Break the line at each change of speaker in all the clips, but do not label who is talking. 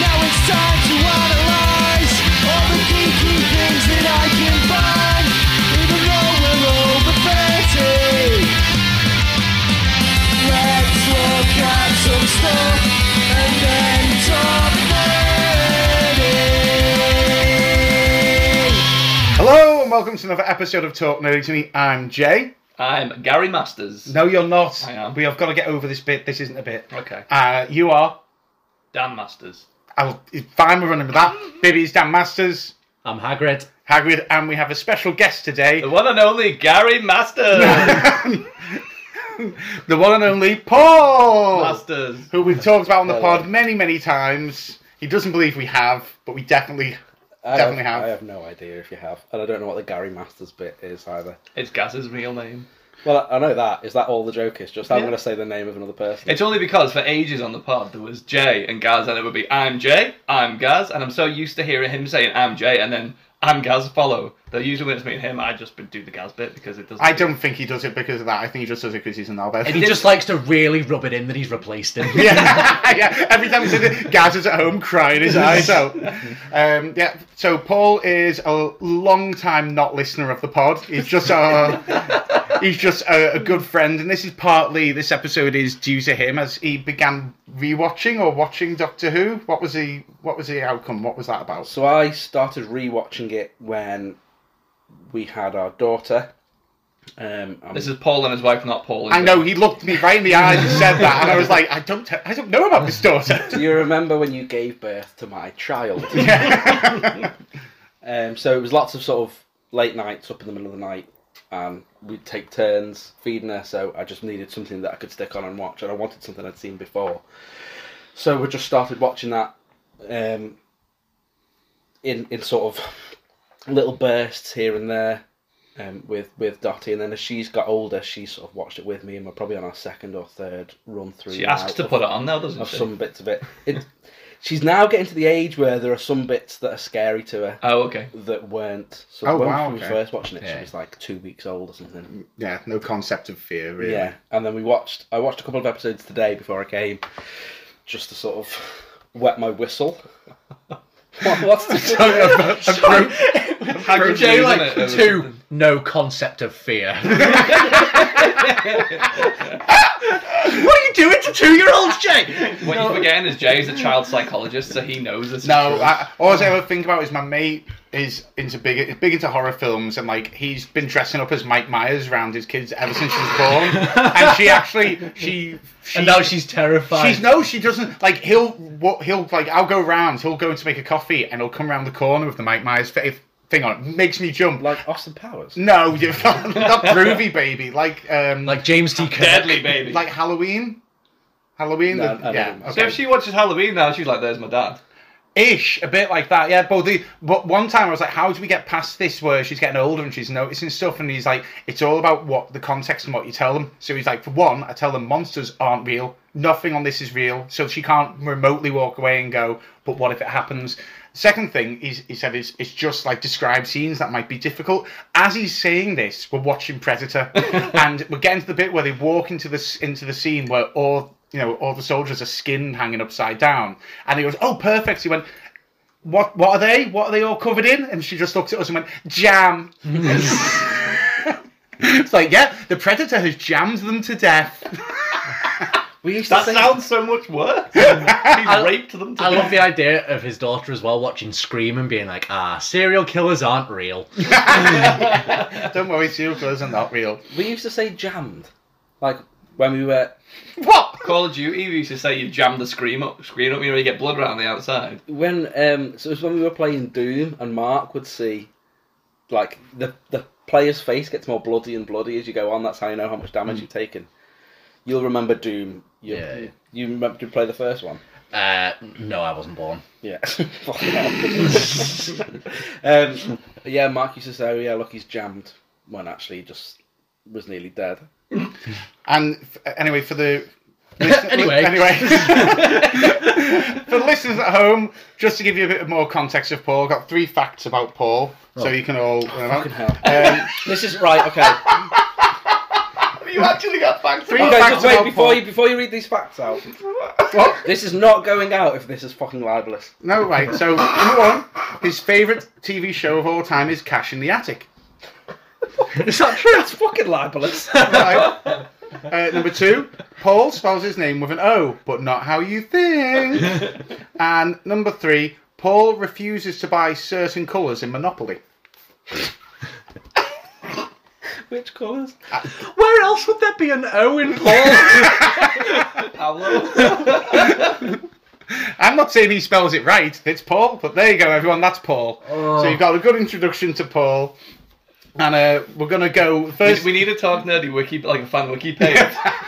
time to analyze all the geeky things that I can find, even though we're over 30. Let's look at some stuff and then top 30.
Hello and welcome to another episode of Talk Nerdy to Me. I'm Jay.
I'm Gary Masters.
No, you're not.
I am.
We have got to get over this bit. This isn't a bit.
Okay.
Uh, you are.
Dan Masters.
I'll, it's fine, we're running with that. Baby's Dan Masters,
I'm Hagrid.
Hagrid, and we have a special guest today.
The one and only Gary Masters.
the one and only Paul!
Masters.
Who we've talked about on the pod many, many times. He doesn't believe we have, but we definitely.
I
Definitely
have,
have.
I have no idea if you have, and I don't know what the Gary Masters bit is either.
It's Gaz's real name.
Well, I know that. Is that all the joke is? Just I'm
Yeah.
going to say the name of another person.
It's only because for ages on the pod there was Jay and Gaz, and it would be I'm Jay, I'm Gaz, and I'm so used to hearing him saying I'm Jay and then I'm Gaz follow. That usually when it's me and him, I just do the Gaz bit because it doesn't.
I don't think he does it because of that. I think he just does it because he's an Albert.
He just likes to really rub it in that he's replaced him.
yeah, yeah. Every time he said it, Gaz is at home crying his eyes out. Um, yeah. So Paul is a long time not listener of the pod. He's just a he's just a, a good friend, and this is partly this episode is due to him as he began rewatching or watching Doctor Who. What was the what was the outcome? What was that about?
So I started rewatching it when we had our daughter. Um, I'm-
This is Paul and his wife, not Paul. and
I know he looked me right in the eyes and said that, and I was like, I don't I don't know about this daughter.
Do you remember when you gave birth to my child? um, so it was lots of sort of late nights up in the middle of the night, and we'd take turns feeding her. So I just needed something that I could stick on and watch, and I wanted something I'd seen before. So we just started watching that um, in in sort of little bursts here and there. Um, with with Dottie, and then as she's got older, she sort of watched it with me, and we're probably on our second or third run through.
She
now
asks to
of-
put it on now, doesn't
of
she?
some bits of it. it she's now getting to the age where there are some bits that are scary to her
Oh, okay.
that weren't. So
Oh,
when
wow,
we were
okay.
first watching it,
Yeah.
she was like two weeks old or something.
Yeah, no concept of fear really.
Yeah, and then we watched. I watched a couple of episodes today before I came, just to sort of wet my whistle. What, what's the
Hagrid's
Jay,
losing
like,
it or
two,
something.
no concept of fear. what are you doing to two-year-olds, Jay?
What you're forgetting is Jay's a child psychologist, so he knows this. is
No,
true.
I, all I ever think about is my mate is into big, is big into horror films, and like he's been dressing up as Mike Myers around his kids ever since she was born. and she actually, she, she
And now she's terrified.
she's no, she doesn't like. He'll, what he'll like. I'll go round. He'll go to make a coffee, and he'll come round the corner with the Mike Myers fa- thing on. It makes me jump. Like,
like Austin Powers?
no, you're not, not groovy, baby. Like, um, like,
like James T. Kirk.
deadly baby.
like Halloween. Halloween,
No,
the-
I
yeah,
don't
So if
okay.
she watches Halloween now, she's like, "There's my dad."
ish, a bit like that. Yeah, but the but one time I was like, how do we get past this where she's getting older and she's noticing stuff? And he's like, it's all about what the context and what you tell them. So he's like, for one, I tell them monsters aren't real. Nothing on this is real, so she can't remotely walk away and go. But what if it happens? Second thing is, he said, is it's just like describe scenes that might be difficult. As he's saying this, we're watching Predator, and we're getting to the bit where they walk into the s- into the scene where all you know, all the soldiers are skinned hanging upside down. And he goes, Oh, perfect. He went, What what are they? What are they all covered in? And she just looked at us and went, Jam. it's like, yeah, the predator has jammed them to death.
We used to
That
say
sounds so much worse. He's raped them. To
I love the idea of his daughter as well watching Scream and being like, ah, serial killers aren't real.
Don't worry, serial killers are not real.
we used to say jammed, like when we were
What?
Call of Duty. We used to say you jam the screen up, screen up, you know, you get blood around the outside.
when um so it was when we were playing Doom and Mark would see like the the player's face gets more bloody and bloody as you go on, that's how you know how much damage you've taken. You'll remember Doom.
Mm.
You,
Yeah, yeah.
You remember to play the first one?
Uh, no, I wasn't born.
Yeah. Fucking hell. um, yeah, Mark used to say, oh, yeah, look, he's jammed. When actually, he just was nearly dead.
And f- anyway, for the.
Anyway.
Anyway. for the listeners at home, just to give you a bit more context of Paul, I've got three facts about
Oh.
Paul, so you can all.
Um, Fucking hell.
Um,
This is right, okay.
you actually got facts.
Three
about
Okay,
facts
so wait,
about
before
porn.
you, before you read these facts out,
What?
this is not going out if this is fucking libelous.
No, right. So, number one, his favourite TV show of all time is Cash in the Attic.
Is that true?
That's fucking libelous.
Right. Uh, number two, Paul spells his name with an O, but not how you think. And number three, Paul refuses to buy certain colours in Monopoly.
Which colours?
Where else would there be an Owen Paul?
Pablo.
I'm not saying he spells it right. It's Paul, but there you go, everyone. That's Paul. So you've got a good introduction to Paul, and uh, we're gonna go
we,
first.
we need a talk nerdy wiki, like a fan wiki page,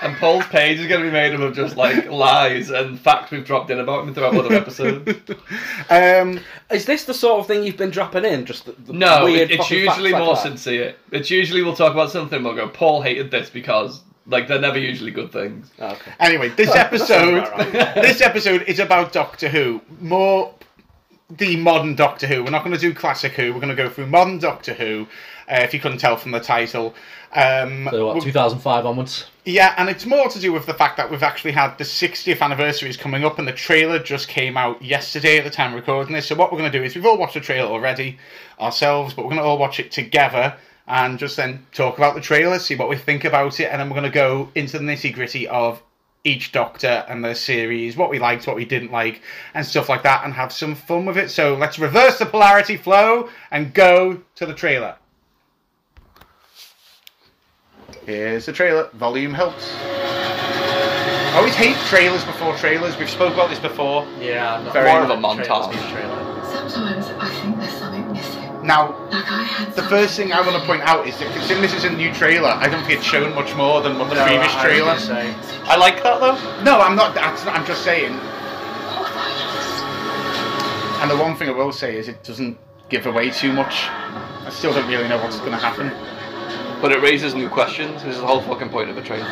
and Paul's page is going to be made up of just like lies and facts we've dropped in about him throughout other episodes.
um,
Is this the sort of thing you've been dropping in? Just the, the
No,
weird
it, it's
fucking facts
usually
like
more
that?
sincere. It's usually we'll talk about something. We'll go. Paul hated this because like they're never usoally good things.
Oh, okay.
anyway, this episode, this episode is about Doctor Who. More the modern Doctor Who. We're not going to do classic Who. We're going to go through modern Doctor Who. Uh, if you couldn't tell from the title, um,
so
we-
what, 2005 onwards?
yeah, and it's more to do with the fact that we've actually had the 60th anniversary is coming up, and the trailer just came out yesterday at the time of recording this. So what we're going to do is we've all watched the trailer already ourselves, but we're going to all watch it together and just then talk about the trailer, see what we think about it, and then we're going to go into the nitty gritty of each Doctor and their series, what we liked, what we didn't like, and stuff like that, and have some fun with it. So let's reverse the polarity flow and go to the trailer. Here's the trailer. Volume helps. I always hate trailers before trailers. We've spoke about this before.
Yeah, not
Very
More of a montage.
montage.
Sometimes I think there's something missing.
Now,
Like I had
the first thing I want to point out is that considering this is a new trailer, I don't think it's shown much more than what the previous trailer.
I like that though.
No, I'm not. That's not. I'm just saying.
What I
And the one thing I will say is it doesn't give away too much. I still don't really know what's going to happen.
But it raises new questions. This is the whole fucking point of a trailer.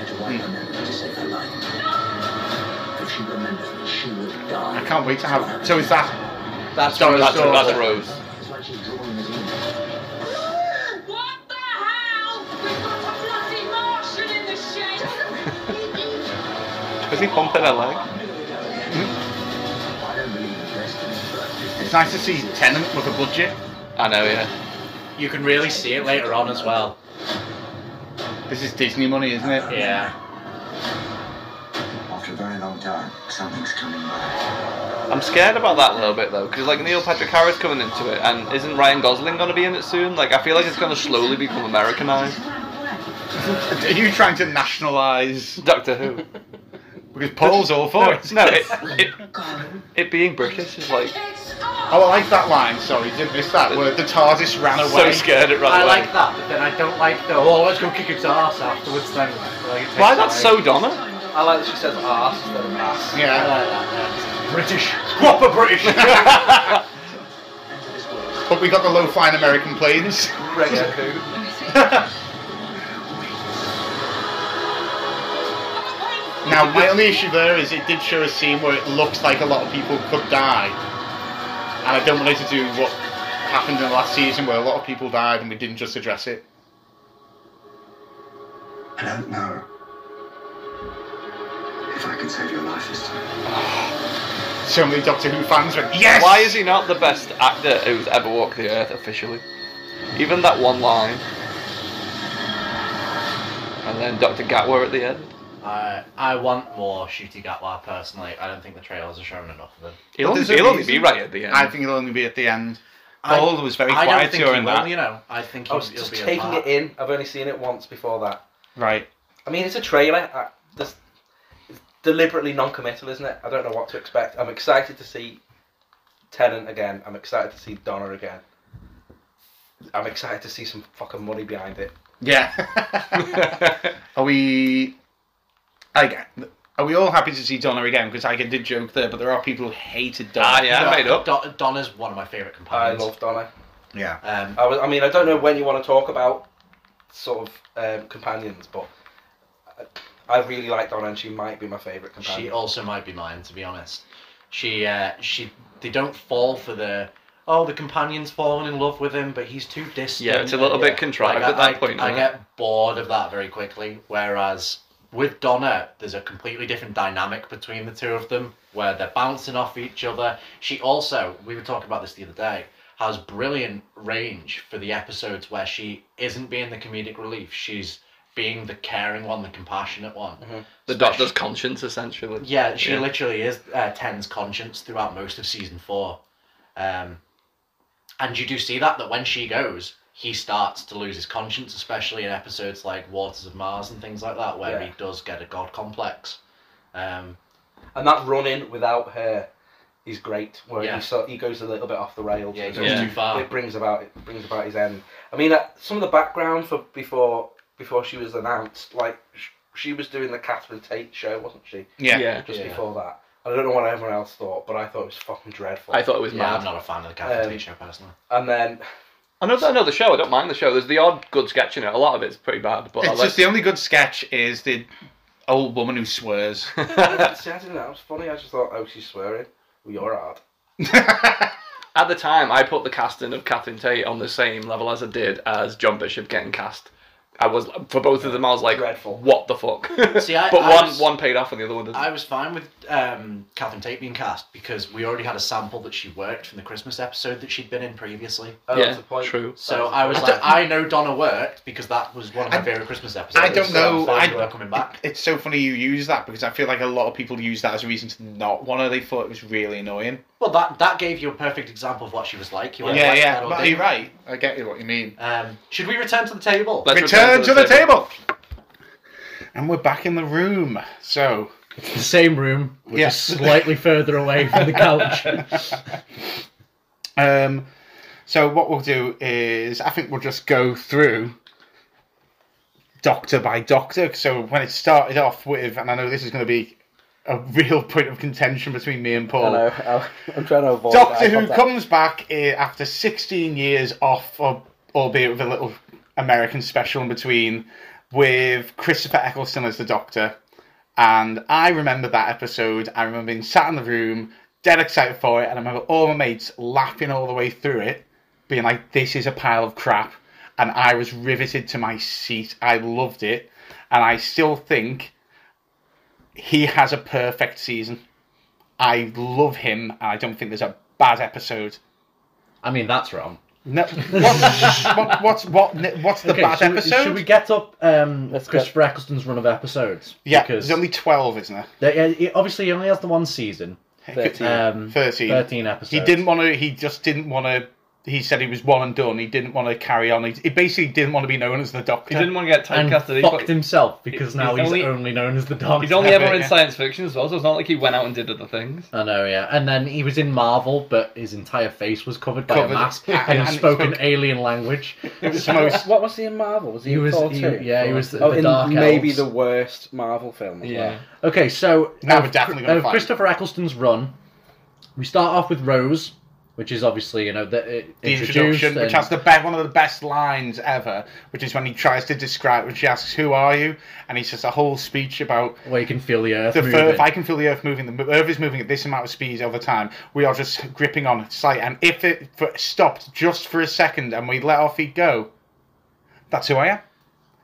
I can't wait to have. So is that?
That's
Don't-
Rose
That's,
So-
that's Rose.
What the hell? We've got a bloody Martian in the shade.
Is he pumping her leg?
It's nice to see Tenant with a budget.
I know, yeah.
You can really see it later on as well.
This is Disney money, isn't it?
Yeah.
After a very long time, something's coming back.
I'm scared about that a little bit though, because like Neil Patrick Harris coming into it, and isn't Ryan Gosling gonna be in it soon? Like I feel like it's gonna slowly become Americanized.
Are you trying to nationalise?
Doctor Who.
Because Paul's all for
No,
it.
no, it, it,
Go.
it being British is like
It's
Oh,
off.
I like that line. Sorry, didn't miss that. Where the TARDIS ran away.
so scared it ran
I
away.
like that, but then I don't like the. Oh, let's go kick its ass afterwards. Then. Like, it takes
Why that's
away.
so Donna?
I like that she says ass instead of ass.
I
Yeah,
like that. yeah. British.
proper British. but we got the low-flying American planes.
Regular who?
Now, my only issue there is it did show a scene where it looks like a lot of people could die, and I don't want it to do what happened in the last season where a lot of people died and we didn't just address it.
I don't know if I can save your life this time.
So many Doctor Who fans went, "Yes."
Why is he not the best actor who's ever walked the earth officially? Even that one line. And then Dr. Gatwa at the end.
I I want more Shooty Gatwa personally. I don't think the trailers are showing enough of them.
He'll,
But
only,
there's a
he'll only be
reason.
right at the end.
I think it'll only be at the end.
I-
Paul was very
I
quiet
don't think
during
he
that.
will. You know, I think
I
he'll,
was
he'll
just
be a
taking
part.
it in. I've only seen it once before that.
Right.
I mean, it's a trailer. I, this, it's deliberately non-committal, isn't it? I don't know what to expect. I'm excited to see Tennant again. I'm excited to see Donna again. I'm excited to see some fucking money behind it.
Yeah. are we? I are we all happy to see Donna again? Because I did joke there, but there are people who hated Donna.
Ah, yeah, I made up.
Don, Donna's one of my favorite
I
companions.
love Donna.
Yeah.
Um,
I, was, I mean, I don't know when you want to talk about sort of um, companions, but I, I really like Donna, and she might be my favourite
she
companion.
also might be mine, to be honest. She uh, she they don't fall for the oh the companion's falling in love with him, but he's too distant.
Yeah, it's a little
Yeah.
bit contrived
Like,
at
I,
that point.
I,
isn't it?
get
bored of that very quickly. Whereas with Donna, there's a completely different dynamic between the two of them where they're bouncing off each other. She also, we were talking about this the other day, has brilliant range for the episodes where she isn't being the comedic relief. She's being the caring one, the compassionate one.
Mm-hmm. The doctor's conscience, essentially.
Yeah, she
Yeah.
literally is uh, Ten's conscience throughout most of season four. Um, and you do see that, that when she goes, he starts to lose his conscience, especially in episodes like Waters of Mars and things like that, where
Yeah.
he does get a god complex. Um,
And that running without her is great. Where
Yeah.
he sort, he goes a little bit off the rails.
Yeah, he
So
goes
it-
too
far.
It brings about it brings about his end. I mean, uh, some of the background for before before she was announced, like sh- she was doing the Catherine Tate show, wasn't she?
Yeah.
Just
Yeah.
before that. I don't know what everyone else thought, but I thought it was fucking dreadful.
I thought it was
yeah,
mad.
I'm not a fan of the Catherine
Um,
Tate show personally.
and then
I know, I know the show. I don't mind the show. There's the odd good sketch in it. A lot of it's pretty bad, but I
It's
like.
just the only good sketch is the old woman who swears.
see, I didn't know. It was funny. I just thought, oh, she's swearing. Well, you're hard.
At the time, I put the casting of Catherine Tate on the same level as I did as John Bishop getting cast. I was for both of them. I was like,
Dreadful.
"What the fuck?"
See, I-
but
I
one
was-
one paid off and the other one didn't.
I was fine with um, Catherine Tate being cast because we already had a sample that she worked from the Christmas episode that she'd been in previously.
Oh,
yeah,
that's the point.
true.
So I was like, I know Donna worked because that was one of my
I-
favorite Christmas episodes.
I don't
so I'm
know.
fine
I,
with her coming back.
It's so funny you use that because I feel like a lot of people use that as a reason to not want her. They thought it was really annoying.
Well, that that gave you a perfect example of what she was like. You
Yeah,
weren't
yeah.
like that all
but
day.
you're right. I get you what you mean.
Um, should we return to the table?
Let's
Return to the table. And we're back in the room. So
the same room, which
Yes.
slightly further away from the couch.
Um, so what we'll do is, I think we'll just go through doctor by doctor. So when it started off with, and I know this is going to be a real point of contention between me and Paul.
I'm trying to avoid
Doctor Who comes back eh, after 16 years off, of, albeit with a little American special in between, with Christopher Eccleston as the Doctor. And I remember that episode. I remember being sat in the room, dead excited for it, and I remember all my mates laughing all the way through it, being like, this is a pile of crap. And I was riveted to my seat. I loved it. And I still think he has a perfect season. I love him, and I don't think there's a bad episode.
I mean, that's wrong.
No, what, what, what's what, what's the bad
should,
episode?
we get up um,
Let's
Christopher Eccleston's run of episodes?
yeah,
because
there's only twelve, isn't there?
they- yeah, he- obviously he only has the one season,
Uh,
um,
Thirteen.
thirteen episodes.
He didn't want to. He just didn't want to. He said he was one and done. He didn't want to carry on. He, he basically didn't want to be known as the Doctor.
He didn't want to get
and
typecast. did he?
fucked himself because
he's
now he's
only-
only, known as the Doctor.
He's only ever in
Yeah.
science fiction as well, so it's not like he went out and did other things.
I know, yeah. And then he was in Marvel, but his entire face was covered by
Covered.
a mask,
Yeah,
and
and
he
it
spoke an
spoke-
alien language.
It was the most.
What was he in Marvel? Was he,
He
in
was-
Thor
he-
too?
yeah, he was the-
oh,
the
in
Dark
maybe
Elves.
the worst Marvel film. As well.
Okay, so
Now
of
we're definitely gonna
of
fight.
Christopher Eccleston's run. We start off with Rose, which is obviously you know the, it-
The
introduced
introduction,
and-
which has the be- one of the best lines ever, which is when he tries to describe, when she asks, "Who are you?" and he says a whole speech about
where you can feel the earth
the
moving.
fir- if I can feel the Earth moving, the mo- Earth is moving at this amount of speed over time. We are just gripping on sight, and if it for, stopped just for a second and we let our feet go, that's who I am.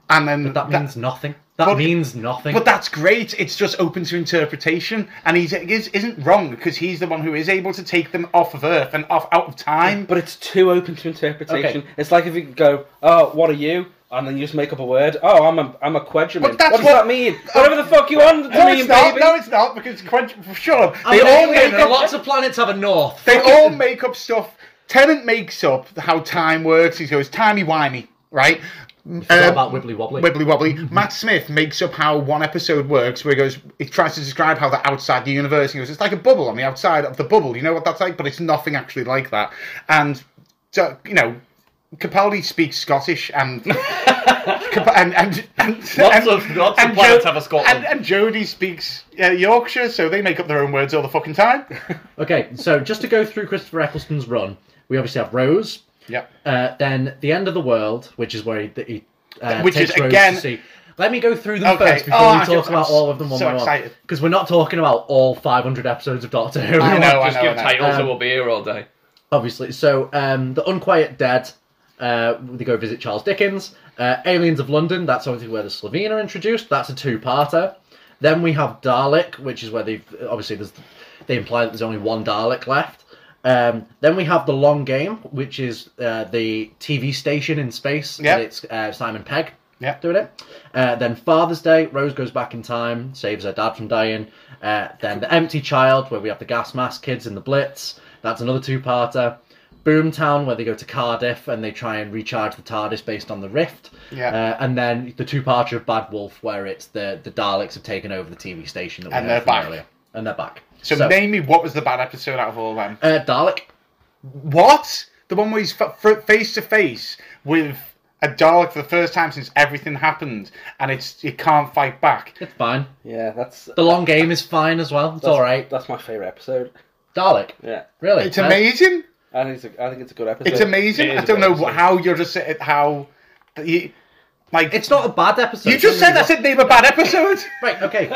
And then
But that
that-
means nothing. That
But-
means nothing.
but that's great. It's just open to interpretation, and he's, he is, isn't wrong because he's the one who is able to take them off of Earth and off out of time.
But it's too open to interpretation. It's like if you go, "Oh, what are you?" and then you just make up a word. "Oh, I'm a I'm a quadruman."
But
What
that's
does
what-
that mean? Whatever the fuck you want to
no,
mean,
it's not.
baby.
No, it's not because Quentin- shut up.
I'm
They
an
all
alien,
make
and
up
lots of planets have a north.
They all make up stuff. Tennant makes up how time works. He goes timey wimey, right?
Forgot
Um,
about Wibbly Wobbly.
Wibbly wobbly.
Mm-hmm.
Matt Smith makes up how one episode works, where he goes, he tries to describe how the outside the universe. He goes, it's like a bubble on the outside of the bubble. You know what that's like, but it's nothing actually like that. And so, you know, Capaldi speaks Scottish, and Cap- and and and
Lots
and,
of- lots of planets
Jo-
have a Scotland.
And, and Jodie speaks uh, Yorkshire, so they make up their own words all the fucking time.
Okay, so just to go through Christopher Eccleston's run, we obviously have Rose.
yep.
Uh, then the end of the world, which is where he, that he uh,
Which
takes
is,
Rose
again-
to see. Let me go through them
Okay.
first before
Oh, I'm
we talk
just-
about
I'm
all of them one
so
by one.
excited.
Because we're not talking about all 500 episodes of Doctor Who.
I know, I
Just
know, I
give
know.
titles,
Um,
and we'll be here all day.
Obviously. So um, the Unquiet Dead, Uh, they go visit Charles Dickens. Uh, Aliens of London, that's obviously where the Slovene are introduced. That's a two-parter. Then we have Dalek, which is where they've obviously there's they imply that there's only one Dalek left. Um, then we have the Long Game, which is uh, the TV station in space.
Yeah.
and it's uh, Simon Pegg
Yeah.
doing it. Uh, then Father's Day, Rose goes back in time, saves her dad from dying. Uh, then The Empty Child, where we have the gas mask kids in the Blitz. That's another two-parter. Boomtown, where they go to Cardiff and they try and recharge the TARDIS based on the rift.
Yeah.
Uh, and then the two-parter of Bad Wolf, where it's the, the Daleks have taken over the TV station that we
And
heard
they're
from
back.
earlier. And they're back.
So, name me what was the bad episode out of all them?
uh, Dalek.
What? The one where he's face to face with a Dalek for the first time since everything happened, and it's you can't fight back.
It's fine.
Yeah, that's
The long game is fine as well. It's all right.
That's my favorite episode.
Dalek.
Yeah,
Really?
It's
Uh,
amazing.
I think it's a, I think it's a good episode.
It's amazing.
it
I
is
don't
a
know
bad episode.
how you're just uh, how you, like
It's not a bad episode.
You just said I said name a bad episode.
Right, okay.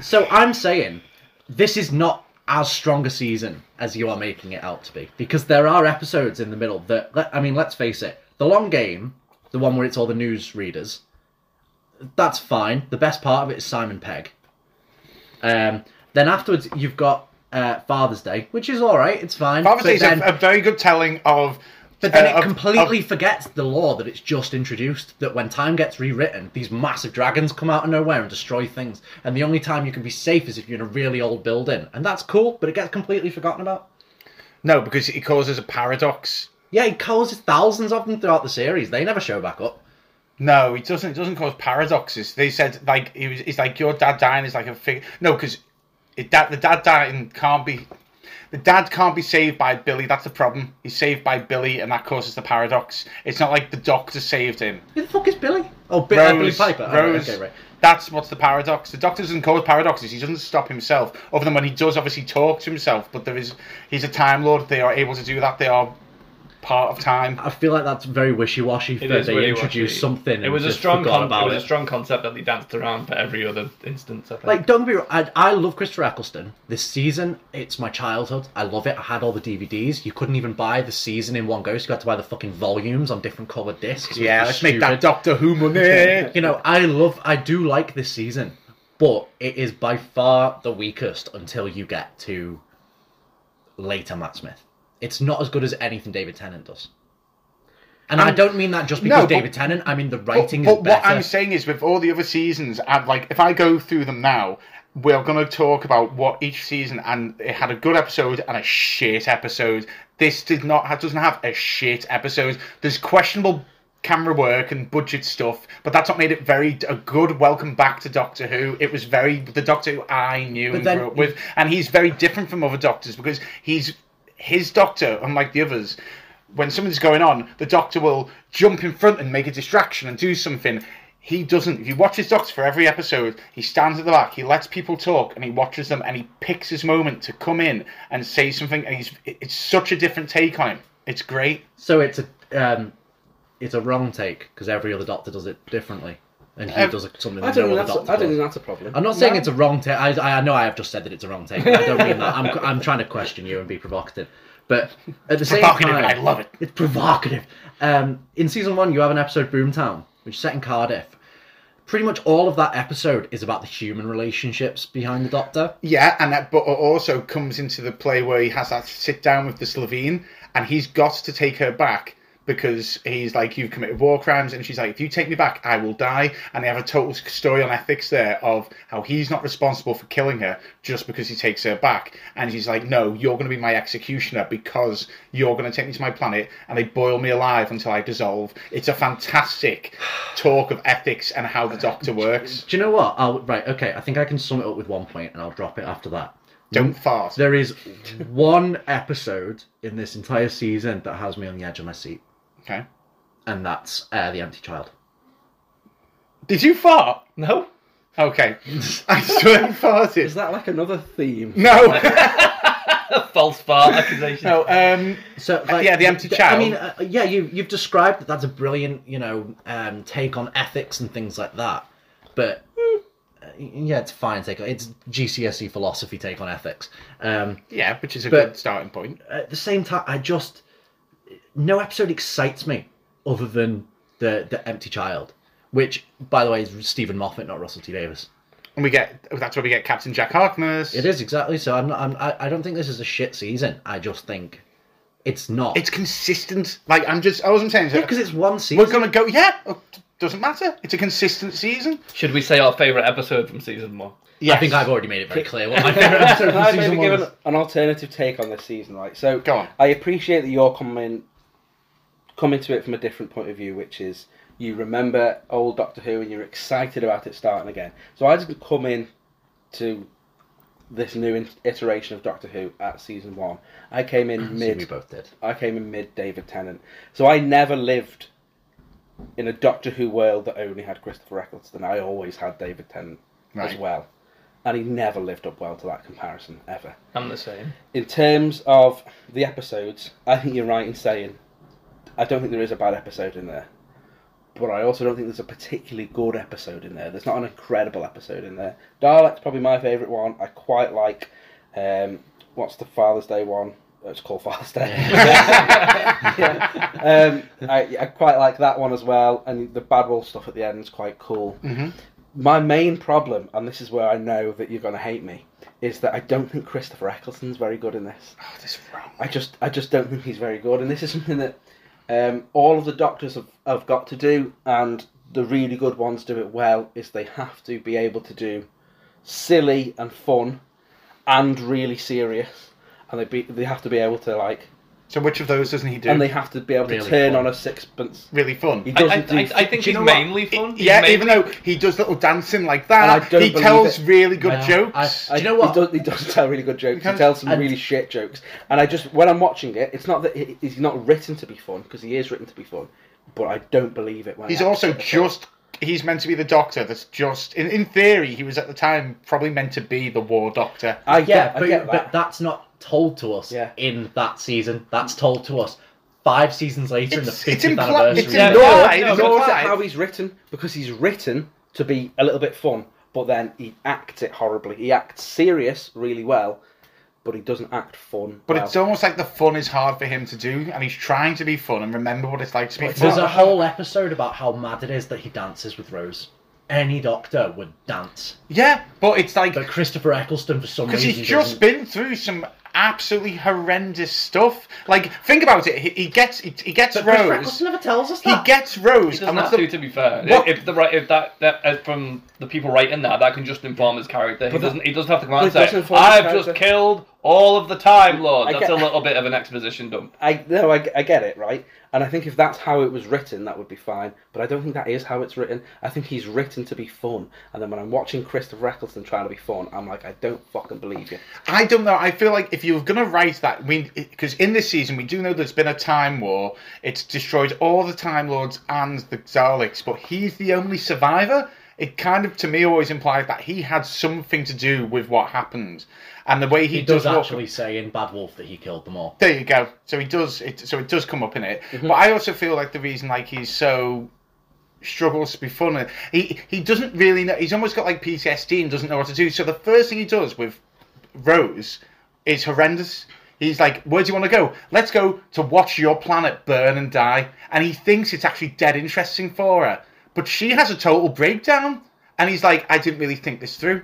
so I'm saying this is not as strong a season as you are making it out to be because there are episodes in the middle that let- I mean, let's face it, the long game, the one where it's all the news readers, that's fine. The best part of it is Simon Pegg. Um, then afterwards, you've got uh, Father's Day, which is all right. It's fine.
Father's Day
But
is
then-
a, a very good telling of.
But then
uh, of-
it completely
of-
forgets the law that it's just introduced. That when time gets rewritten, these massive dragons come out of nowhere and destroy things. And the only time you can be safe is if you're in a really old building. And that's cool, but it gets completely forgotten about.
no, because it causes a paradox.
Yeah, it causes thousands of them throughout the series. They never show back up.
No, it doesn't. It doesn't cause paradoxes. They said like it was. It's like your dad dying is like a figure. No, because it that the dad dying can't be. The dad can't be saved by Billy. That's the problem. He's saved by Billy, and that causes the paradox. It's not like the doctor saved him.
Who the fuck is Billy? Oh, Bi- uh, Billy
Rose,
Piper. Oh,
Rose.
okay, right.
That's what's the paradox. The doctor doesn't cause paradoxes. He doesn't stop himself. Other than when he does, obviously talk to himself. But there is. He's a time lord. They are able to do that. They are part of time.
I feel like that's very wishy-washy
It
that
is
they
really
introduced
washy.
something.
It
and
was a
just
strong
forgot
con-
about
it was
it.
a strong concept that they danced around for every other instance. I think.
Like, don't be wrong, I, I love Christopher Eccleston. This season, it's my childhood. I love it. I had all the DVDs. You couldn't even buy the season in one go, so you had to buy the fucking volumes on different coloured discs. which
Yeah,
was
let's make that
stupid.
Doctor Who money.
You know, I love, I do like this season, but it is by far the weakest until you get to later Matt Smith. It's not as good as anything David Tennant does. And I don't mean that just because
No, but-
David Tennant. I mean the writing
but
is
what
better.
I'm saying is, with all the other seasons, I'm like, if I go through them now, we're going to talk about what each season and it had a good episode and a shit episode. This did not ha- doesn't have a shit episode. There's questionable camera work and budget stuff, but that's what made it very a good welcome back to Doctor Who. It was very the Doctor Who I knew and
then-
grew up with, and he's very different from other Doctors because he's his Doctor, unlike the others when something's going on, the doctor will jump in front and make a distraction and do something. He doesn't. If you watch his doctor for every episode, he stands at the back, he lets people talk, and he watches them, and he picks his moment to come in and say something. And he's it- it's such a different take on him. It's great.
So it's a um, it's a wrong take because every other doctor does it differently, and he
Um,
does something
I
that
don't
no
think
other
that's.
doctor
I don't think
does.
that's a problem.
I'm not saying it's a wrong take. I, I I know I have just said that it's a wrong take. but I don't mean that. I'm I'm trying to question you and be provocative, but at the same
Provocative,
time,
and I love it.
It's provocative. Um, in season one, you have an episode Boomtown, which is set in Cardiff. Pretty much all of that episode is about the human relationships behind the Doctor.
Yeah, and that but it also comes into the play where he has that sit down with the Slovene, and he's got to take her back because he's like, "You've committed war crimes," and she's like, "If you take me back, I will die." And they have a total story on ethics there of how he's not responsible for killing her just because he takes her back, and she's like, "No, you're going to be my executioner because you're going to take me to my planet, and they boil me alive until I dissolve." It's a fantastic talk of ethics and how the Doctor works.
Do you know what? I'll, right, okay. I think I can sum it up with one point, and I'll drop it after that.
Don't fart.
There is one episode in this entire season that has me on the edge of my seat,
Okay.
and that's uh, The Empty Child.
Did you fart?
no,
Okay. I swear he
Is
farted.
that like another theme?
No.
a false fart accusation.
no. Um,
So, like,
yeah, The Empty
th- I
Child.
mean, uh, yeah, you, you've described that that's a brilliant, you know, um, take on ethics and things like that. But uh, yeah, it's fine take. on It's GCSE E philosophy take on ethics. Um,
yeah, which is a
But-
good starting point.
at the same time, I just no episode excites me. other than the the empty child, which by the way is Stephen Moffat, not Russell T Davis.
And we get that's where we get Captain Jack Harkness.
It is exactly so. I'm not. I'm, I I don't think this is a shit season. I just think it's not.
It's consistent. Like I'm just I wasn't saying
yeah, because it's one season.
we're gonna go. Yeah, oh, d- doesn't matter. It's a consistent season.
Should we say our favourite episode from season one?
Yeah,
I think I've already made it very clear what my favorite episode of
Can
the
I
season
maybe give
was.
an, an alternative take on this season, right? So
Go on.
I appreciate that you're coming coming to it from a different point of view, which is you remember old Doctor Who and you're excited about it starting again. So I just come in to this new in- iteration of Doctor Who at season one. I came in
Ah, So we
mid.
both did.
I came in mid David Tennant, so I never lived in a Doctor Who world that only had Christopher Eccleston. I always had David Tennant as
Right.
well, and he never lived up well to that comparison ever
I'm the same.
in terms of the episodes, I think you're right in saying I don't think there is a bad episode in there. But I also don't think there's a particularly good episode in there. There's not an incredible episode in there. Dalek's probably my favourite one. I quite like um, what's the Father's Day one? Oh, It's called Father's Day. Yeah. Um, I, I quite like that one as well. And the Bad Wolf stuff at the end is quite cool.
Mhm.
My main problem, and this is where I know that you're going to hate me, is that I don't think Christopher Eccleston's very good in this.
Oh, this is wrong.
I just I just don't think he's very good, and this is something that um, all of the doctors have, have got to do, and the really good ones do it well. Is they have to be able to do silly and fun, and really serious, and they be, they have to be able to like,
So which of those doesn't he do?
and they have to be able to
Really
turn
fun.
on a sixpence.
really fun.
He
I,
doesn't
I,
do.
I, I think
Do you
he's
know what?
mainly fun. He's
yeah,
mainly-
even though he does little dancing like
And I
that,
don't
he
believe
tells
it.
really good
No,
jokes.
I- Do you know what?
He, does, he doesn't tell really good jokes. He
Because-
tells some
and-
really shit jokes. And I just, when I'm watching it, it's not that he, he's not written to be fun because he is written to be fun, but I don't believe it. When I
He's
actually
also
look at it.
just. He's meant to be the doctor. That's just in, in theory. He was at the time probably meant to be the war doctor.
I
yeah,
get,
but,
I get
but
that.
that's not told to us
Yeah.
in that season. That's told to us five seasons later in the
It's- it's
50th
impli-
anniversary.
it's
Yeah,
implied-
but-
Right,
no,
it's
but
all
look at
right.
how he's written because he's written to be a little bit fun, but then he acts it horribly. He acts serious really well, but he doesn't act fun.
But
well.
it's almost like the fun is hard for him to do, and he's trying to be fun and remember what it's like to be
it's
fun.
There's a whole episode about how mad it is that he dances with Rose. Any doctor would dance,
Yeah, but it's like
but Christopher Eccleston for some
because
reason
he's just
doesn't.
been through some absolutely horrendous stuff. Like think about it. He, he gets he, he gets
But Christopher
Rose.
Eccleston never tells us
He
that.
gets Rose.
He doesn't
and that's
have to,
the-
to be fair.
What-
If the right, if that, that uh, from the people writing that, that can just inform his character. He
But that-
doesn't. He doesn't have to come out and
it doesn't
say,
inform his
"I've just
character."
killed all of the Time Lord."
I
That's a
get-
little bit of an exposition dump.
I no, I, I get it right, and I think if that's how it was written, that would be fine. But I don't think that is how it's written. I think he's written to be fun, and then when I'm watching Christopher Eccleston trying to be fun, I'm like, I don't fucking believe you.
I don't know. I feel like if you're gonna write that, we because in this season we do know there's been a time war. It's destroyed all the Time Lords and the Daleks, but he's the only survivor. It kind of, to me, always implies that he had something to do with what happened, and the way he,
He does
walk-
actually say in Bad Wolf that he killed them all.
There you go. So he does it. So it does come up in it.
Mm-hmm.
But I also feel like the reason like he's so struggles to be fun. and He he doesn't really know. He's almost got like PTSD and doesn't know what to do. So the first thing he does with Rose is horrendous. He's like, "Where do you want to go? Let's go to watch your planet burn and die." And he thinks it's actually dead interesting for her. But she has a total breakdown, and he's like, "I didn't really think this through."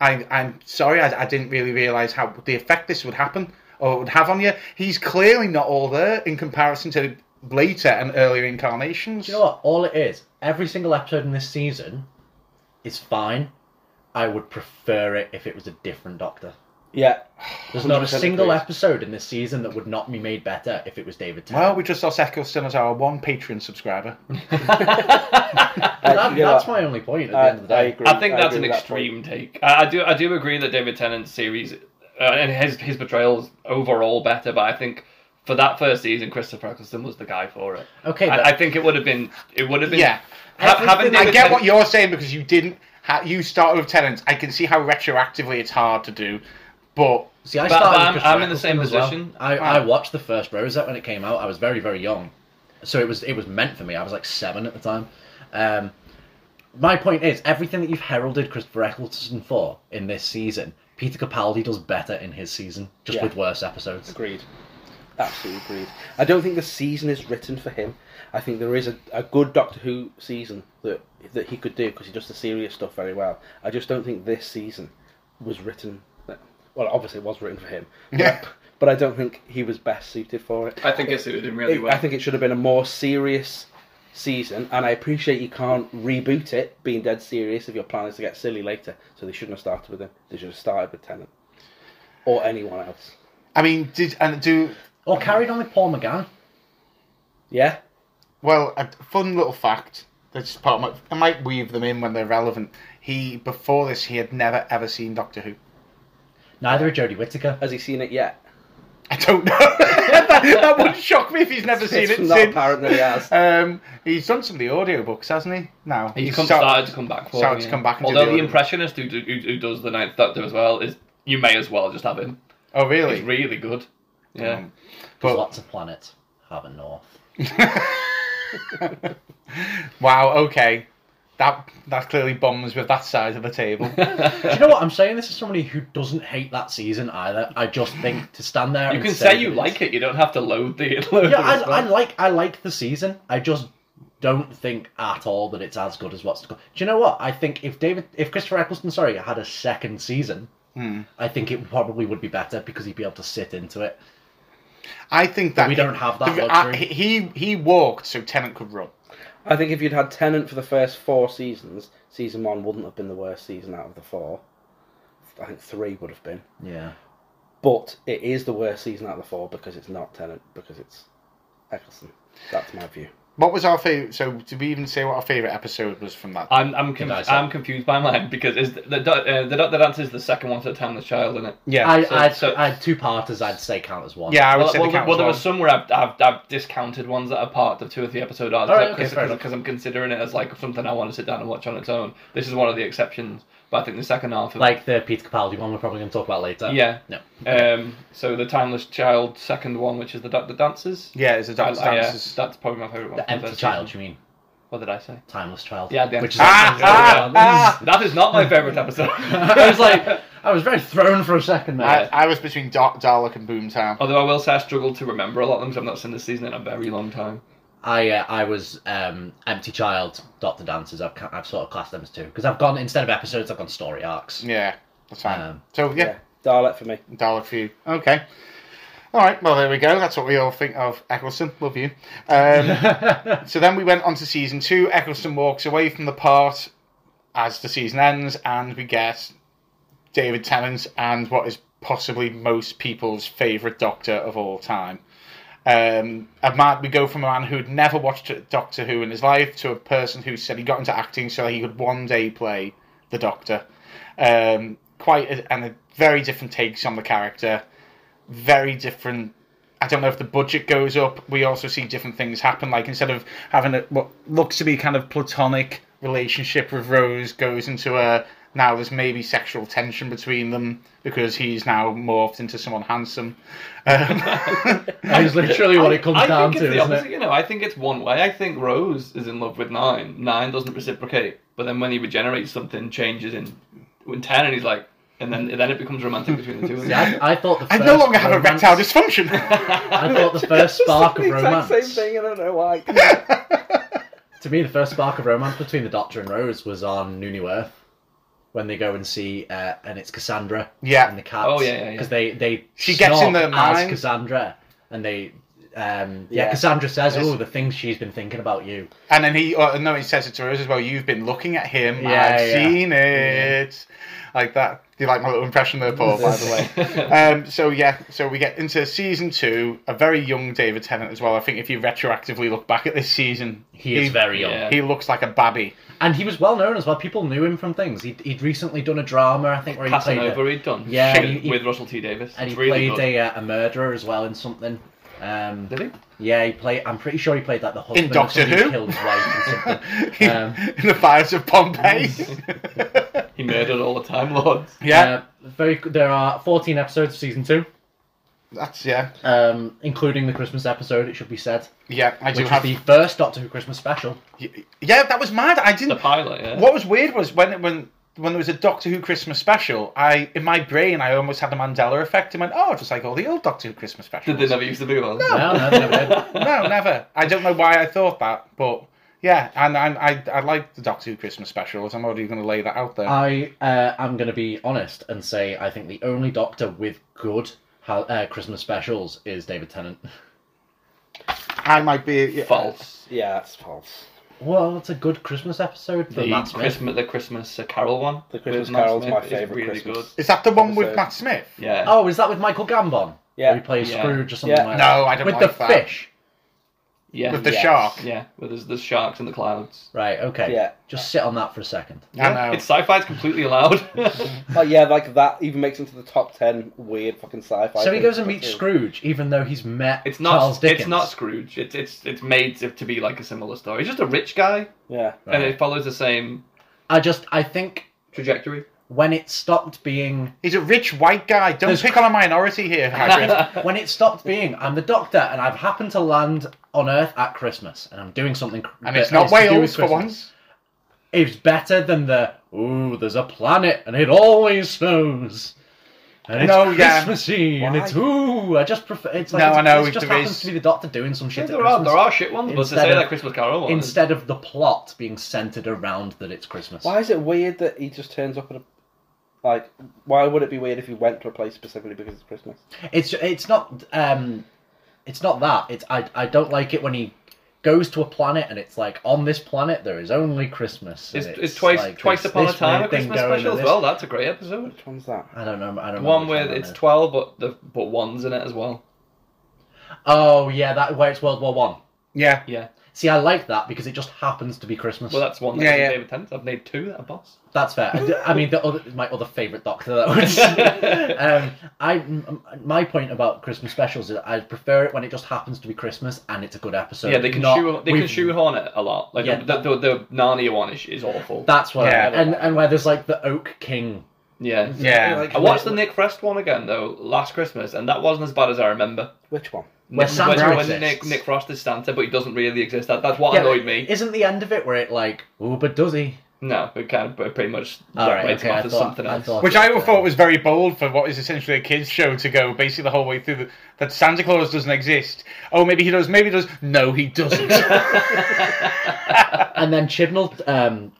I, I'm sorry, I, I didn't really realise how the effect this would happen or it would have on you. He's clearly not all there in comparison to later and earlier incarnations.
You know what? All it is, every single episode in this season is fine. I would prefer it if it was a different doctor.
Yeah,
There's not a
100%
single
agrees.
episode in this season that would not be made better if it was David
Well,
Tennant.
we just lost Eccleston as our one Patreon subscriber.
Uh,
That-
you know
that's
what?
my only point at the
I-
end of the
I
day.
agree.
I think that's
agree
an
with that point.
extreme take. I, I do. I do agree that David Tennant's series uh, and his his portrayal is overall better, but I think. For that first season, Christopher Eccleston was the guy for it.
Okay, but-
I, I think it would have been. It would have been.
Yeah.
ha- having
I get
David Tennant-
what you're saying because you didn't. Ha- you started with tenants. I can see how retroactively it's hard to do, but
See,
But-
I
but
started with
I'm-
Christopher
I'm in the same
Eccleston as
position.
Well. I, I watched the first Rosette when it came out. I was very very young, so it was it was meant for me. I was like seven at the time. Um, my point is, everything that you've heralded Christopher Eccleston for in this season, Peter Capaldi does better in his season, just
Yeah.
with worse episodes.
Agreed. Absolutely agreed. I don't think the season is written for him. I think there is a, a good Doctor Who season that that he could do because he does the serious stuff very well. I just don't think this season was written. That, well, obviously it was written for him. But,
Yeah.
but I don't think he was best suited for it.
I think it suited him really
It-
well.
I think it should have been a more serious season, and I appreciate you can't reboot it being dead serious if your plan is to get silly later. So they shouldn't have started with him. They should have started with Tennant or anyone else.
I mean, did and do
Or carried on with Paul McGann.
Yeah,
Well, a fun little fact that's just part of my. I might weave them in when they're relevant. He before this, he had never ever seen Doctor Who.
Neither of Jodie Whittaker.
has he seen it yet?
I don't know. that, that would shock me if he's never seen
It's
it.
not
since.
apparent that he has.
Um, he's done some of the audiobooks, hasn't he? Now
He's come,
start-
started to come back for
started
him,
to
yeah.
come back and do
Although
the
the
other-
impressionist who, do, who, who does the Ninth Doctor as well is, you may as well just have him.
Oh, really?
He's really good. Yeah.
Um,
There's
but-
lots of planets. Have a north.
wow. Okay. That that clearly bombs with that size of the table.
Do you know what I'm saying? This is somebody who doesn't hate that season either. I just think to stand there.
you
and
can say
that
you
is-
like it. You don't have to load the. Load
Yeah,
the
I,
response.
I like I like the season. I just don't think at all that it's as good as what's to come. Do you know what? I think if David, if Christopher Eccleston, sorry, had a second season, I think it probably would be better because he'd be able to sit into it.
I think that
We don't have that
I-
luxury.
he he walked so Tennant could run.
I think if you'd had Tennant for the first four seasons, season one wouldn't have been the worst season out of the four. I think three would have been,
Yeah.
but it is the worst season out of the four because it's not Tennant because it's Eccleston. That's my view.
What was our favorite? So did we even say what our favorite episode was from that?
I'm I'm,
I
conf-
say-
I'm confused by mine because is the the, Do- uh, the Doctor Dance is the second one to the Timeless Child, isn't it?
yeah.
I
so-
I'd,
so-
I'd two parters. I'd say count as one.
yeah. I would
Well,
say
well,
the count was
well, there were
one.
some where I've, I've, I've discounted ones that are part of two or three episode arcs
All right, okay,
because
fair enough.
because I'm considering it as like something I want to sit down and watch on its own. This is one of the exceptions, but I think the second half of
Like the Peter Capaldi one we're probably going to talk about later.
Yeah.
No.
Um, so the Timeless Child, second one, which is the Doctor Dances.
Yeah, it's a Doctor
I- I, uh,
Dances.
that's probably my favourite one.
The
from
empty
first
child.
season.
You mean
What did I say?
timeless child?
Yeah, the empty
Which is
child.
Ah, ah,
That is not my favourite episode.
I was like, I was very thrown for a second there.
I, I was between Da- Dalek and Boomtown.
Although I will say I struggled to remember a lot of them because I've not seen this season in a very long time.
I uh, I was um, empty child Doctor Dancers. I've ca- I've sort of classed them as two because I've gone instead of episodes, I've gone story arcs.
Yeah, that's fine.
Um,
so yeah,
Dalek for me.
Dalek for you. Okay. All right. Well, there we go. That's what we all think of Eccleston. Love you. Um, so then we went on to season two. Eccleston walks away from the part as the season ends, and we get David Tennant and what is possibly most people's favourite Doctor of all time. Um, a man, we go from a man who'd never watched Doctor Who in his life to a person who said he got into acting so that he could one day play the Doctor. Um, quite a, and a very different takes on the character. Very different. I don't know if the budget goes up. We also see different things happen. Like instead of having a, what looks to be kind of platonic relationship with Rose, goes into a now there's maybe sexual tension between them because he's now morphed into someone handsome. Um,
That is literally what it comes
I think
down
it's
to,
the
isn't
opposite,
it?
you know. I think it's one way. I think Rose is in love with Nine. Nine doesn't reciprocate, but then when he regenerates, something changes in in Ten, and he's like, and then then it becomes romantic between the two. of them.
Yeah, I, I thought the
I
first
no longer have
romance-
erectile dysfunction.
I thought the first spark of romance.
I don't know why.
To me, the first spark of romance between the Doctor and Rose was on New New Earth when they go and see, uh, and it's Cassandra.
Yeah.
And the cats.
Oh, yeah, yeah, yeah.
Because they they
She gets in
snog
their
as
mind.
Cassandra, and they. Um, yeah,
Yeah.
Cassandra says,
Yes.
"Oh, the things she's been thinking about you."
and then he, uh, no, he says it to Rose as well. You've been looking at him.
Yeah,
I've
yeah.
seen it. Like that. Do you like my little impression there, Paul? By the way. um, so yeah, so we get into season two. A very young David Tennant as well. I think if you retroactively look back at this season,
He is very young.
yeah.
He looks like a babby.
And he was well known as well. People knew him from things. He'd, he'd recently done a drama, I think, where he
Passing
played.
over,
a,
he'd done.
Yeah,
Shit,
he- he-
with Russell T Davis.
and he
it's really
played
good.
a, uh, a murderer as well in something. Um,
Did he?
yeah, he played. I'm pretty sure he played like the husband. of
Doctor
somebody
Who?
Killed his wife and something. Um.
in the fires of Pompeii.
He murdered all the Time Lords.
yeah,
Uh, very. good. There are 14 episodes of season two,
that's yeah,
um, including the Christmas episode. It should be said,
yeah. I do
which
have.
was the first Doctor Who Christmas special.
Yeah, that was mad. I
The
didn't.
pilot, yeah.
What was weird was when when when there was a Doctor Who Christmas special, I in my brain I almost had a Mandela effect and went, oh, just like all the old Doctor Who Christmas
Did
specials.
they never use the blue one?
Oh.
No, no, no, no.
no, never. I don't know why I thought that, but yeah, and, and I I like the Doctor Who Christmas specials. I'm already going to lay that out there.
I uh, am going to be honest and say I think the only Doctor with good ha- uh, Christmas specials is David Tennant.
I might be yeah.
False.
Yeah, that's false.
Well, it's a good Christmas episode for
The
Matt Smith.
Christmas, the Christmas Carol one.
The
with
Christmas
Matt
Carol's
Smith
my
is
favourite
really
Christmas.
Is that the one with
Episode.
Matt Smith?
good. Yeah.
Oh, is that with Michael Gambon?
Yeah.
Who plays
Yeah.
Scrooge or something
Yeah.
like that?
No, I don't
With
like
the
that.
fish.
yeah.
With the
Yes.
shark.
yeah. Where there's the sharks in the clouds.
Right, okay.
Yeah.
Just sit on that for a second.
I know.
It's sci-fi. It's completely allowed.
But Oh, yeah, like that even makes it into the top ten weird fucking sci-fi.
so he
things
goes and
to
meets
do.
Scrooge, even though he's met
it's not.
Charles Dickens.
It's not Scrooge. It's it's it's made to, to be like a similar story. He's just a rich guy,
Yeah,
Right.
and it follows the same
I just, I think
trajectory.
when it stopped being
He's a rich white guy. Don't
There's-
pick on a minority here, Hagrid.
when it stopped being I'm the Doctor and I've happened to land on Earth at Christmas and I'm doing something. cr-
and it's
that
not
is to do
Wales
with
for
Christmas.
once.
It's better than the ooh, there's a planet and it always snows. And it's
No, yeah.
Christmassy and it's ooh. I just prefer. It's like
No,
it's,
I know,
It just
there
happens
is-
to be the Doctor doing some shit.
Yeah,
at
there are
Christmas,
there are shit ones, but to
Instead
say
of-
that Christmas Carol one, is-
Instead of the plot being centered around that it's Christmas.
Why is it weird that he just turns up at a like? Why would it be weird if he went to a place specifically because it's Christmas?
It's it's not um, it's not that. It's I I don't like it when he goes to a planet and it's like on this planet there is only Christmas. and
It's, it's, twice
like
twice
this-
upon a
this
time a
weird thing
Christmas
going and
special as
this-
well. That's a great episode.
Which one's that?
I don't know. I don't know.
One
which
with
that
it's
is.
twelve, but the but ones in it as well.
Oh yeah, that where it's World War One.
Yeah.
Yeah,
See, I like that because it just happens to be Christmas.
well that's one. That
Yeah,
yeah,
yeah.
David Tennant. I've made two that are boss.
That's fair. I d- I mean, the other, my other favourite Doctor. That was, um, I, m- my point about Christmas specials is I prefer it when it just happens to be Christmas and it's a good episode.
yeah, they can
not-
shoe, they can
we've-
shoehorn it a lot. Like
Yeah.
the, the, the Narnia one is, is awful.
That's what.
Yeah.
I, and and where there's like the Oak King.
yeah.
Yeah.
Like,
I watched the Nick Frest one again though last Christmas, and that wasn't as bad as I remember.
Which one?
Where
Nick-
Santa
when,
exists.
when Nick Nick Frost is Santa, but he doesn't really exist. That, that's what
Yeah,
annoyed me.
Isn't the end of it where it like, oh, but does he?
No, it kind of pretty much
All right,
writes
okay.
him off
I
as
thought,
something
I
else.
thought
Which
it
I
was,
thought
uh,
was very bold for what is essentially a kids' show to go basically the whole way through the, that Santa Claus doesn't exist. Oh, maybe he does. Maybe he does. No, he doesn't.
And then Chibnall, um,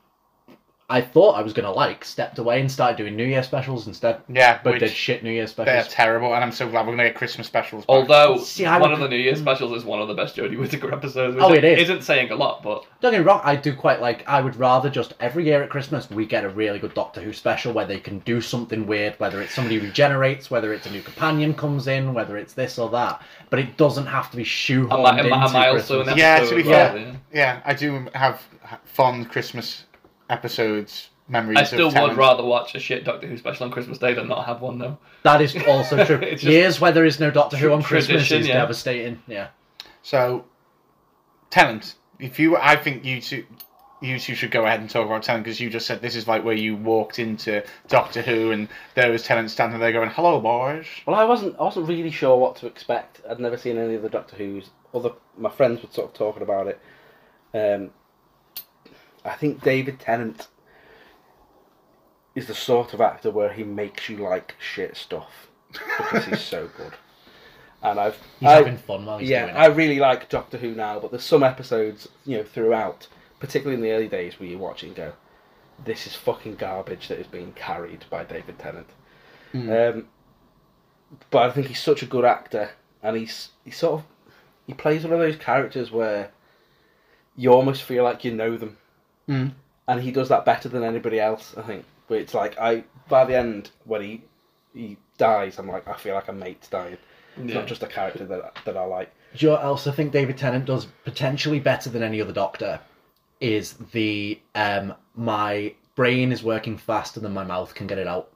I thought I was gonna like stepped away and started doing New Year specials instead.
yeah,
but
which
did shit New Year
they're
specials.
terrible, and I'm so glad we're gonna get Christmas specials. back.
Although
See, I
one
would- Mm.
of the New Year specials is one of the best Jodie Whittaker episodes. Which
Oh, it is.
Isn't saying a lot, but
Don't get me wrong, I do quite like. I would rather just every year at Christmas we get a really good Doctor Who special where they can do something weird, whether it's somebody regenerates, whether it's a new companion comes in, whether it's this or that. But it doesn't have to be shoehorned
am I, am, I-
into
am I also an
Christmas.
episode?
Yeah, to be
as well,
fair.
yeah.
yeah, I do have fond Christmas episodes memories.
I still
of
would
Tennant.
rather watch a shit Doctor Who special on Christmas Day than not have one though.
That is also true.
It's just-
Years where there is no Doctor Who on Christmas
Tradition,
is
yeah.
devastating. Yeah.
So, Tennant, if you, I think you two. You two should go ahead and talk about Tennant because you just said this is like where you walked into Doctor Who and there was Tennant standing there going, "Hello, boys."
Well, I wasn't. I wasn't really sure what to expect. I'd never seen any of the Doctor Who's. Other my friends were sort of talking about it. Um, I think David Tennant is the sort of actor where he makes you like shit stuff because he's so good. And I've
He's
I-
having fun while he's
yeah,
doing it.
I really like Doctor Who now, but there's some episodes, you know, throughout, particularly in the early days, where you watch it and go, "This is fucking garbage that is being carried by David Tennant." Um, but I think he's such a good actor, and he's he sort of he plays one of those characters where you almost feel like you know them,
Mm.
and he does that better than anybody else. I think. Where it's like I by the end when he he dies, I'm like I feel like a mate's dying. It's
Yeah.
not just a character that that I like.
Do you know what else I think David Tennant does potentially better than any other Doctor is the um, my brain is working faster than my mouth can get it out,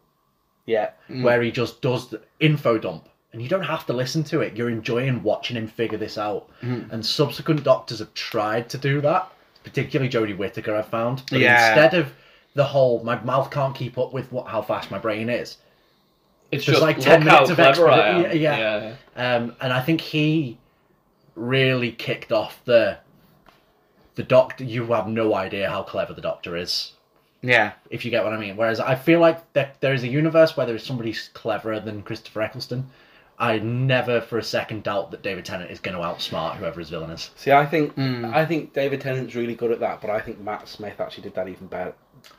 Yeah,
where he just does the info dump. And you don't have to listen to it. You're enjoying watching him figure this out. And subsequent doctors have tried to do that, particularly Jodie Whittaker, I've found. But
Yeah.
instead of the whole, my mouth can't keep up with what how fast my brain is,
It's
There's
just
like
like
10
look how
minutes of
clever I am.
extra- yeah, yeah. Um, and I think he really kicked off the the doctor. You have no idea how clever the doctor is
Yeah.
if you get what I mean. Whereas I feel like there, there is a universe where there is somebody cleverer than Christopher Eccleston. I never for a second doubt that David Tennant is going to outsmart whoever his villain is.
See, I think I think David Tennant's really good at that, but I think Matt Smith actually did that even better.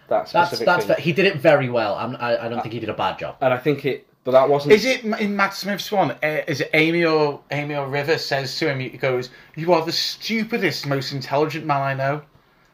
That
That's
specific
that's
thing.
fair. he did it very well. I'm, I I don't think he did a bad job.
And I think it, but that wasn't.
Is it in Matt Smith's one? Uh, is it Amy or Amy or River says to him? He goes, "You are the stupidest, most intelligent man I know,"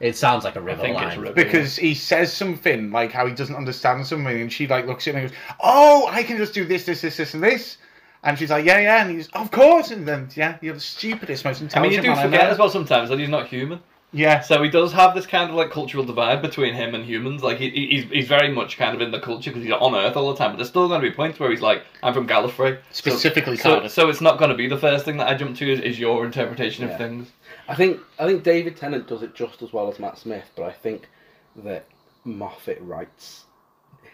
It sounds like a river
think
line.
it's river.
because he says something like how he doesn't understand something, and she like looks at him and goes, "Oh, I can just do this, this, this, this, and this." And she's like, "Yeah, yeah," and he's, "Of course," and then yeah, you're the stupidest, most
I mean, you
intelligent
do
man I
forget
know.
as well sometimes that he's not human.
Yeah,
So he does have this kind of like cultural divide between him and humans. Like he, he's he's very much kind of in the culture because he's on Earth all the time. But there's still going to be points where he's like, "I'm from Gallifrey." So-
Specifically
so, so,
Cardiff.
it's not going to be the first thing that I jump to is, is your interpretation
Yeah.
of things.
I think I think David Tennant does it just as well as Matt Smith, but I think that Moffat writes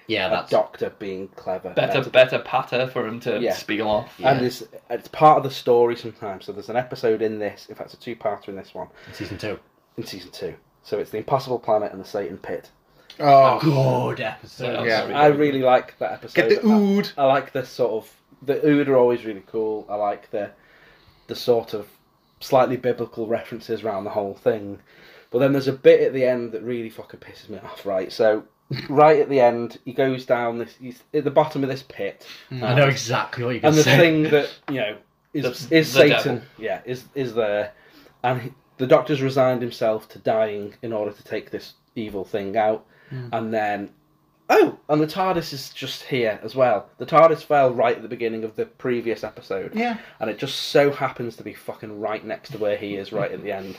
Yeah,
a
that's
doctor being clever
Better,
That's a-
better patter for him to
Yeah.
spiel off.
And it's, it's part of the story sometimes. So there's an episode in this, in fact, it's a two-parter in this one,
season two.
in season two. So it's the Impossible Planet and the Satan Pit.
oh,
Good episode.
Yeah.
I really like that episode.
get the
I-
ood.
I like the sort of the Ood are always really cool. I like the the sort of slightly biblical references around the whole thing. But then there's a bit at the end that really fucking pisses me off, right? So right at the end, he goes down this he's at the bottom of this pit.
I know exactly what you're going
And
to
the
say.
thing that, you know, is
The-
is
the
Satan
devil.
yeah, is is there. And he- the doctor's resigned himself to dying in order to take this evil thing out. And then Oh, and the TARDIS is just here as well. The TARDIS fell right at the beginning of the previous episode.
Yeah.
And it just so happens to be fucking right next to where he is right at the end.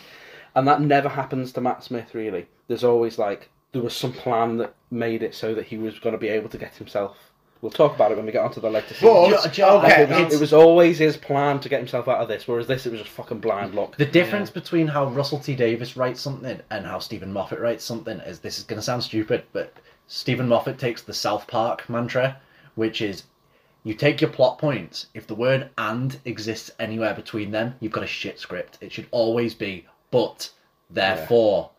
And that never happens to Matt Smith, really. There's always like, there was some plan that made it so that he was going to be able to get himself. We'll talk about it when we get onto the later
But
season.
okay,
it, was,
it's-
it was always his plan to get himself out of this, whereas this, it was just fucking blind luck.
The difference between how Russell T Davis writes something and how Stephen Moffat writes something is this is going to sound stupid, but Stephen Moffat takes the South Park mantra, which is you take your plot points. If the word and exists anywhere between them, you've got a shit script. It should always be but, therefore.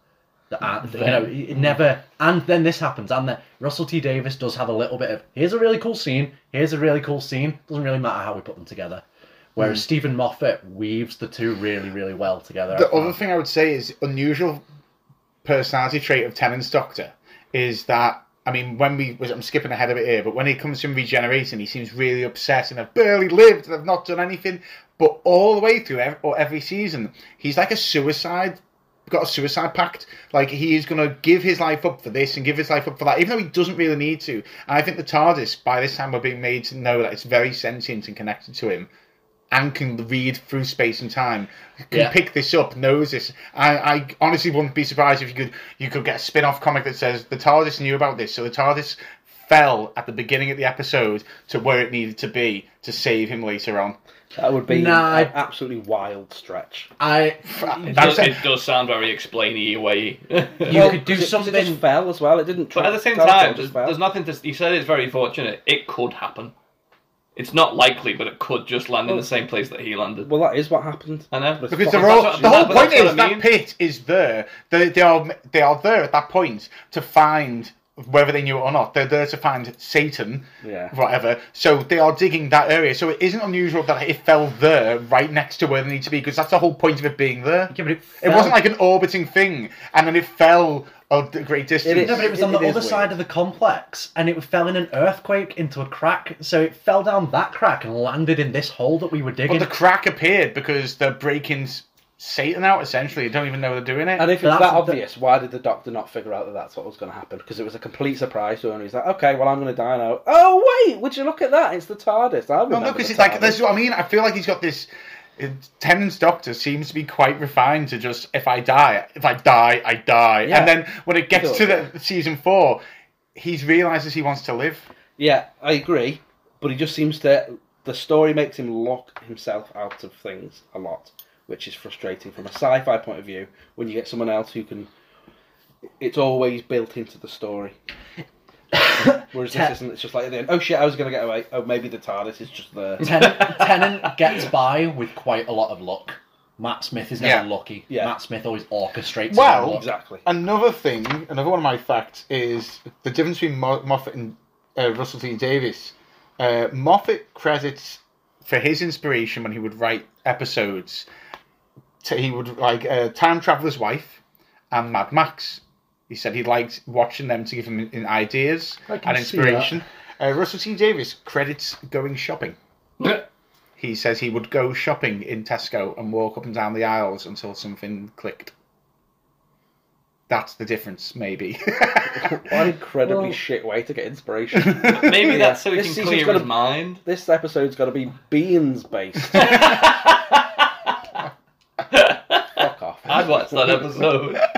The, and, you know, it never. And then this happens, and then Russell T Davis does have a little bit of here's a really cool scene, here's a really cool scene. Doesn't really matter how we put them together. Whereas Stephen Moffat weaves the two really, really well together.
The other thing I would say is unusual personality trait of Tennant's Doctor is that I mean when we was I'm skipping ahead of it here, but when he comes from regenerating, he seems really upset and I've barely lived and I've not done anything. But all the way through ev- or every season, he's like a suicide got a suicide pact. Like he is going to give his life up for this and give his life up for that, even though he doesn't really need to. And I think the TARDIS by this time we're being made to know that it's very sentient and connected to him. And can read through space and time, can
Yeah.
pick this up, knows this. I, I honestly wouldn't be surprised if you could you could get a spin off comic that says the TARDIS knew about this, so the TARDIS fell at the beginning of the episode to where it needed to be to save him later on.
That would be
Nah,
an
I-
absolutely wild stretch.
I
It
That's
does,
it.
it does sound very explainy way.
you
Well,
could do
'cause it- 'cause
something.
It just fell as well. It didn't.
But at the
tra-
same
teleport,
time,
it
there's,
just fell.
there's nothing to. You said it's very fortunate. It could happen. It's not likely, but it could just land in the same place that he landed.
Well, that is what happened.
I know.
Because
Because
Fucking
they're all,
that's what-
the whole
that's
point
what I
is that
mean.
pit is there. They, they are they are there at that point to find whether they knew it or not. They're there to find Satan,
Yeah.
whatever. So they are digging that area. So it isn't unusual that it fell there, right next to where they need to be, because that's the whole point of it being there.
Yeah, but it
it
fell-
wasn't like an orbiting thing, and then it fell a d- great distance.
is-
No, but it was on
It-
the
it is
other
weird.
side of the complex, and it fell in an earthquake into a crack. So it fell down that crack and landed in this hole that we were
But
digging.
the crack appeared because they're breaking s- Satan out. Essentially, they don't even know they're doing it.
And if it's
That's
that
the-
obvious, why did the doctor not figure out that that's what was going to happen? Because it was a complete surprise to him. He's like, okay, well, I'm going to die now. Oh, wait, would you look at that? It's the TARDIS. I
No,
remember
no,
the
because it's like
TARDIS.
that's what I mean. I feel like he's got this. it- Tennant's doctor seems to be quite refined to just if I die, if I die, I die.
Yeah.
And then when it gets
does,
to the season four, he realizes he wants to live.
Yeah, I agree. But he just seems to. The story makes him lock himself out of things a lot, which is frustrating from a sci fi point of view when you get someone else who can. It's always built into the story. Whereas this
Te-
isn't. It's just like at the end, oh shit, I was going to get away. Oh, maybe the TARDIS is just there.
Tennant, Tennant gets by with quite a lot of luck. Matt Smith is
Yeah.
never lucky.
Yeah.
Matt Smith always orchestrates.
Well,
his luck.
Exactly.
Another thing, another one of my facts is the difference between Mo- Moffat and uh, Russell T Davis. Uh, Moffat credits for his inspiration when he would write episodes. T- he would like uh, Time Traveler's Wife and Mad Max. He said he liked watching them to give him in- ideas
I can
and
see that.
inspiration. Uh, Russell T Davis credits going shopping. He says he would go shopping in Tesco and walk up and down the aisles until something clicked. That's the difference, maybe.
What an incredibly
Well-
shit way to get inspiration.
Maybe
Yeah.
that's so he
This
can
season's
clear
gonna-
his mind.
this episode's got to be beans based. Fuck off.
I'd watch that episode.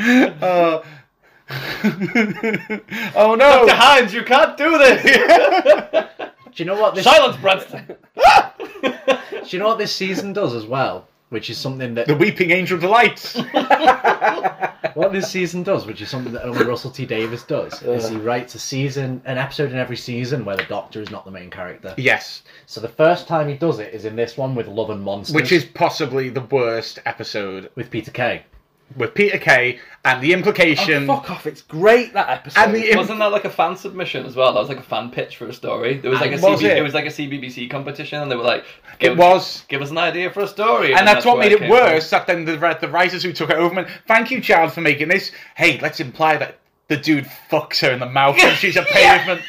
Uh, oh
Dr.
no!
Hines, you can't do this!
Do you know what this?
Silence, Branston!
Do you know what this season does as well? Which is something that
the Weeping Angel delights.
what this season does, which is something that only Russell T Davis does, is he writes a season, an episode in every season where the Doctor is not the main character.
yes,
So the first time he does it is in this one with Love and Monsters,
which is possibly the worst episode
with Peter Kay.
with Peter Kay and the implication.
Oh, Fuck off. It's great that episode.
and the im-
Wasn't that like a fan submission as well? That was like a fan pitch for a story. There was like a
And Uh, was
CB,
it?
it? was like a CBBC competition, and they were like,
it was.
give us an idea for a story,
And that's what
where
made it
came from.
worse. That then the ri- the writers who took it over went, "Thank you, child, for making this. Hey, let's imply that the dude fucks her in the mouth and she's a pavement."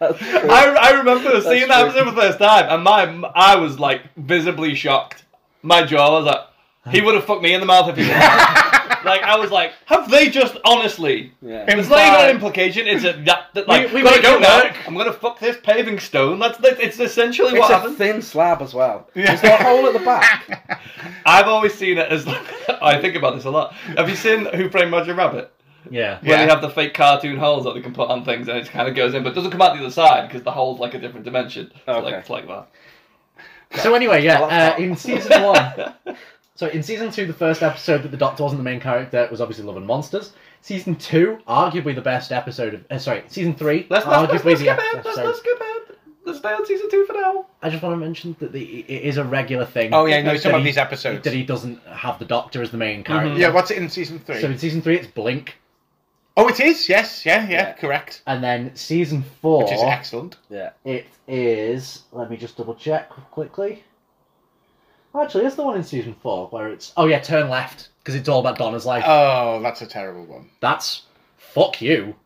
I, I remember seeing that
true.
episode for the first time, and my I was like visibly shocked. My jaw was like, he would have fucked me in the mouth if he. had." like I was like, have they just honestly?
Yeah.
It's not even an implication. It's a that, that, like
We- we
we, gotta
make
go
it
now.
work.
I'm gonna fuck this paving stone. That's, that's it's essentially
It's
what
a
happened.
thin slab as well. Is there a hole at the back?
I've always seen it as. I think about this a lot. Have you seen Who Framed Roger Rabbit?
Yeah.
Where
Yeah.
they have the fake cartoon holes that they can put on things, and it kind of goes in, but it doesn't come out the other side because the hole's like a different dimension. So, like
Okay.
it's like that.
So anyway,
I
yeah, uh,
like that.
in season one, so in season two, the first episode that the Doctor wasn't the main character was obviously Love and Monsters. Season two, arguably the best episode of, uh, sorry, season 3
Let's not, let's
arguably
not
the
skip ahead.
best
Let's
episode.
not skip ahead. Let's stay on season two for now.
I just want to mention that the, it is a regular thing.
Oh yeah, no, some
that
of
he-
these episodes. Mm-hmm.
that he doesn't have the Doctor as the main character.
Yeah, what's it in season three?
So in season three, it's Blink,
Oh, it is. Yes. Yeah. Yeah. Correct.
and then season four,
Which is excellent.
Yeah.
it is. Let me just double check quickly. Actually, it's the one in season four where it's. Oh yeah, turn left because it's all about Donna's life.
Oh, that's a terrible one.
That's fuck you.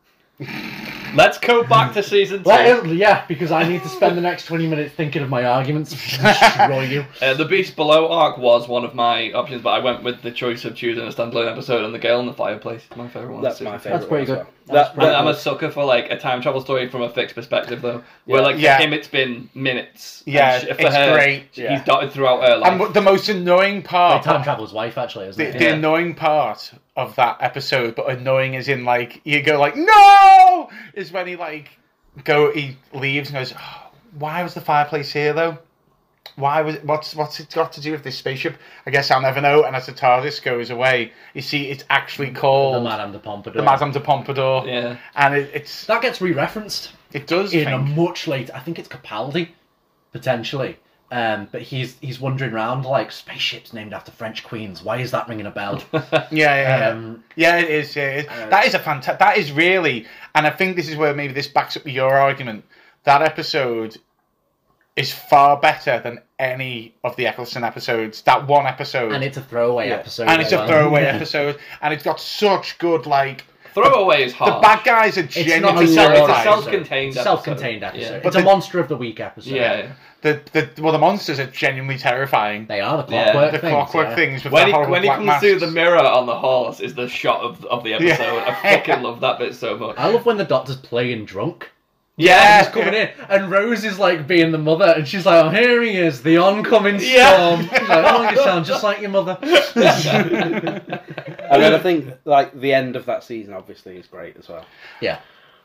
Let's go back to season two.
Well, yeah, because I need to spend the next twenty minutes thinking of my arguments. to Destroy you.
Uh, the Beast Below arc was one of my options, but I went with the choice of choosing a standalone episode on the Gale in the Fireplace. My favourite one.
That's
Season
my
two.
favourite.
pretty
one
good.
as well.
That's
That-
pretty
And
that
I'm a
was-
sucker for like a time travel story from a fixed perspective, though. Where
Yeah.
like for
Yeah.
him, it's been minutes. and
Yeah,
sh-
it's great.
Yeah.
He's dotted throughout her life.
And what- the most annoying
My
part.
time traveler's wife, actually, isn't
Oh. the,
it?
the
Yeah.
annoying part of that episode, but annoying is in like you go like no is when he like go he leaves and goes. "Oh, why was the fireplace here though? Why was what's what's it got to do with this spaceship? I guess I'll never know. And as the TARDIS goes away, you see it's actually
The
called
Madame de Pompadour.
the Madame de Pompadour.
Yeah.
and it, it's
That gets re-referenced.
it does.
in a
think.
much later. I think it's Capaldi, potentially. Um, but he's he's wandering around like spaceships named after French queens. Why is that ringing a bell?
Yeah, yeah, yeah.
Um, uh,
yeah it is. Yeah, it is. that is a fantastic. That is really, and I think this is where maybe this backs up your argument. That episode is far better than any of the Eccleston episodes. That one episode,
and it's a throwaway episode.
And it's
as
a
well.
throwaway episode, and it's got such good like
Throwaway is
the
hard.
bad guys are
Oh, It's not
genuinely
a
It's a self- it's a
terrifying.
self-contained episode.
self-contained
Yeah.
episode.
But
It's
the-
a monster of the week episode.
yeah.
The, the well, the monsters are genuinely terrifying.
they are the
Yeah.
clockwork
The
things.
clockwork
yeah.
things with
when
the
he,
horrible
when he
black
comes
masks.
through the mirror on the horse is the shot of, of the
Yeah.
episode. I fucking love that bit so much.
I love when the doctor's playing drunk.
Yeah,
He's coming in, and Rose is like being the mother, and she's like, "Oh, here he is, the oncoming storm."
Yeah.
She's like, "Oh, you sound just like your mother." Um,
And then I think like the end of that season obviously is great as well.
yeah,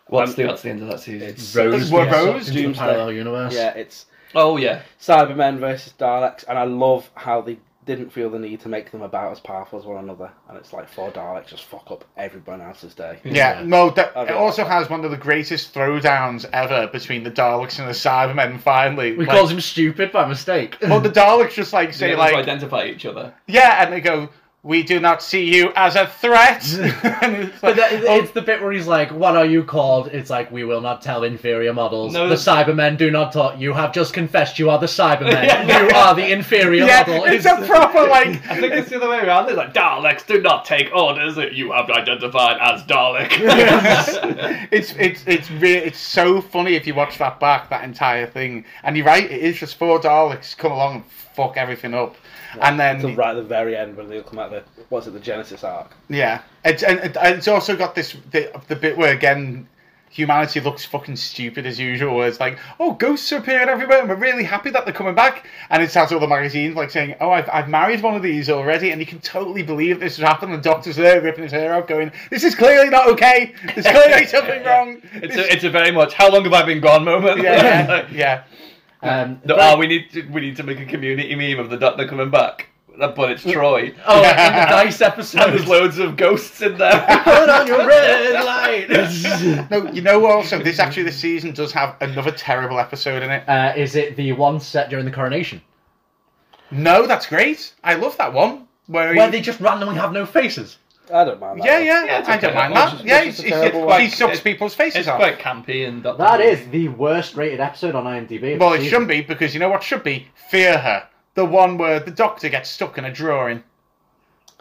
What's the, what's the end of that season?
Rose.
Well,
gets sucked
Rose,
into the
Doomsday.
parallel universe.
Yeah, it's
oh yeah,
Cybermen versus Daleks, and I love how they didn't feel the need to make them about as powerful as one another, and it's like four Daleks just fuck up everyone else's day.
Yeah,
Yeah.
no, that,
Okay.
it also has one of the greatest throwdowns ever between the Daleks and the Cybermen. Finally,
We
like,
called him stupid by mistake.
well, the Daleks just like
They
say
have
like,
to identify each other.
yeah, and they go, "We do not see you as a threat." and it's like,
But that, it's
oh,
the bit where he's like, "What are you called?" It's like, "We will not tell inferior models.
No,
the
that's-
Cybermen do not talk. You have just confessed. You are the Cybermen.
Yeah.
You are the inferior
yeah,
model."
it's a proper like.
I think it's the other way around. It's like Daleks do not take orders that you have identified as Dalek.
it's it's it's really it's so funny if you watch that back that entire thing. And you're right, it is just four Daleks come along and fuck everything up, and then
Till right at the very end when they come out the what's it the Genesis arc.
Yeah, it's and it- and it's also got this the, the bit where again humanity looks fucking stupid as usual. Where it's like, oh, ghosts are appearing everywhere, and we're really happy that they're coming back. And it has all the magazines like saying, oh, I've, I've married one of these already, and you can totally believe this has happened. The doctor's there ripping his hair out, going, this is clearly not okay. There's clearly something wrong.
it's,
This-
a, it's a very much how long have I been gone moment.
yeah, yeah,
Like,
yeah.
um,
no,
but-
ah, we need to, we need to make a community meme of the Doctor coming back, Uh, but it's Troy.
oh, in the Dice
And there's
episode.
loads of ghosts in there.
Put on your red light.
No, you know. Also, this actually this season does have another terrible episode in it.
uh, is it the one set during the coronation
No, that's great. I love that one. Where,
where
he-
they just randomly have no faces?
I don't mind. That
Yeah,
one.
yeah,
Yeah, it's
I don't
okay.
mind
Well,
that.
it's just-
yeah,
it's
it's,
just a
it's,
terrible
it's-
one.
he sucks
It's-
people's faces
it's
off.
quite campy and Doctor
That
Who.
is the worst rated episode on IMDb. of
well,
the
it
season.
shouldn't be because you know what should be? Fear her. The one where the doctor gets stuck in a drawing.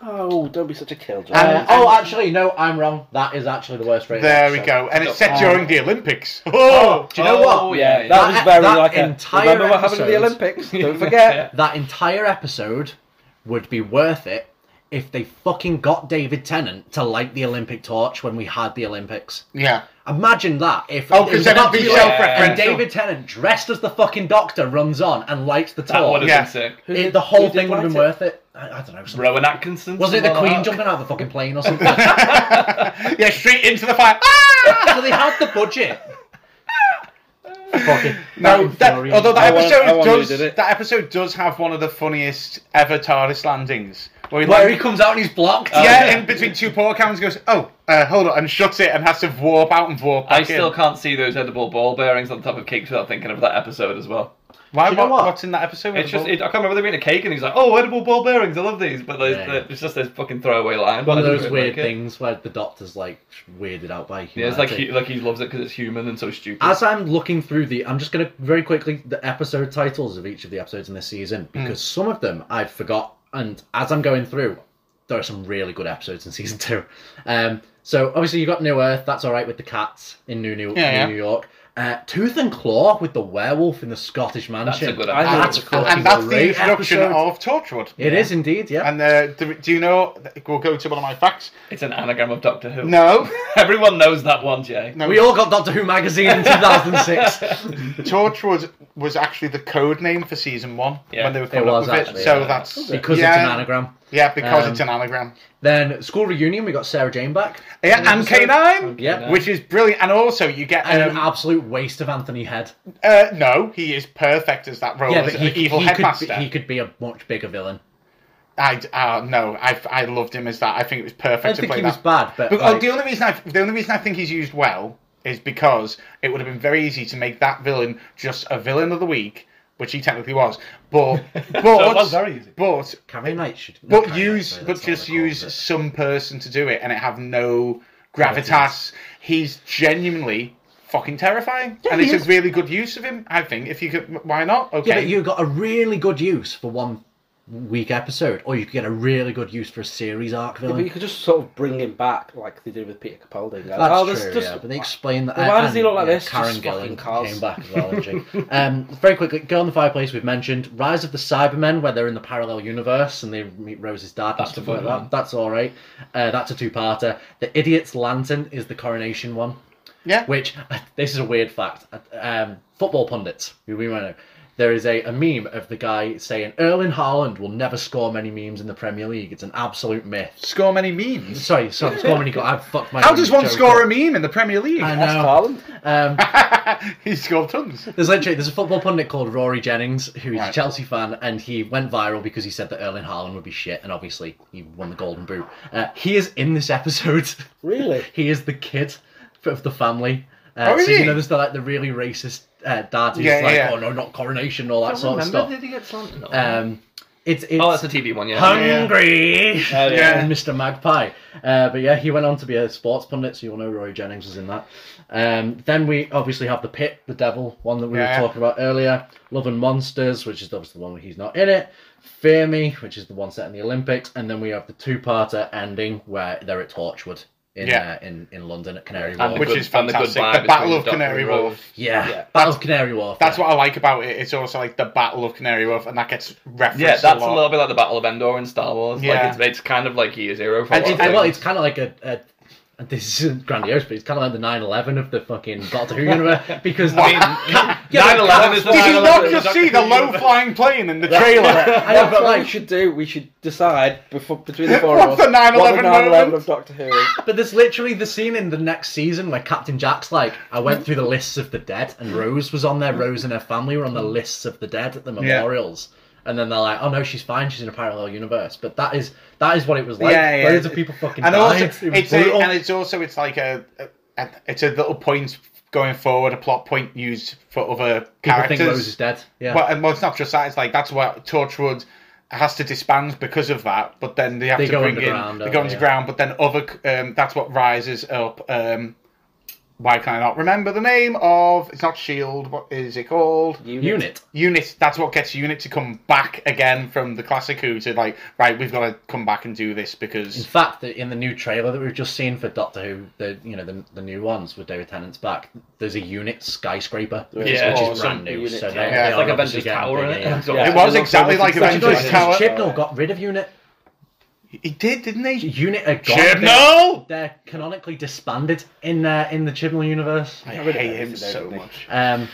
Oh, don't be such a killjoy.
Uh,
And-
oh, actually, no, I'm wrong. That is actually the worst rated.
There we
episode.
go. And it's set
Oh.
during the Olympics. Oh,
Do you know
Oh,
what?
yeah,
yeah,
that,
yeah.
was very
That-
like
that
a,
entire
Remember what happened at the
episode-
Olympics? Don't forget.
That entire episode would be worth it if they fucking got David Tennant to light the Olympic torch when we had the Olympics.
yeah.
Imagine that. If
Oh,
it was
because then
about
it'd be
to be like-
self-referential.
and David Tennant dressed as the fucking doctor runs on and lights the
That would
torch.
have
Yeah.
been sick.
Who
It-
did-
the whole
who did
thing would have been
write
worth it. I, I don't know. Something.
Rowan Atkinson.
Wasn't it the
someone
Queen
like that.
jumping out of the fucking plane or something?
yeah, straight into the fire. Ah!
so they had the budget. fucking.
No, that,
infuriating.
although
I
that
wanna-
episode
I wanna
does
did it.
that episode does have one of the funniest ever TARDIS landings. Where, he
Where he
lands-
comes out and he's blocked.
yeah,
yeah.
in between two pork hounds goes, oh, uh, hold on, and shuts it and has to warp out and warp back
I still
in.
can't see those edible ball bearings on top of cakes without thinking of that episode as well.
Why,
Do you know
what-
what?
What's in that episode? with
It's
the
just
ball?
it, I can't remember there being a cake and he's like, oh, edible ball bearings, I love these, but there's,
Yeah.
it's just this fucking throwaway line.
One
but
of
I didn't
those
really
weird
like it.
things where the doctor's like weirded out by humanity.
Yeah, it's like he, like he loves it because it's human and so stupid.
As I'm looking through the, I'm just going to very quickly the episode titles of each of the episodes in this season because some of them I forgot, and as I'm going through, there are some really good episodes in season two. Um, so obviously you have got New Earth, that's all right with the cats in New New,
Yeah,
New,
yeah.
New York. Uh, Tooth and Claw with the werewolf in the Scottish mansion.
good
And
episode.
That's
And-
fucking
and that's the
great
introduction
episode.
of Torchwood.
It is indeed, yeah.
And uh, do, do you know? We'll go to one of my facts.
it's an anagram of Doctor Who.
No,
Everyone knows that one, Jay.
no.
we all got Doctor Who magazine in 2006.
Torchwood was actually the code name for season one
Yeah.
when they were
It
coming up
was
with
actually,
it. So
yeah.
that's
because
yeah,
it's an anagram.
Yeah, because
Um,
it's an anagram.
Then school reunion, we got Sarah Jane back.
Yeah, and K nine,
Yep.
which is brilliant. And also, you get
And an
um,
absolute waste of Anthony Head.
uh, no, he is perfect as that role as an evil headmaster.
Could, be- he could be a much bigger villain.
I uh, no, I I loved him as that. I think it was perfect
I don't
to
think
play
he
that.
was bad, but,
But oh,
like,
the only reason I the only reason I think he's used well is because it would have been very easy to make that villain just a villain of the week, which he technically was. But but
was very easy.
But
Carrie Knight should. not
but
Carrie Knight,
use
sorry,
but
that's not
just
what they're
use
called, but-
some person to do it and it have no gravitas. He's genuinely fucking terrifying, and
he
it's
is.
a really good use of him. I think if you could, why not? Okay,
Yeah, but you got a really good use for one week episode, or you could get a really good use for a series arc
Yeah,
villain.
but you could just sort of bring him back like they did with Peter Capaldi. and go,
That's
oh,
true,
there's just-
yeah, but they explain that.
Why
uh,
does he
and,
look like
yeah,
this?
Karen
Just fucking
Gillan
cars.
came back as well, didn't she? um, very quickly, Girl in the Fireplace we've mentioned. Rise of the Cybermen, where they're in the parallel universe and they meet Rose's dad
That's
and
a
stuff like
good one.
that. That's all right. Uh, that's a two-parter. The Idiot's Lantern is the coronation one,
yeah.
which this is a weird fact. Um, football pundits, who we might know, There is a, a meme of the guy saying Erling Haaland will never score many memes in the Premier League. It's an absolute myth.
Score many memes.
Sorry, sorry, score many goals. I fucked my.
How does one
joke
score a
up.
meme in the Premier League?
I
That's
know.
Haaland.
Um,
he scored tons.
There's literally there's a football pundit called Rory Jennings who's a
Right.
Chelsea fan, and he went viral because he said that Erling Haaland would be shit, and obviously he won the Golden Boot. Uh, he is in this episode.
Really?
he is the kid of the family. Uh,
Oh,
so
is
you
he?
know, there's the, like the really racist uh, dad who's
Yeah, yeah,
like,
yeah.
"Oh no, not coronation, all that sort of
remember,
stuff."
did he get slanted?
Um, it's it's
oh, that's a TV one, yeah.
hungry,
yeah.
and Mr. Uh, Magpie. Uh, but yeah, he went on to be a sports pundit, so you'll know Rory Jennings was in that. Um, then we obviously have the Pit, the Devil one that we
Yeah.
were talking about earlier. Love and Monsters, which is obviously the one where he's not in it. Fear Me, which is the one set in the Olympics, and then we have the two-parter ending where they're at Torchwood in
Yeah.
uh, in in London at Canary
And
Wharf.
the
Which
good-
is
and the good
fantastic.
vibe
The,
between
Battle of
Doctor
Canary
Rose.
Wharf.
yeah,
Yeah.
Battle of Canary Wharf.
That's
yeah.
what I like about it. It's also like the Battle of Canary Wharf, and that gets referenced
Yeah, that's
a
a
lot.
little bit like the Battle of Endor in Star Wars.
Yeah.
Like it's, it's kind of like he is hero for a
And
lot of
it- and
well,
things.
it's kind of like a, a and this isn't grandiose, but it's kind of like the 9/11 of the fucking Doctor Who universe because I mean, ca- yeah,
9/11 is the
Did you
9/11
not
is
just
Doctor
see the
Who
low
universe.
flying plane in the trailer?
I know,
That's what
but
we
like,
should do. We should decide before, between the four
What's
of us
the 9/11
what the 9/11
moment?
of Doctor Who is.
but there's literally the scene in the next season where Captain Jack's like, I
Mm-hmm.
went through the lists of the dead, and Rose was on there. Rose and her family were on the lists of the dead at the memorials. And then they're like, "Oh no, she's fine. She's in a parallel universe." But that is that is what it was like.
Yeah, yeah.
Loads of people fucking
and
died.
also,
it was
it's a,
brutal.
and it's also it's like a, a it's a little point going forward, a plot point used for other
people
characters.
think Rose is dead. Yeah,
Well, and well, it's not just that. It's like that's why Torchwood has to disband because of that. But then they have
They
to
go
bring in
underground,
they
don't
go
they?
underground. But then other um, that's what rises up. Um, why can I not remember the name of? It's not Shield. E What is it called?
unit.
Unit. That's what gets Unit to come back again from the classic Who to like right. We've got to come back and do this
In
because
fact, the, in the new trailer that we've just seen for Doctor Who, the you know the, the new ones with David Tennant's back, there's a unit skyscraper, which,
Yeah.
is, which is
Awesome.
brand new.
Unit,
so
yeah.
they,
Yeah,
they
it's
are
like
obviously
Avengers
getting
Tower,
bigger,
innit?
yeah.
It's all-
Yeah.
it was
I love
exactly
David
like
Tennant.
Did you know
Avengers
Avengers
Tower.
Chibnall got rid of unit?
He did, didn't he?
Unit are gone. They're,
Chibnall.
they're canonically disbanded in uh, in the Chibnall universe.
I hate him
David
so
Tennant.
much.
Um,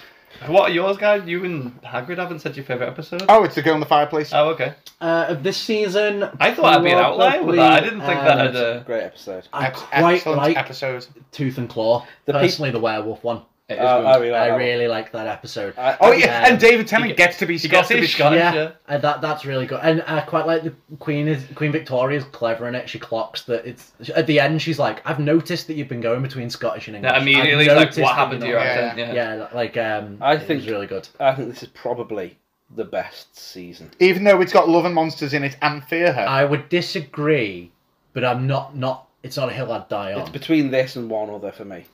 What are yours, guys? You and Hagrid haven't said your favourite episode?
Oh, it's the girl in the fireplace.
Oh, okay.
uh, of this season,
I thought I'd be an outlier with that. I didn't think that had uh,
probably, um,
a.
Great episode.
I
Ex-
quite
excellent
like
episode.
Tooth and Claw.
The pe-
personally, the werewolf one.
Uh, I really like
I
that one.
really like that episode.
I-
Oh yeah,
Um,
and David Tennant
he
gets to be
He got to be
Scottish.
Scottish. Yeah.
yeah, uh, that that's really good, and I quite like the Queen is Queen Victoria's clever in it. She clocks that it's at the end. She's like, "I've noticed that you've been going between Scottish and English."
Now,
I've
immediately, like,
noticed
what
that
happened to
you're
your
not-"
Yeah.
accent? Yeah.
Yeah, like um,
I
it
think-
was really good.
I think this is probably the best season.
Even though it's got love and monsters in it and fear her.
I would disagree, but I'm not not. It's not a hill I'd die on.
It's between this and one other for me.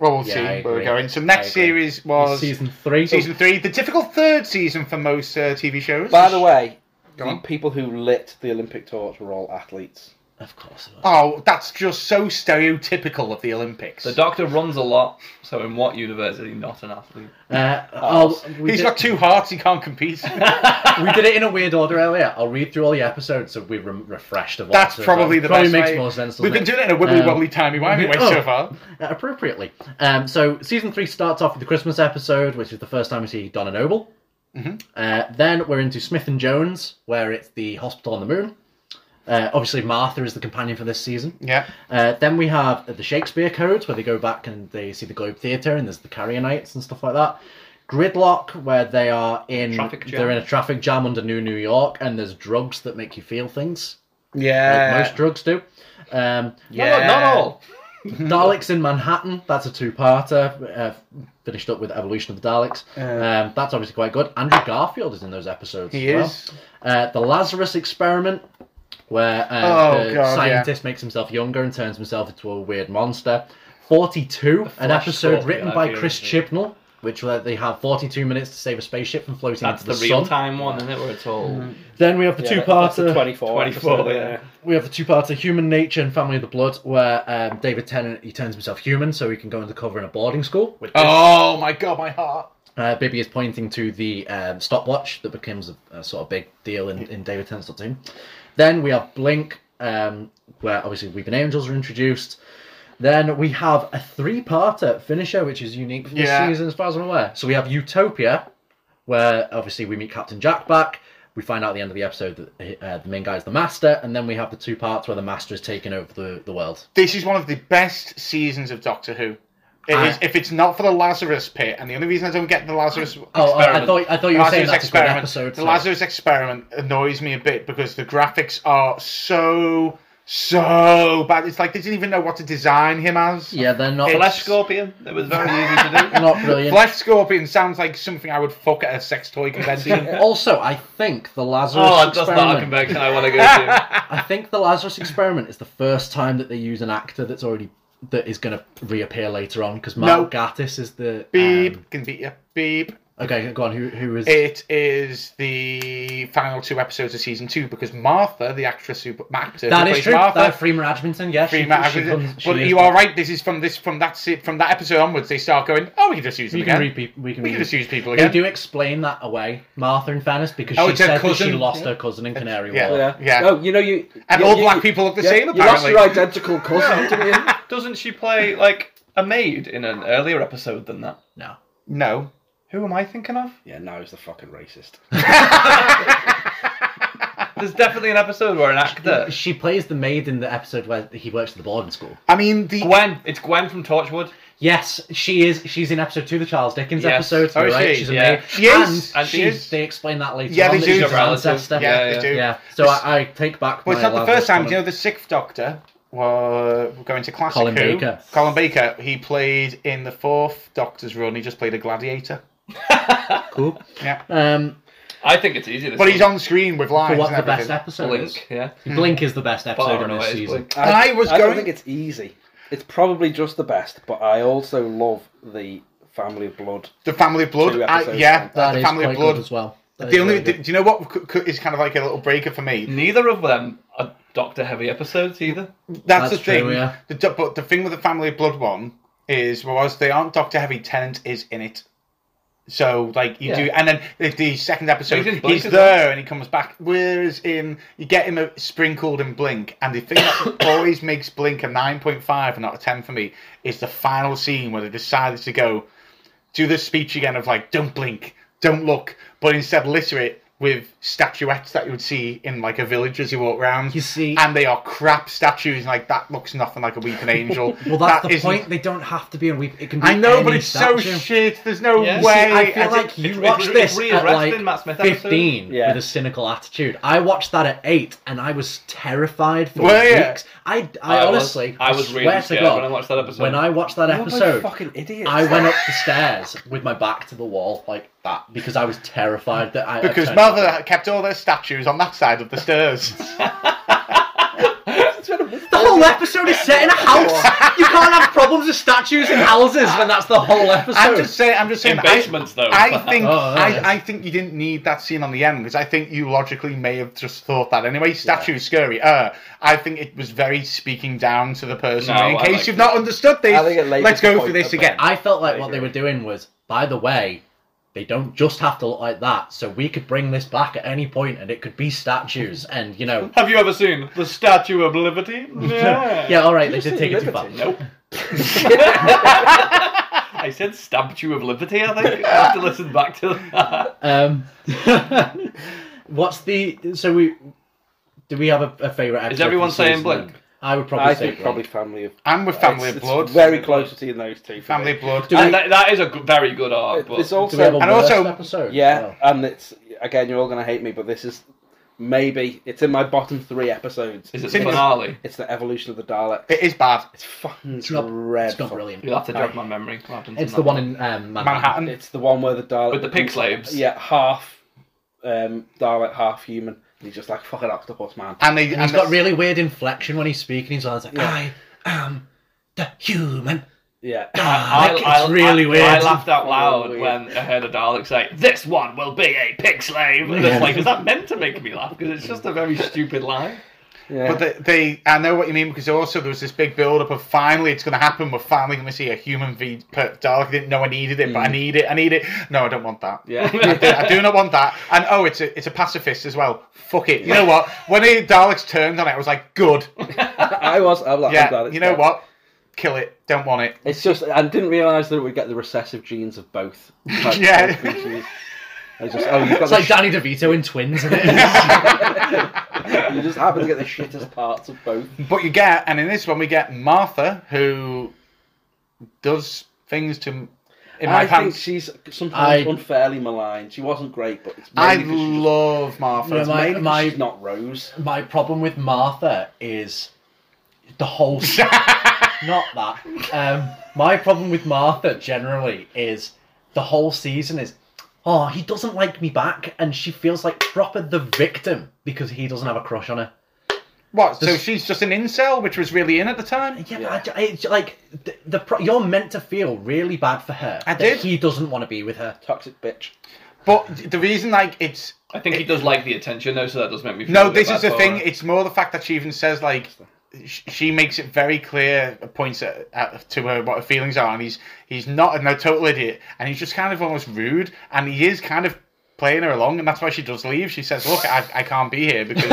well, we'll
yeah, I
see where we're
agree.
going. So
I
next
agree.
series was season,
season three.
three, the difficult third season for most uh, TV shows.
By the way,
Go
the
on.
people who lit the Olympic torch were all athletes.
of course. it was. Uh,
oh, that's just so stereotypical of the Olympics.
The Doctor runs a lot, so in what universe is he not an athlete?
Uh, I'll, we
Ah. He's
did-
got two hearts; he can't compete.
we did it in a weird order earlier. I'll read through all the episodes so we're re- refreshed of what
That's
episodes
probably
are.
the
probably
best
makes
way.
more sense.
We've
doesn't
been
it?
doing it in a wibbly
Um,
wobbly timey wimey way
oh.
so far.
uh, appropriately. Um, so season three starts off with the Christmas episode, which is the first time we see Donna Noble.
Mm-hmm.
Uh, then we're into Smith and Jones, where it's the hospital on the moon. Uh, obviously, Martha is the companion for this season.
Yeah,
Uh, then we have the Shakespeare Codes, where they go back and they see the Globe Theatre, and there's the Carrier Knights and stuff like that. Gridlock, where they are in
Traffic jam.
they're in a traffic jam under New New York, and there's drugs that make you feel things, like
yeah.
most drugs do. Um,
Yeah.
Not, not all.
Daleks in Manhattan. That's a two-parter. Uh, finished up with Evolution of the Daleks.
Yeah.
Um, that's obviously quite good. Andrew Garfield is in those episodes.
Uh, he
as well.
is.
Uh, the Lazarus Experiment, where uh,
Oh,
the
God,
scientist makes himself younger and turns himself into a weird monster. Forty-two, an
Flash
episode
Scorpion,
written
I
by
feel,
Chris
isn't
Chibnall, which where they have forty-two minutes to save a spaceship from floating
That's the,
into the,
real
sun.
time one, isn't it? Where it's all.
Then we have the
Yeah, that- that's
two-parter.
a 24.
24,
episode,
yeah.
we have the two parts of human nature and family of the blood, where um, David Tennant he turns himself human so he can go undercover in a boarding school. With
Oh my god, my heart.
uh, Bibby is pointing to the um, stopwatch that becomes a, a sort of big deal in, in David Tennant's Doctor Who. Then we have Blink, um, where obviously Weeping Angels are introduced. Then we have a three-parter finisher, which is unique for this
Yeah.
season, as far as I'm aware. So we have Utopia, where obviously we meet Captain Jack back. We find out at the end of the episode that uh, the main guy is the master, and then we have the two parts where the master is taking over the, the world.
This is one of the best seasons of Doctor Who. It
I-
is- if it's not for the Lazarus pit, and the only reason I don't get the Lazarus
Oh, oh, I
experiment-
thought I thought you were saying
Lazarus
that's a good
experiment.
episode.
the
so-
Lazarus experiment annoys me a bit because the graphics are so so bad. It's like they didn't even know what to design him as.
Yeah, they're not
Flesh Scorpion. It was very easy to do.
not brilliant.
Flesh Scorpion sounds like something I would fuck at a sex toy convention.
Also, I think the Lazarus
Oh, that's not a
experiment.
convention I want to go to.
I think the Lazarus experiment is the first time that they use an actor that's already that is going to reappear later on because Mark
No.
Gatiss is the
beep,
um,
can beat you. Beep.
okay, go on. Who who is?
It is the final two episodes of season two because Martha, the actress who actor, who
that is
plays
true.
Martha,
That Freema Adjington, yeah. she-
Free Matt
she
Atkinson.
comes- she
but
is-
you are right. This is from this from that se- from that episode onwards. They start going. Oh, we can just use them
We can,
again.
repeat, we can,
we can
re-
just use people
They
again.
do explain that away, Martha and Fairness, because
Oh,
she
it's her
said that she
cousin.
lost her cousin in Canary
Yeah.
Wharf.
Yeah.
Yeah.
No, you know you.
And
you-
all
you-
black
you-
people look the
yeah,
same,
You lost
apparently.
your identical cousin, didn't you?
Doesn't she play like a maid in an earlier episode than that?
No.
No. Who am I thinking of?
Yeah, now he's the fucking racist.
There's definitely an episode where an actor.
She plays the maid in the episode where he works at the boarding school.
I mean the.
Gwen. It's Gwen from Torchwood.
Yes, she is. She's in episode two, the Charles Dickens
Yes.
episode.
Oh,
you're
is
right?
she?
She's a
Yeah.
maid.
She is.
And
And she
she's-
is.
They explain that later.
Yeah,
on,
they
that
do.
she's
She's
her
a
relative.
ancestor.
yeah,
yeah.
they do.
Yeah, so I, I take back.
Well, it's
my
not the
Lazarus
first time. Do you know
comment.
the Sixth Doctor? Well, we're going to classic.
Colin
who?
Baker.
Colin Baker. He played in the fourth Doctor's run. He just played a gladiator.
Cool.
Yeah.
Um,
I think it's easy. This
But he's
one.
on screen with lines.
but what's
and
the best
everything.
episode? is?
Blink. Yeah.
Blink is the best episode
Far
in
and
this
away. it's
season.
Blink.
I was
I
going-
don't think it's easy. It's probably just the best, but I also love the family of blood.
The Family of Blood.
Two
I,
episodes.
yeah,
That
the
is
Family of
quite good
Blood.
as well.
The
That is
only.
really good.
Do you know what c- c- is kind of like a little breaker for me?
Neither of them are Doctor Heavy episodes either.
That's,
That's
the thing.
true, yeah.
The do- but the thing with the Family of Blood one is, whereas they aren't Doctor Heavy, Tennant is in it. So like you do,
Yeah.
and then the, the second episode,
He's in
he's,
Blink as
there
well.
and he comes back. Whereas in you get him a sprinkled in Blink, and the thing that always makes Blink a nine point five and not a ten for me is the final scene where they decided to go do this speech again of like don't blink, don't look, but instead litter it with statuettes that you would see in like a village as you walk around.
You see-
and they are crap statues. And like that looks nothing like a weeping angel.
Well,
That
that's the
isn't-
point. They don't have to be in weep. It can be
I know, but
any
it's
statue.
so shit. There's no
Yeah. You see,
way.
I feel
did-
it-
like you
it-
watched
it
this
really
at
arrested
like
Matt Smith episode.
15
Yeah.
with a cynical attitude. I watched that at 8 and I was terrified for
Were you?
weeks. I, I,
I was-
honestly,
I was
swear
really
to
scared
God,
when I watched that episode.
when I watched that
You're both
episode,
fucking idiots.
I went up the stairs with my back to the wall like that because I was terrified that I.
because
I turned-
mother kept all their statues on that side of the stairs.
The whole episode is set in a house. you can't have problems with statues in houses when that's the whole episode.
I'm just saying. I'm just saying.
In basements,
I,
though.
I think.
Oh, yes.
I, I think you didn't need that scene on the end because I think you logically may have just thought that anyway. Statue is scary. Uh, I think it was very speaking down to the person.
No,
in
I
case
like
you've
it.
not understood this,
I think it lays
let's
the
go
point
through this
about-
again.
I felt like
I
what they
agree.
were doing was, by the way, they don't just have to look like that, so we could bring this back at any point and it could be statues and you know
Have you ever seen the Statue of Liberty? Yeah.
Yeah, alright, they did take it too far.
Liberty.
Nope. I said Statue of Liberty. I think I have to listen back to that.
Um What's the so we do we have a, a favourite episode?
Is everyone
from season
saying Blink?
one? I would probably
I
say
think
Blink.
probably family of
I'm with Family
it's-
of
it's
Blood.
very close between those two. for
Family
me.
of Blood.
Do we,
And that, that is a g- very good arc. But
It's
do we have a
also
and
worst
also-
episode?
yeah,
Oh.
and it's again you're all gonna hate me, but this is maybe it's in my bottom three episodes.
is it the
Since-
finale?
It's the evolution of the Daleks.
It is bad.
It's fucking
It's not,
dreadful.
it's not brilliant.
You'll have to jog my memory. What happens
It's
in
the
that
one in um, Manhattan.
Manhattan.
It's the one where the Dalek
with the pig slaves.
Yeah, half um, Dalek, half human. And he's just like fucking octopus man.
And, they,
And
and
he's got
the-
really weird inflection when he's speaking. He's always like,
Yeah.
"I am the human."
Yeah,
I,
Dalek."
I-
it's really
I,
weird.
I laughed out loud
Really weird.
when I heard a Dalek say, "This one will be a pig slave." And it's like, is that meant to make me laugh? Because it's just a very stupid line.
yeah.
But they, they, I know what you mean because also there was this big build-up of finally it's going to happen. We're finally going to see a human v per Dalek. I didn't know I needed it, but I need it. I need it. No, I don't want that.
Mm. yeah.
I do, I do not want that. And oh, it's a it's a pacifist as well. Fuck it. You know what? When the Daleks turned on it, I was like, good.
I was. I'm like, I'm
Yeah.
glad it's
You know
dead.
what? Kill it. Don't want it.
It's just I didn't realise that we get the recessive genes of both. types of
Yeah.
species. I just, oh, you've got
It's
the
like Danny DeVito in Twins, isn't it?
shit. You just happen to get the shittest parts of both.
But you get, and in this one we get Martha who does things to in my
I think
pants.
she's sometimes
I-
unfairly maligned. She wasn't great, but it's
I
mainly 'cause she's just-
love Martha.
No,
It's
my-
mainly-
mainly 'cause
my-
she's not Rose.
My problem with Martha is the whole. s- not that. Um, my problem with Martha generally is the whole season is, oh, he doesn't like me back, and she feels like proper the victim because he doesn't have a crush on her.
what? So she's just an incel, which was really in at the time.
Yeah, But I, it's like the, the pro- you're meant to feel really bad for her.
I
that
did.
He doesn't want to be with her.
Toxic bitch.
But the reason, like, it's
I think he does like the attention though, so that does make me. Feel
No,
a bit
this is
bad
the
for
thing.
her.
It's more the fact that she even says like sh- she makes it very clear uh, points at, at, to her what her feelings are, and he's he's not a no, total idiot, and he's just kind of almost rude, and he is kind of playing her along, and that's why she does leave. She says, "Look, I, I can't be here because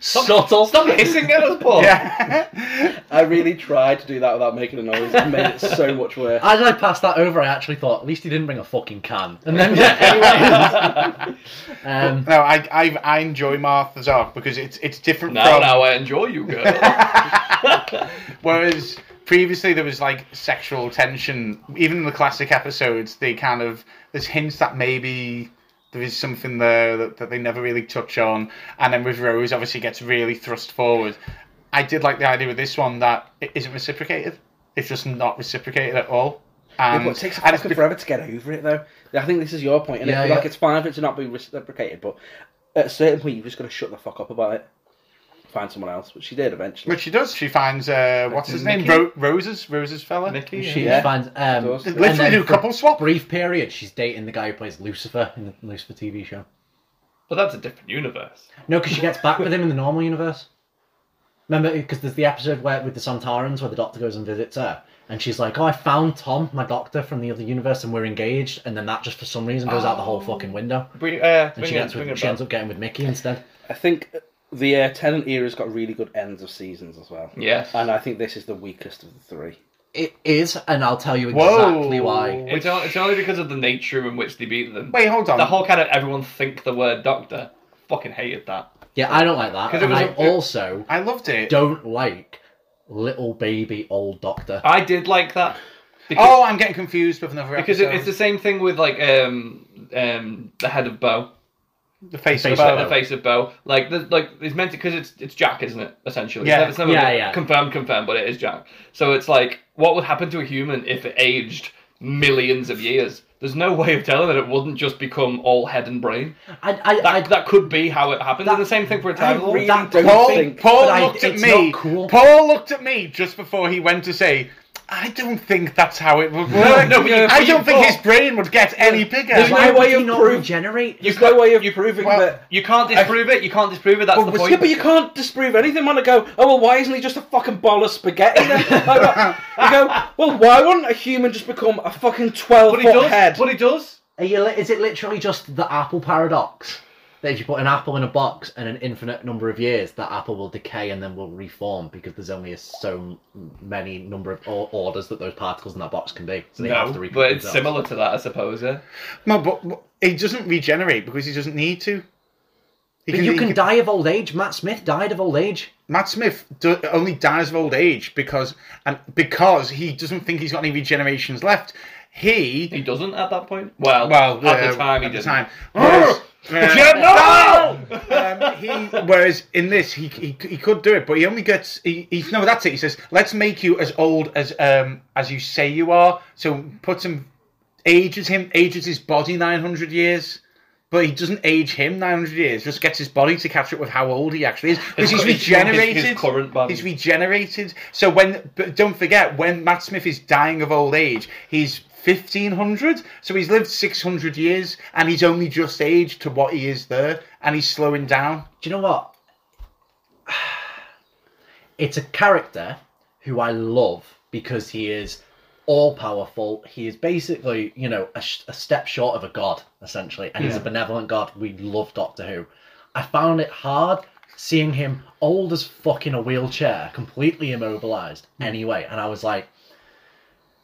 Subtle.
Stop hissing at us, Paul.
yeah,
I really tried to do that without making a noise. It made it so much worse.
As I passed that over, I actually thought, at least he didn't bring a fucking can. And then, yeah, anyway. um,
no, I, I I enjoy Martha's arc because it's it's different
Now,
from
now I enjoy you, girl.
Whereas previously there was like sexual tension, even in the classic episodes, they kind of there's hints that maybe there is something there that, that they never really touch on, and then with Rose obviously gets really thrust forward. I did like the idea with this one that it isn't reciprocated. It's just not reciprocated at all. And,
Yeah, but it takes
and it's
fucking
be-
forever to get over it, though. I think this is your point, and
Yeah,
like
yeah.
it's fine for it to not be reciprocated, but at a certain point, you've just got to shut the fuck up about it. Find someone else, which she did eventually.
Which she does. She finds uh, what's his name,
Mickey?
Ro- Roses, Roses fella.
Mickey,
she
Yeah.
finds. Um,
Does.
They
And
and then
literally do
for
couple
a
swap.
brief period, she's dating the guy who plays Lucifer in the Lucifer TV show.
but that's a different universe.
No, because she gets back with him in the normal universe. Remember, because there's the episode where with the Santarans where the doctor goes and visits her, and she's like, "Oh, I found Tom, my doctor from the other universe, and we're engaged." And then that just for some reason goes out the whole fucking window,
Bring, uh,
and
bring
she
it,
gets
bring
with,
it
she
back.
ends up getting with Mickey instead.
I think the uh, Tenant era's got really good ends of seasons as well.
Yes.
And I think this is the weakest of the three.
It is, and I'll tell you
Whoa.
exactly why.
It's, on, it's only because of the nature in which they beat them.
Wait, hold on.
the whole kind of everyone think the word doctor. Fucking hated that.
Yeah, I don't like that,
'Cause it
and
was
I
a-
also
I loved it.
don't like little baby old doctor.
I did like that. Because,
Oh, I'm getting confused with another
because
episode.
it, it's the same thing with like um um the head of Bo,
the face,
Face
of
of
Bo.
the face of Bo. Like the, like it's meant to because it's it's Jack, isn't it? Essentially,
Yeah.
It's never- it's never
Yeah, yeah.
Confirmed, confirmed, but it is Jack. So it's like what would happen to a human if it aged millions of years? There's no way of telling that it wouldn't just become all head and brain.
I, I, I,
That, that could be how it happens. and the same thing for a time lord.
really
that
don't
Paul,
think-
Paul
but I-
looked at
it's
me.
not cool.
Paul looked at me just before he went to say, "I don't think that's how it would work.
no, but you-
I
but
don't
you
think his
thought-
brain would get any bigger."
There's
why
no
would
way
he
of
not
proof.
regenerate?
There's no way of proving
well,
that.
You can't disprove it. You can't disprove it. That's the
Well,
point.
yeah, but you can't disprove anything, man. I go, oh, well, why isn't he just a fucking ball of spaghetti then? I go, I go, well, why wouldn't a human just become a fucking 12
But
foot
he does.
head?
But he does.
Are you, li- is it literally just the apple paradox? That if you put an apple in a box and an infinite number of years, that apple will decay and then will reform because there's only a so m- many number of or- orders that those particles in that box can be. So they have to
No,
repeat
but it's
themselves.
similar to that, I suppose. eh? Yeah.
no, but, but he doesn't regenerate because he doesn't need to. He
But you
he
can die of old age. Matt Smith died of old age.
Matt Smith do, only dies of old age because and because he doesn't think he's got any regenerations left.
He
He
doesn't at that point. Well,
well
at
uh,
the time he
at the
didn't.
time. Ah!
Yes.
Yeah.
no!
um, he, whereas in this, he, he he could do it, but he only gets. He, he no, that's it. He says, "Let's make you as old as um as you say you are." So puts him ages him ages his body nine hundred years. But he doesn't age him 900 years. Just gets his body to catch up with how old he actually is. Because he's
cu- his- his-
regenerated.
his current body.
He's regenerated. So when, but don't forget, when Matt Smith is dying of old age, he's 1500. So he's lived 600 years, and he's only just aged to what he is there, and he's slowing down.
Do you know what? It's a character who I love because he is all powerful. He is basically, you know, a, sh- a step short of a god, essentially, and he's a benevolent god. We love Doctor Who. I found it hard seeing him old as fuck in a wheelchair, completely immobilized anyway, and I was like,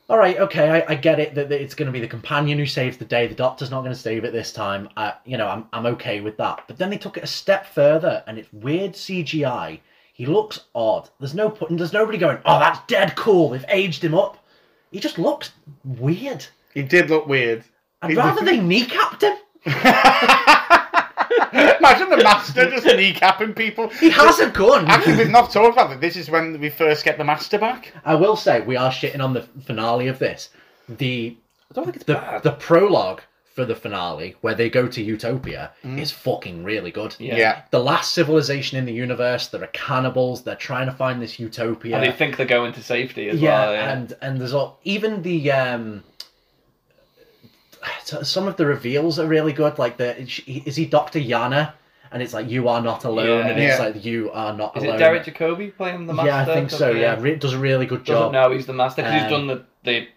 all right, okay, I, I get it that, that it's going to be the companion who saves the day. The doctor's not going to save it this time. I, you know, I'm, I'm okay with that. But then they took it a step further, and it's weird CGI. He looks odd. There's no put, and there's nobody going, oh, that's dead cool. They've aged him up. He just looks weird.
He did look weird.
I'd
He
rather
looked-
they kneecapped him.
Imagine the master just kneecapping people.
He has a gun.
Actually, we've not talked about it. This is when we first get the master back.
I will say we are shitting on the finale of this. The
I don't think it's
the,
bad.
the prologue for the finale where they go to Utopia
Mm.
is fucking really good.
Yeah.
The last civilization in the universe, there are cannibals, they're trying to find this utopia.
And they think they're going to safety as
yeah,
well. Yeah.
and and there's all even the um so- some of the reveals are really good. Like the is he Doctor Yana, and it's like you are not alone,
Yeah.
and it's
Yeah.
like you are not
Is
alone.
it Derek Jacobi playing the master?
yeah, I think so.
Doesn't-
Yeah, Re- does a really good
Doesn't
job.
know he's the master because he's
Um,
done the, the,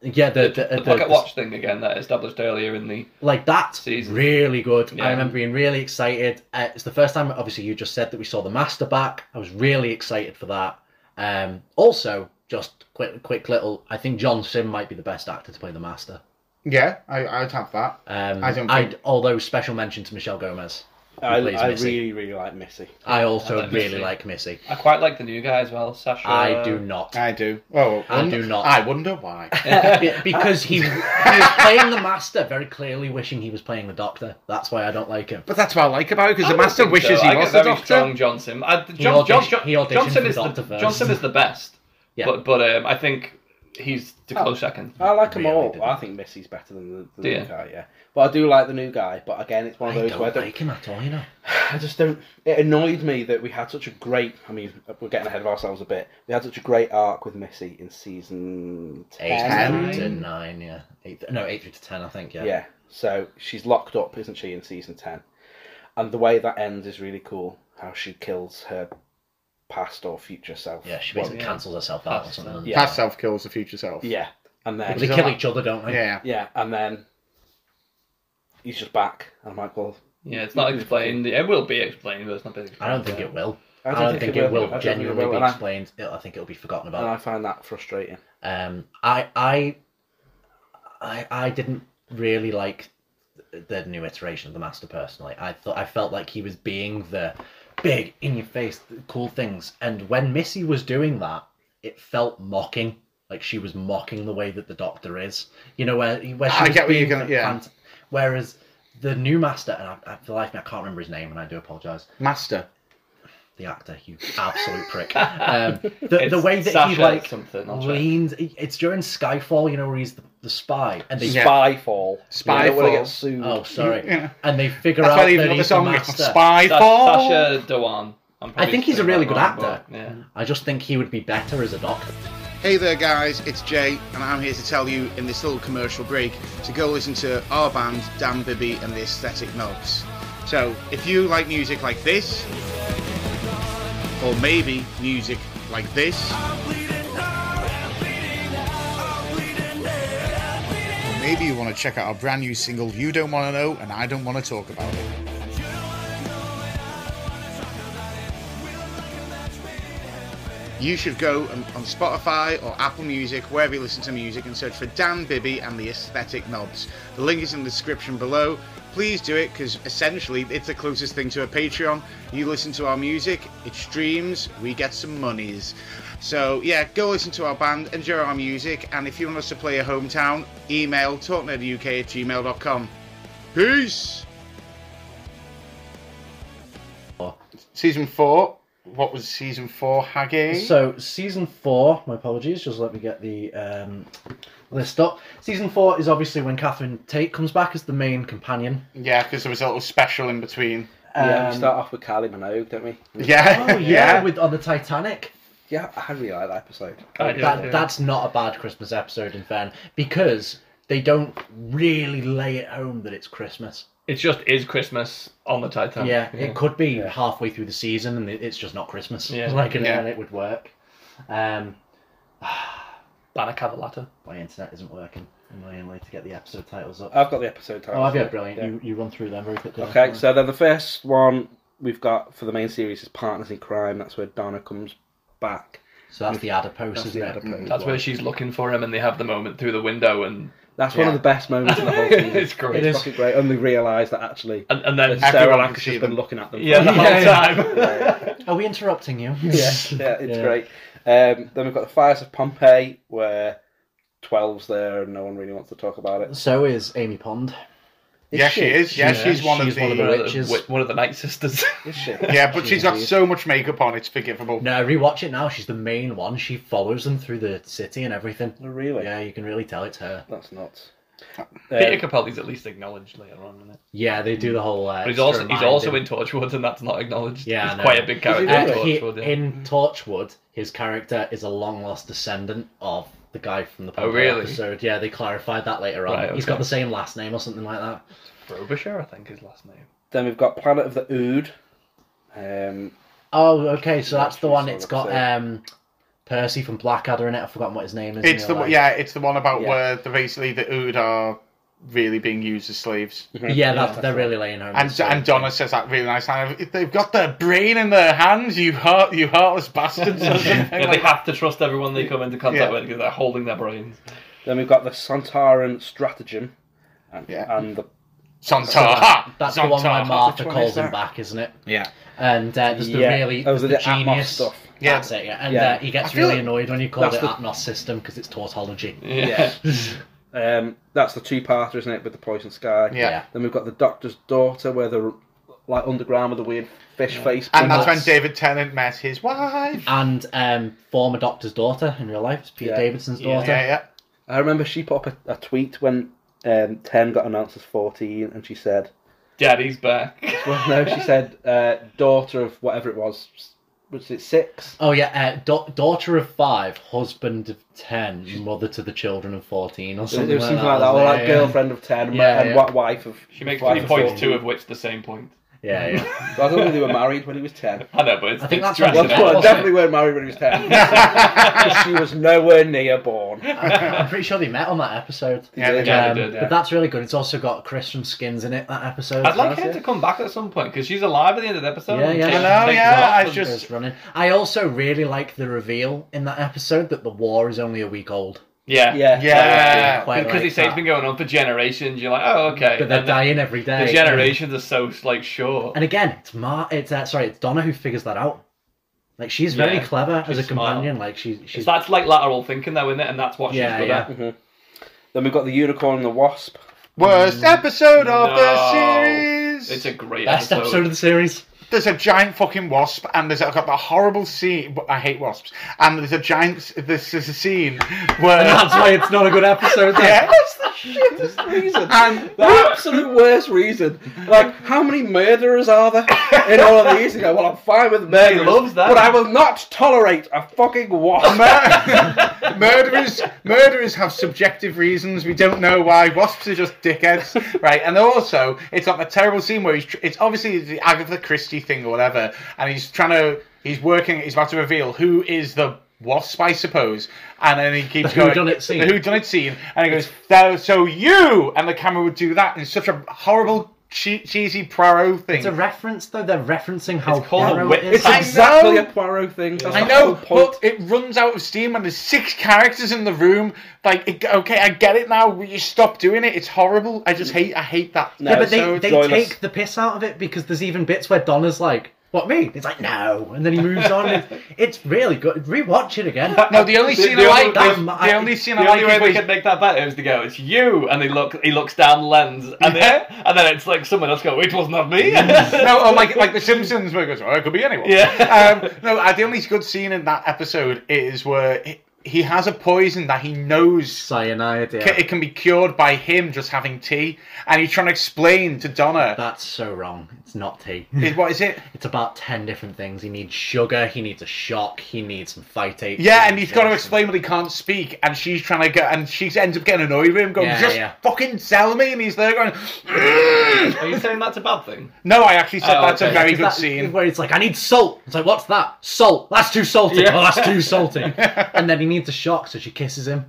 Yeah, the the,
the,
the-
pocket
the-
watch thing again that I established earlier in the.
like that's
Season.
really good.
Yeah.
I remember being really excited. Uh, it's the first time, obviously, you just said that we saw the master back. I was really excited for that. Um, also, just quick, quick little. I think John Sim might be the best actor to play the master.
Yeah, I, I'd have that.
Um,
I don't
I'd-
think-
although special mention to Michelle Gomez.
I,
Please,
I
Missy.
really, really like Missy.
I
I
also
like
really
Missy. Uh,
like Missy.
I quite like the new guy as well, Sasha.
I do not.
I do. Oh,
I do not.
I wonder why.
Be- because he, he was playing the master very clearly wishing he was playing the doctor. That's why I don't like him.
But that's what I like about it because
I
the
don't
master
think
wishes
so. I
he
get
was the
very
doctor.
Strong John Sim. I, John, John,
auditioned-
John,
he auditioned
John Sim
for
is
Doctor
the,
first.
John Sim is the best.
Yeah.
But but um, I think he's the
Oh.
close second.
I like them
Really
all.
didn't.
I think Missy's better than the, the
Do
new
you?
guy, yeah. But I do like the new guy. But again, it's one
I
of those
don't
where I, don't,
like him at all, you know.
I just don't. It annoyed me that we had such a great. I mean, we're getting ahead of ourselves a bit. We had such a great arc with Missy in season
Eight
ten.
to nine, yeah. Eight, no, eight to ten, I think. Yeah.
Yeah. So she's locked up, isn't she, in season ten? And the way that ends is really cool. How she kills her past or future self.
Yeah, she basically
yeah.
cancels herself out or
Past
something.
self.
Yeah.
Past self kills the future self.
Yeah. And then
But They kill each other, don't they?
Yeah.
Yeah, and then he's just back. I'm like, well,
Yeah, it's not explained. It will be explained, but it's not being
I
explained.
don't think it will. I don't, think, it
I
will,
don't think it
genuinely
will,
be
and I-
explained. It'll- I think it'll be forgotten
And I
about.
find that frustrating.
Um, I, I, I, I didn't really like the new iteration of the Master personally. I thought I felt like he was being the big in your face, cool things, and when Missy was doing that, it felt mocking. Like she was mocking the way that the Doctor is. You know where where she
I
was
get what you're
being
gonna- yeah.
fant- Whereas the new Master, and I, I, for the life of me, I can't remember his name, and I do apologize.
Master.
the actor, you absolute prick. Um, the, the
It's
way that
Sasha
he like
something. I'll check.
leans, it's during Skyfall, you know, where he's the, the spy, and they
Yeah.
Spyfall. I don't want
Spyfall.
to get sued.
oh sorry,
Yeah.
and they figure
That's
out
why they
that
even got the
he's
song
the
it's
master.
Sa-
Spyfall.
Sasha Dewan. I'm probably
think he's a
saying
really
that
good
wrong,
actor. Mm.
but, yeah.
I just think he would be better as a doctor.
Hey there, guys, it's Jay, and I'm here to tell you in this little commercial break to go listen to our band, Dan Bibby and the Aesthetic Knobs. So, if you like music like this, or maybe music like this, or maybe you want to check out our brand new single, You Don't Want to Know, and I Don't Want to Talk About It. You should go on, on Spotify or Apple Music, wherever you listen to music, and search for Dan Bibby and the Aesthetic Knobs. The link is in the description below. Please do it because essentially it's the closest thing to a Patreon. You listen to our music, it streams, we get some monies. So yeah, go listen to our band, enjoy our music, and if you want us to play your hometown, email talknerduk at gmail.com. Peace!
Season four. What was season four haggy?
So season four, my apologies, just let me get the um, list up. Season four is obviously when Catherine Tate comes back as the main companion.
yeah, because there was a little special in between.
yeah, we
Um,
start off with Kylie Minogue, don't we?
Yeah.
Oh yeah,
yeah.
with on the Titanic.
Yeah, I really like that episode.
I do,
that,
yeah.
that's not a bad Christmas episode in fairness because they don't really lay it home that it's Christmas.
It just is Christmas on the Titanic.
yeah, it could be halfway through the season and it- it's just not Christmas.
Yeah.
like and,
Yeah.
and it would work. Um,
Banner Cavallata.
my internet isn't working. I'm really late to get the episode titles up.
I've got the episode title.
oh, have you? Brilliant. You, you run through them very quickly.
Okay, so then the first one we've got for the main series is Partners in Crime. That's where Donna comes back
So that's the adipose,
That's
isn't
the
it? Mm.
adipose.
That's where
one.
she's looking for him, and they have the moment through the window, and
That's one of
yeah.
the best moments in the whole thing.
it's great.
It is.
It's fucking great. And they realise that actually
And, and then
Sarah
Everyone
Lang
can
has
see
just
them.
been looking at them. for
yeah, the whole
Yeah.
time.
Are we interrupting you?
yeah, yeah, it's
Yeah.
great. Um, then we've got the fires of Pompeii, where twelve's there and no one really wants to talk about it.
So is Amy Pond.
yeah, she is. Yeah,
Yeah,
she's one
she's
of the.
one of the
One of the-
Witches.
uh, one of the night sisters.
Is she?
yeah, but she's got
She's-
so much makeup on, it's forgivable.
No, rewatch it now. She's the main one. She follows them through the city and everything.
Oh, really?
Yeah, you can really tell it's her.
That's nuts. Um,
Peter Capaldi's at least acknowledged later on, isn't it?
Yeah, they do the whole. Uh,
But he's
just
also
remind
he's also
him.
in Torchwood, and that's not acknowledged.
Yeah, I
he's
know.
quite a big
he
character
Uh,
in
really?
he-
Torchwood. yeah.
in Torchwood, his character is a long lost descendant of the guy from the
Oh,
Pompeii
really?
episode. Yeah, they clarified that later on.
Right,
He's
okay.
got the same last name or something like that.
Frobisher, I think his last name.
Then we've got Planet of the Ood. Um,
Oh, okay, so that's the
Naturally
one.
sort
It's
of
got
say.
um, Percy from Blackadder in it. I've forgotten what his name is. in
It's
real
the
life.
yeah, it's the one about
Yeah.
where the basically the Ood are really being used as slaves.
yeah. That,
that's
they're
right.
really laying home.
And
this sort of
and Donna says that really nice line. of, If they've got their brain in their hands, you heart you heartless bastards. or something
Yeah, they
like
have to trust everyone they come into contact
Yeah.
with because they're holding their brains.
Then we've got the Santaran Stratagem. And,
Yeah.
and the
Sontar.
That's the one where Martha
Which one is
calls him
that?
back, isn't it?
Yeah.
And uh, there's the
Yeah.
really
Oh,
there's
the-
the,
the Atmos
genius
stuff.
Yeah.
That's it. Yeah. And
Yeah.
Uh, he
I
gets
feel
really
like
annoyed when you call it
that's the-
Atmos system because it's tautology.
yeah, um, that's the two-parter, isn't it, with the poison sky?
Yeah.
Then we've got the Doctor's daughter, where they're like underground with the weird fish face.
And that's when
That's-
David Tennant met his wife.
And um, former doctor's daughter in real life, it's Peter
Yeah.
Davidson's
Yeah.
daughter.
Yeah, yeah.
I remember she put up a, a tweet when um, ten got announced as fourteen, and she said,
Daddy's back.
"Well, no, she said uh, daughter of whatever it was, was it six?
Oh yeah, uh, da- daughter of five, husband of ten, mother to the children of fourteen, or something,
it was
like,
something
that,
like that, or
wasn't
like
it?
girlfriend of ten,
Yeah,
and
yeah.
what wife of."
She makes
wife
three points,
four.
two of which the same point.
Yeah, yeah. yeah.
I don't think they were married when he was ten.
I know, but it's,
I think
it's
that's what-
Well,
stressing
Yeah.
well,
out.
definitely weren't married when he was ten. 'Cause she was nowhere near born.
I'm pretty sure they met on that episode.
Yeah, they
Yeah,
Um,
did, yeah.
But that's really good. It's also got Chris from Skins in it. That episode.
I'd like
That's
her
it.
to come back at some point because she's alive at the end of the episode.
Yeah,
and
yeah.
takes-
Hello,
takes
yeah,
off
I
and-
just-
Just running. I also really like the reveal in that episode that the war is only a week old.
yeah,
Yeah.
Yeah.
Quite
Because they
like
say it's
that.
been going on for generations. You're like, oh, okay.
But they're
And the-
dying every day.
The generations are so like short.
And again, it's Mar. It's uh, sorry, it's Donna who figures that out. Like she's very
Yeah,
clever
she's
as a
smart.
companion. Like she, she's
It's- that's like lateral thinking, though, isn't it? And that's what
Yeah,
she's good
yeah.
at.
Mm-hmm. Then we've got the unicorn and the wasp.
Worst
Mm.
episode of the
No.
series.
It's a great
best episode.
episode.
of the series.
there's a giant fucking wasp, and there's I've got that horrible scene. but I hate wasps, and there's a giant. There's, there's a scene
And
where
that's why it's not a good episode. then.
yeah,
That's the shittest reason.
and
The absolute worst reason. Like, how many murderers are there in all of these? You go, well, I'm fine with murderers.
loves that.
But I will not tolerate a fucking wasp.
mur- murderers murderers have subjective reasons. We don't know why. Wasps are just dickheads, right? And also, it's like a terrible scene where he's. Tr- it's obviously the Agatha Christie thing or whatever, and he's trying to. He's working. He's about to reveal who is the. Wasp, I suppose, and then he keeps
The
going.
whodunit scene.
The whodunit scene, and he goes, "Thou- "So you!" And the camera would do that in such a horrible, che- cheesy Poirot thing.
It's a reference though. They're referencing how
It's called a
Poirot
wit-
is.
It's
I
exactly
know.
a Poirot thing. That's
I
the
know,
whole point.
but it runs out of steam when there's six characters in the room. Like, it, okay, I get it now. Will you stop doing it? It's horrible. I just hate. I hate that.
No,
Yeah, but
so
they, they
joyless.
take the piss out of it because there's even bits where Donna's like, "What me?" It's like, "No," and then he moves on. And it's, it's really good. Rewatch it again.
No, the only
The-
scene
the
I
only-
like.
that's
The,
my-
the only scene I
The
like
only way
is
they
when
could make that better is to go, "It's you," and he look, he looks down the lens, and then, and then it's like someone else go, "It was not me."
no, or like like the Simpsons where it goes, oh, it could be anyone.
Yeah.
Um, no, uh, the only good scene in that episode is where he, he has a poison that he knows
Cyanide.
ca-
Yeah.
it can be cured by him just having tea, and he's trying to explain to Donna.
That's so wrong. It's not tea.
is- What is it?
It's about ten different things. He needs sugar. He needs a shock. He needs some phytate.
Yeah,
he
and he's
needs
got to
this.
explain that he can't speak, and she's trying to get, and she ends up getting annoyed with him, going,
Yeah,
"Just
yeah.
fucking tell me." And he's there going,
Are you saying that's a bad thing?
"No, I actually said
Oh,
that's a
okay.
very
Is
good
that-
scene."
where it's like, "I need salt." It's like, "What's that? Salt? That's too salty.
Yeah.
Oh, that's too salty." and then he needs a shock, so she kisses him.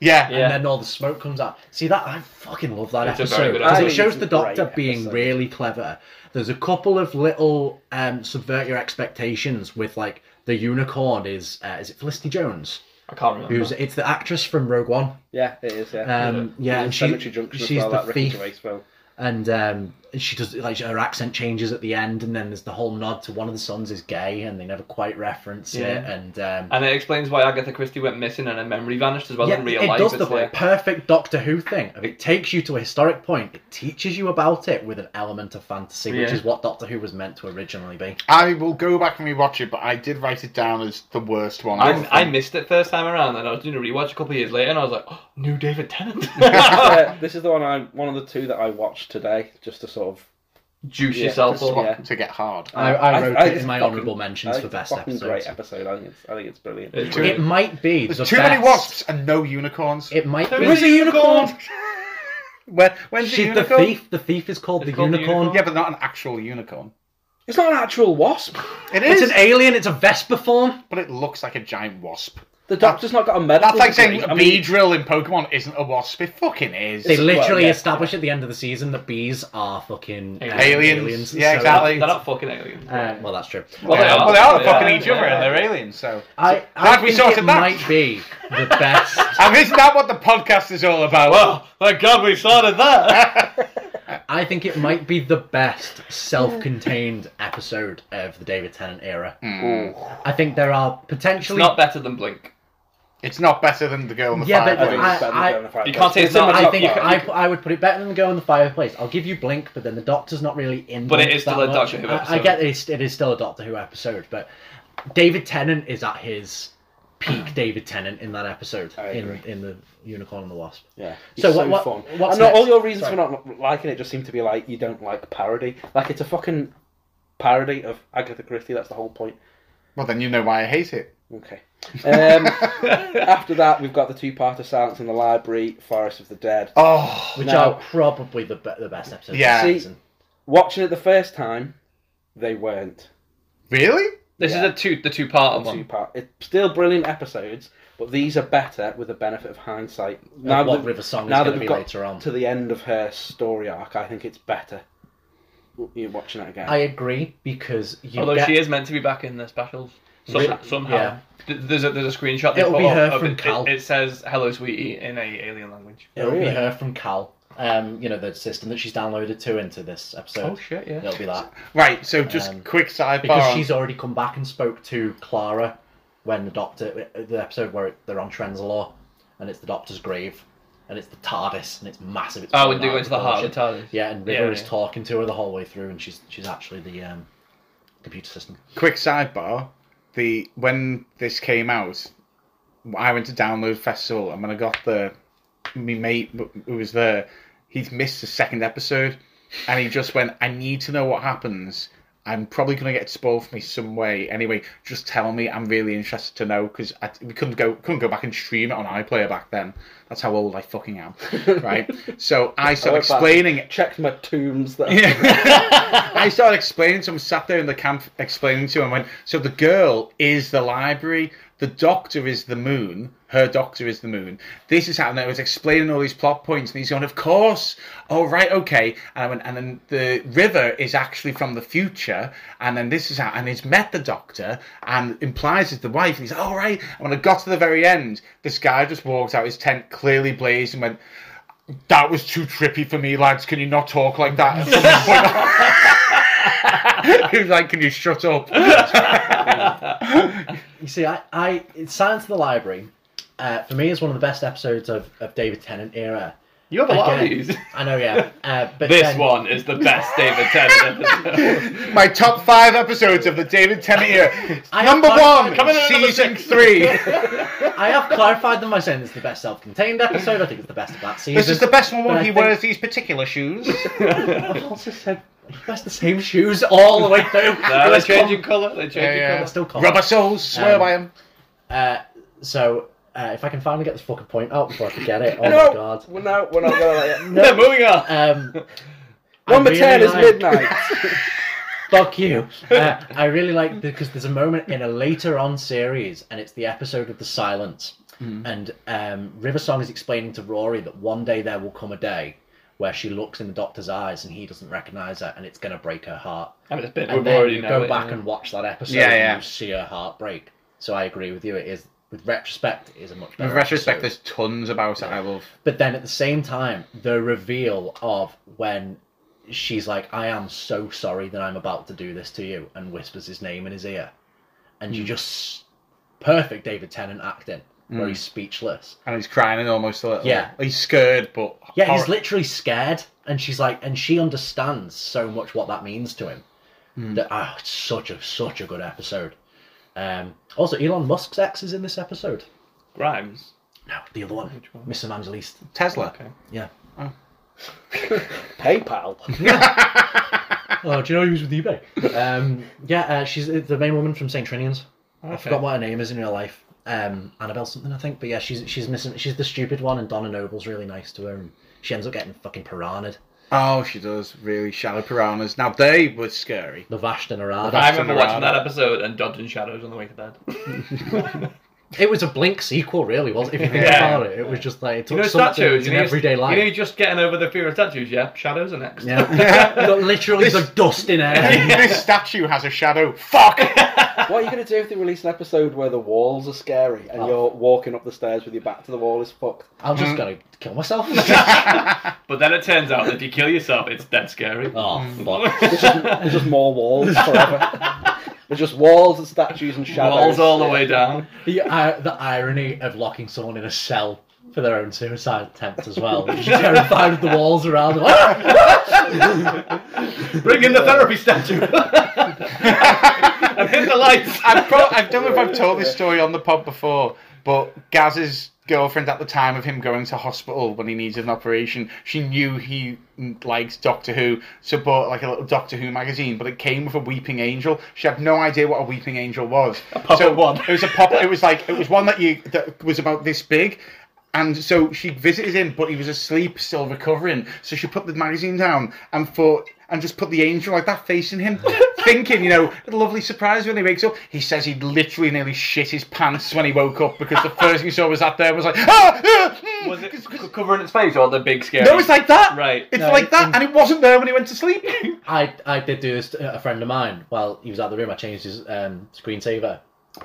Yeah,
Yeah.
and then all the smoke comes out. See that I fucking love that
It's a very
episode
good
because
episode.
it shows the
It's a great
Doctor being
episode.
really clever. There's a couple of little um, subvert your expectations with like the the unicorn is uh, is it Felicity Jones?
I can't remember.
Who's it's the actress from Rogue One?
Yeah, it is. Yeah.
Um, yeah, and she,
Cemetery Junction
she's
as well,
the
that Ricky
thief,
Gervais film.
and um, she does like her accent changes at the end, and then there's the whole nod to one of the sons is gay, and they never quite reference it,
Yeah.
and um,
And it explains why Agatha Christie went missing and her memory vanished as well in real
it
life.
does the
It's like-
perfect Doctor Who thing. It takes you to a historic point. It teaches you about it with an element of fantasy, which
Yeah.
is what Doctor Who was meant to originally be.
I will go back and rewatch it, but I did write it down as the worst one.
I, I missed it first time around, and I was doing a rewatch a couple of years later, and I was like, oh, "New David Tennant."
yeah, this is the one I one of the two that I watched today, just to sort of
Juice
Yeah,
yourself
just-
up.
yeah.
to get hard.
I, I wrote it
it's
in my
fucking-
honourable mentions
I think
for
it's a
best
fucking
episodes.
Great episode. I think it's, I think it's brilliant.
It's
It
brilliant.
might be the
There's too many
best-
wasps and no unicorns.
It might
There
be.
is a unicorn!
When, when's
She's
the
the
unicorn?
thief. The thief is called,
It's
the,
called the
unicorn.
unicorn.
Yeah, but not an actual unicorn.
It's not an actual wasp.
It
It's
is,
an alien. It's a Vespa form.
but it looks like a giant wasp.
The doctor's not got a medical.
That's like
degree.
saying
I
a
mean,
bee drill in Pokemon isn't a wasp. It fucking is.
They literally
yeah,
establish at the end of the season that bees are fucking uh,
Aliens. Yeah,
so-
exactly.
They're not fucking aliens.
Uh, well, that's true.
well, they
Yeah,
are, well, they are
yeah,
fucking each
yeah,
other, and
yeah.
they're aliens. So,
I, I
Glad we
think
sorted
it
that.
might be the best.
and isn't that what the podcast is all about? Well,
thank God we started that.
I think it might be the best self-contained episode of the David Tennant era. I think there are
it's
potentially
not better than Blink.
it's not better than the girl in the
Yeah,
fire.
but
I think it's better than
I- I-
fireplace.
Jonah Fry's
You can't
Ghost.
say it's
in
not
my
I
top
think
five.
I, I would put it better than Go in the Fireplace. I'll give you Blink, but then the Doctor's not really in.
But it
Blink
is still
that
a
much.
Doctor Who
I, I
episode.
get that it's, it is still a Doctor Who episode, but David Tennant is at his peak. David Tennant in that episode
I
in
agree.
in the Unicorn and the Wasp.
Yeah.
So
It's
what- what-
fun.
what's
I know all
next?
your reasons
Sorry.
for not liking it just seem to be like you don't like parody. Like it's a fucking parody of Agatha Christie. That's the whole point.
well, then you know why I hate it.
Okay. Um, after that, we've got the two-parter Silence in the Library, Forest of the Dead.
Oh,
Which
Now-
are probably the be- the best episode
Yeah.
of the
See-
season.
Watching it the first time, they weren't.
really?
This
Yeah.
is a two, the two-part
Two
one.
part. It's still brilliant episodes, but these are better with the benefit of hindsight. Now
what
that-
River Song is
now
gonna
that we've
be
got
later on.
to the end of her story arc, I think it's better. You're watching it again.
I agree because you
Although
get,
she is meant to be back in the specials some,
Really?
somehow.
Yeah.
Th- There's a there's a screenshot. they
It'll
put
be
up
her
of
from
it.
Cal.
It, it says "Hello, sweetie" in a alien language.
It'll be
Really?
her from Cal. Um, you know the system that she's downloaded to into this episode.
Oh shit! Yeah.
It'll be that
Right. So, just
Um,
quick sidebar.
because
Oh.
on-
she's already come back and spoke to Clara when the Doctor, the episode where they're on Trenzalore, and it's the Doctor's grave, and it's the TARDIS, and it's massive. It's
Oh,
falling
when they
out
go into the
with
heart
bullshit.
of the TARDIS.
Yeah, and River
Yeah,
is
yeah.
talking to her the whole way through, and she's she's actually the um, computer system.
quick sidebar the when this came out i went to download festival and when i got the my mate wh- who was there he'd missed the second episode and he just went i need to know what happens i'm probably going to get it spoiled for me some way anyway just tell me i'm really interested to know because we couldn't go couldn't go back and stream it on iplayer back then that's how old i fucking am right so i started
went back.
explaining it
checked my tombs. That
yeah. I started explaining to him, sat there in the camp explaining to him, went, so the girl is the library, the doctor is the moon, her doctor is the moon. This is happening. I was explaining all these plot points, and he's going, of course. Oh, right, okay. And I went, and then the river is actually from the future, and then this is how, and he's met the doctor, and implies it's the wife, and he's, all right. And when I got to the very end, this guy just walked out his tent, clearly blazed, and went, that was too trippy for me, lads. Can you not talk like that? At some point- he was like, "Can you shut up?"
You see, I, I it's Silence of the Library, uh, for me, is one of the best episodes of, of David Tennant era.
You have a lot of
Again.
these.
I know, yeah. Uh, but
This
then-
one is the best David Tennant episode.
My top five episodes of the David Tennant era.
I-
Number
I-
one,
coming in at number
season three.
I have clarified them by saying it's the best self-contained episode. I think it's the best of that season.
This is the best one.
But I
He
think-
wears these particular shoes.
I've also said he wears the same shoes all the way through.
no,
It
they
was
change your colour. They change
Yeah,
your
yeah.
colour.
Still can't.
Rubber soles. Swear
Um,
by him.
com- uh, so uh, if I can finally get this fucking point out before I forget it. Oh
no,
my god.
we're not. We're not gonna let it.
No, moving on.
Um, I
Number
really
ten is
like-
midnight.
Fuck you. Uh, I really like because there's a moment in a later on series, and it's the episode of the silence, and um, River Song is explaining to Rory that one day there will come a day where she looks in the doctor's eyes and he doesn't recognize her, and it's gonna break her heart.
I mean, it's a bit.
And
We've
then
already
you
know
go
it,
back
yeah.
and watch that episode,
Yeah,
and
yeah.
you see her heart break. So I agree with you. It is with retrospect, it is a much better.
With retrospect,
episode.
there's tons about it. I love.
But then at the same time, the reveal of when she's like, I am so sorry that I'm about to do this to you, and whispers his name in his ear. And you just. Perfect David Tennant acting, where he's speechless.
And he's crying almost a little.
Yeah.
He's scared, but oh,
Yeah,
horror-
he's literally scared, and she's like, and she understands so much what that means to him. That ah, it's such a such a good episode. Um, also, Elon Musk's ex is in this episode.
Grimes.
No, the other one,
Which one?
Miss Evangelist.
Tesla.
Okay.
Yeah.
PayPal.
Oh, do you know he was with eBay? um, yeah, uh, she's the main woman from Saint Trinian's. I forgot what her name is in real life. Um, Annabelle something, I think. But yeah, she's she's missing. She's the stupid one, and Donna Noble's really nice to her, and she ends up getting fucking piranha'd.
Oh, she does. Really shallow piranhas. Now, they were scary.
The Vashta Narada.
I remember
Miranda.
watching that episode and dodging shadows on the way to bed.
It was a Blink sequel, really, wasn't it? If you think
Yeah.
about it, it was just like it took
You know
something
statues.
in
You know,
everyday life.
You know, just getting over the fear of statues. Yeah, shadows are next.
yeah, You got literally the dust in air.
this statue has a shadow. Fuck!
What are you going to do if they release an episode where the walls are scary and
Oh.
you're walking up the stairs with your back to the wall is fucked?
I'm just gonna kill myself.
But then it turns out that if you kill yourself, it's dead scary.
oh
Mm.
fuck!
There's just, there's just more walls forever. There's just walls and statues and shadows.
Walls all the way down.
The, uh, the irony of locking someone in a cell for their own suicide attempt as well. She's terrified of the walls around. Them.
Bring in the therapy statue. and hit the lights.
I've pro- I don't know if I've told this story on the pod before, but Gaz's girlfriend at the time of him going to hospital when he needed an operation, she knew he liked Doctor Who, so bought like a little Doctor Who magazine, but it came with a weeping angel. She had no idea what a weeping angel was. A
puppet one.
It was a pop. It was like it was one that you that was about this big. And so she visited him, but he was asleep, still recovering. So she put the magazine down and thought, and just put the angel like that facing him, thinking, you know, a lovely surprise when he wakes up. He says he literally nearly shit his pants when he woke up because the first thing he saw was that there and was like, ah, ah, mm."
Was it covering its face or the big scary?
no, it's like that.
Right.
It's
No,
like that,
and-
and it wasn't there when he went to sleep.
I I did do this to a friend of mine. While he was out of the room, I changed his um, screensaver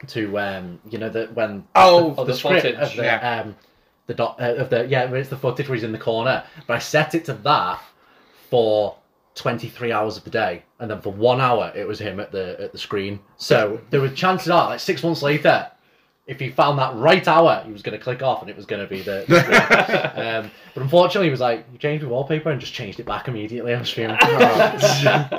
to um, you know that when
Oh,
the, of
the
script
footage,
of the
yeah.
um, the doc, uh, of the yeah, where it's the footage where he's in the corner. But I set it to that for twenty three hours of the day, and then for one hour it was him at the at the screen. So there were chances are like six months later. If he found that right hour, he was going to click off, and it was going to be the. the- um, but unfortunately, he was like, "You changed the wallpaper and just changed it back immediately." I'm streaming.
Um,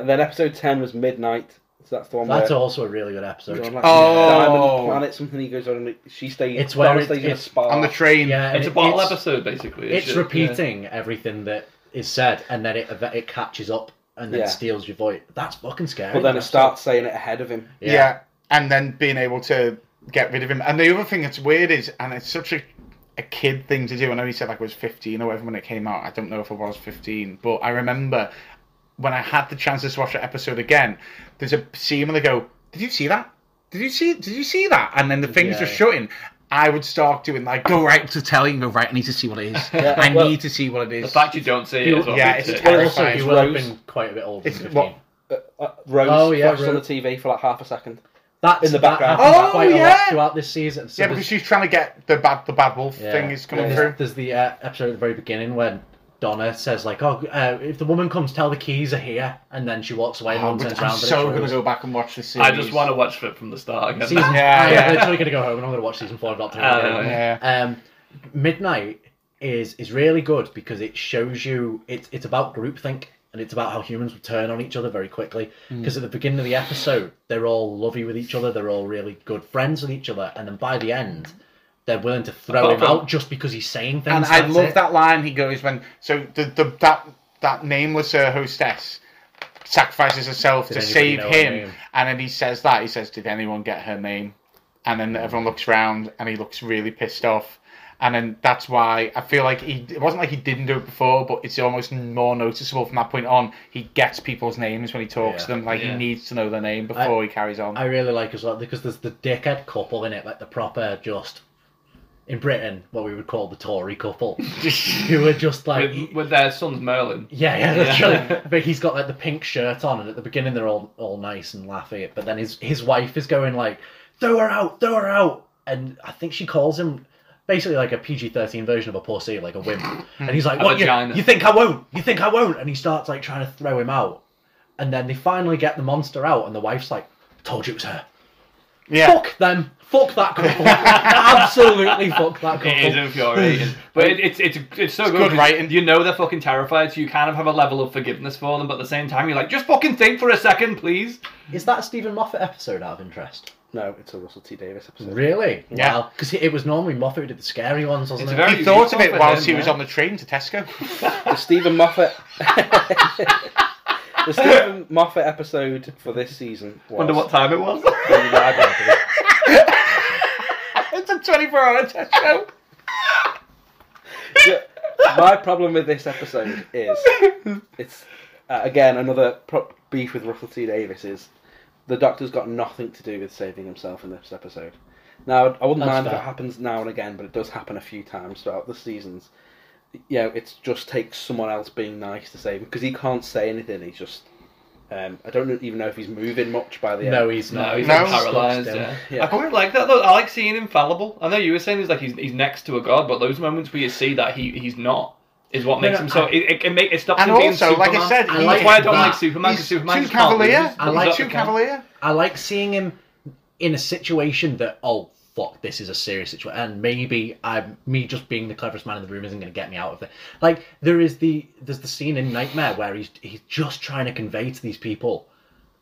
and then episode 10 was Midnight. So that's the one
That's
where.
also a really good episode.
You're on, like,
Oh.
Diamond Planet, something he goes on. and She stays.
It's where
Donna
it-
stays in a
it's
spa.
On the train.
Yeah, and
It's a
it-
bottle
it's,
episode, basically.
It's
just-
repeating everything that is said, and then it that it catches up and then
Yeah.
steals your voice. That's fucking scary.
But then it
That's-
starts saying it ahead of him.
Yeah. and then being able to get rid of him. And the other thing that's weird is, and it's such a a kid thing to do. I know he said like I was fifteen or whatever when it came out. I don't know if I was fifteen, but I remember when I had the chance to watch that episode again. There's a scene where they go, "Did you see that? Did you see? Did you see that?" And then the things
Yeah.
just shutting. I would start doing like go right up to telly and go right. I need to see what it is. I
well,
need to see what it
The
is.
fact you don't see it as well.
Yeah,
makes
it's
it-
terrible.
Also,
terrifying.
you will have
Rose.
been quite a bit older
It's
than
what-
15.
Uh, Rose
Oh,
oh,
yeah,
yeah, flashed on the
Rose.
TV for like half a second.
That's,
In the background.
That happens
Oh,
quite a lot
yeah.
throughout this season. So
yeah,
there's-
because she's trying to get the bad the bad wolf
Yeah.
thing is coming
Yeah.
through.
there's, there's the uh, episode at the very beginning when Donna says like, "Oh, uh, if the woman comes, tell the keys are here," and then she walks away and
Oh,
one turns
I'm
around.
so
and
gonna
it's Rose.
go back and watch this. Series.
I just want to watch it from the start again.
Season,
Oh, Yeah,
I'm
yeah.
literally gonna go home and I'm gonna watch season four of Doctor Who.
Oh,
again.
yeah.
Yeah.
Um, Midnight is is really good because it shows you it's it's about groupthink and it's about how humans will turn on each other very quickly.
Hmm.
Because at the beginning of the episode, they're all lovey with each other, they're all really good friends with each other, and then by the end, they're willing to throw
Apart
him
from-
out just because he's saying things.
And I
that's
love
it.
that line he goes when so the, the that that nameless uh, hostess sacrifices herself to
anybody
save
know her
him,
name?
and then he says that he says, "Did anyone get her name?" And then everyone looks round, and he looks really pissed off. And then that's why I feel like he it wasn't like he didn't do it before, but it's almost more noticeable from that point on. He gets people's names when he talks to
Yeah.
them, like
Yeah.
he needs to know their name before he carries on.
I really like as well because there's the dickhead couple in it, like the proper just in Britain, what we would call the Tory couple, who were just like,
with, with their son's Merlin.
yeah, yeah, that's
Yeah.
right. But he's got like the pink shirt on, and at the beginning they're all all nice and laughy, but then his his wife is going like, throw her out, throw her out, and I think she calls him. Basically, like a PG thirteen version of a pussy, like a wimp, and he's like,
A
"What? You,
vagina.
you think I won't? You think I won't?" And he starts like trying to throw him out, and then they finally get the monster out, and the wife's like, "Told you it was her."
Yeah.
Fuck them. Fuck that couple. Absolutely fuck that couple.
It is infuriating, but it, it's it's it's so good.
good
'cause
writing.
You know they're fucking terrified, so you kind of have a level of forgiveness for them, but at the same time you're like, just fucking think for a second, please.
Is that a Stephen Moffat episode out of interest?
No, it's a Russell T Davis episode.
Really?
Yeah.
Wow. Because it was normally Moffat who did the scary ones, wasn't
It's
it?
very-
He thought of it
Moffat
whilst
then,
he was
yeah.
on the train to Tesco.
The Stephen Moffat. the Stephen Moffat episode for this season. Was
Wonder what time it was.
it's a 24 hour Tesco.
Yeah, My problem with this episode is it's uh, again another pro- beef with Russell T Davis is the Doctor's got nothing to do with saving himself in this episode. Now I wouldn't
That's
mind if
fair.
it happens now and again, but it does happen a few times throughout the seasons. You know, it just takes someone else being nice to save him because he can't say anything. He's just um, I don't even know if he's moving much by the end.
No, he's not.
no, he's
No.
like paralysed.
Stood still.
Yeah.
Yeah.
I quite like that though. I like seeing him fallible. I know you were saying he's like he's, he's next to a god, but those moments where you see that he he's not is what makes
no,
him so.
I-
it, it, it, make, it stops
And
him being
also, like I
Superman.
said,
I
he-
that's why I don't
that.
like Superman.
He's
because Superman
too
just can't lose.
cavalier.
I like
He's too
Superman.
cavalier.
I like seeing him in a situation that, oh, fuck, this is a serious situation. And maybe I'm, me just being the cleverest man in the room isn't going to get me out of it. Like, there is the, there's the scene in Nightmare where he's, he's just trying to convey to these people,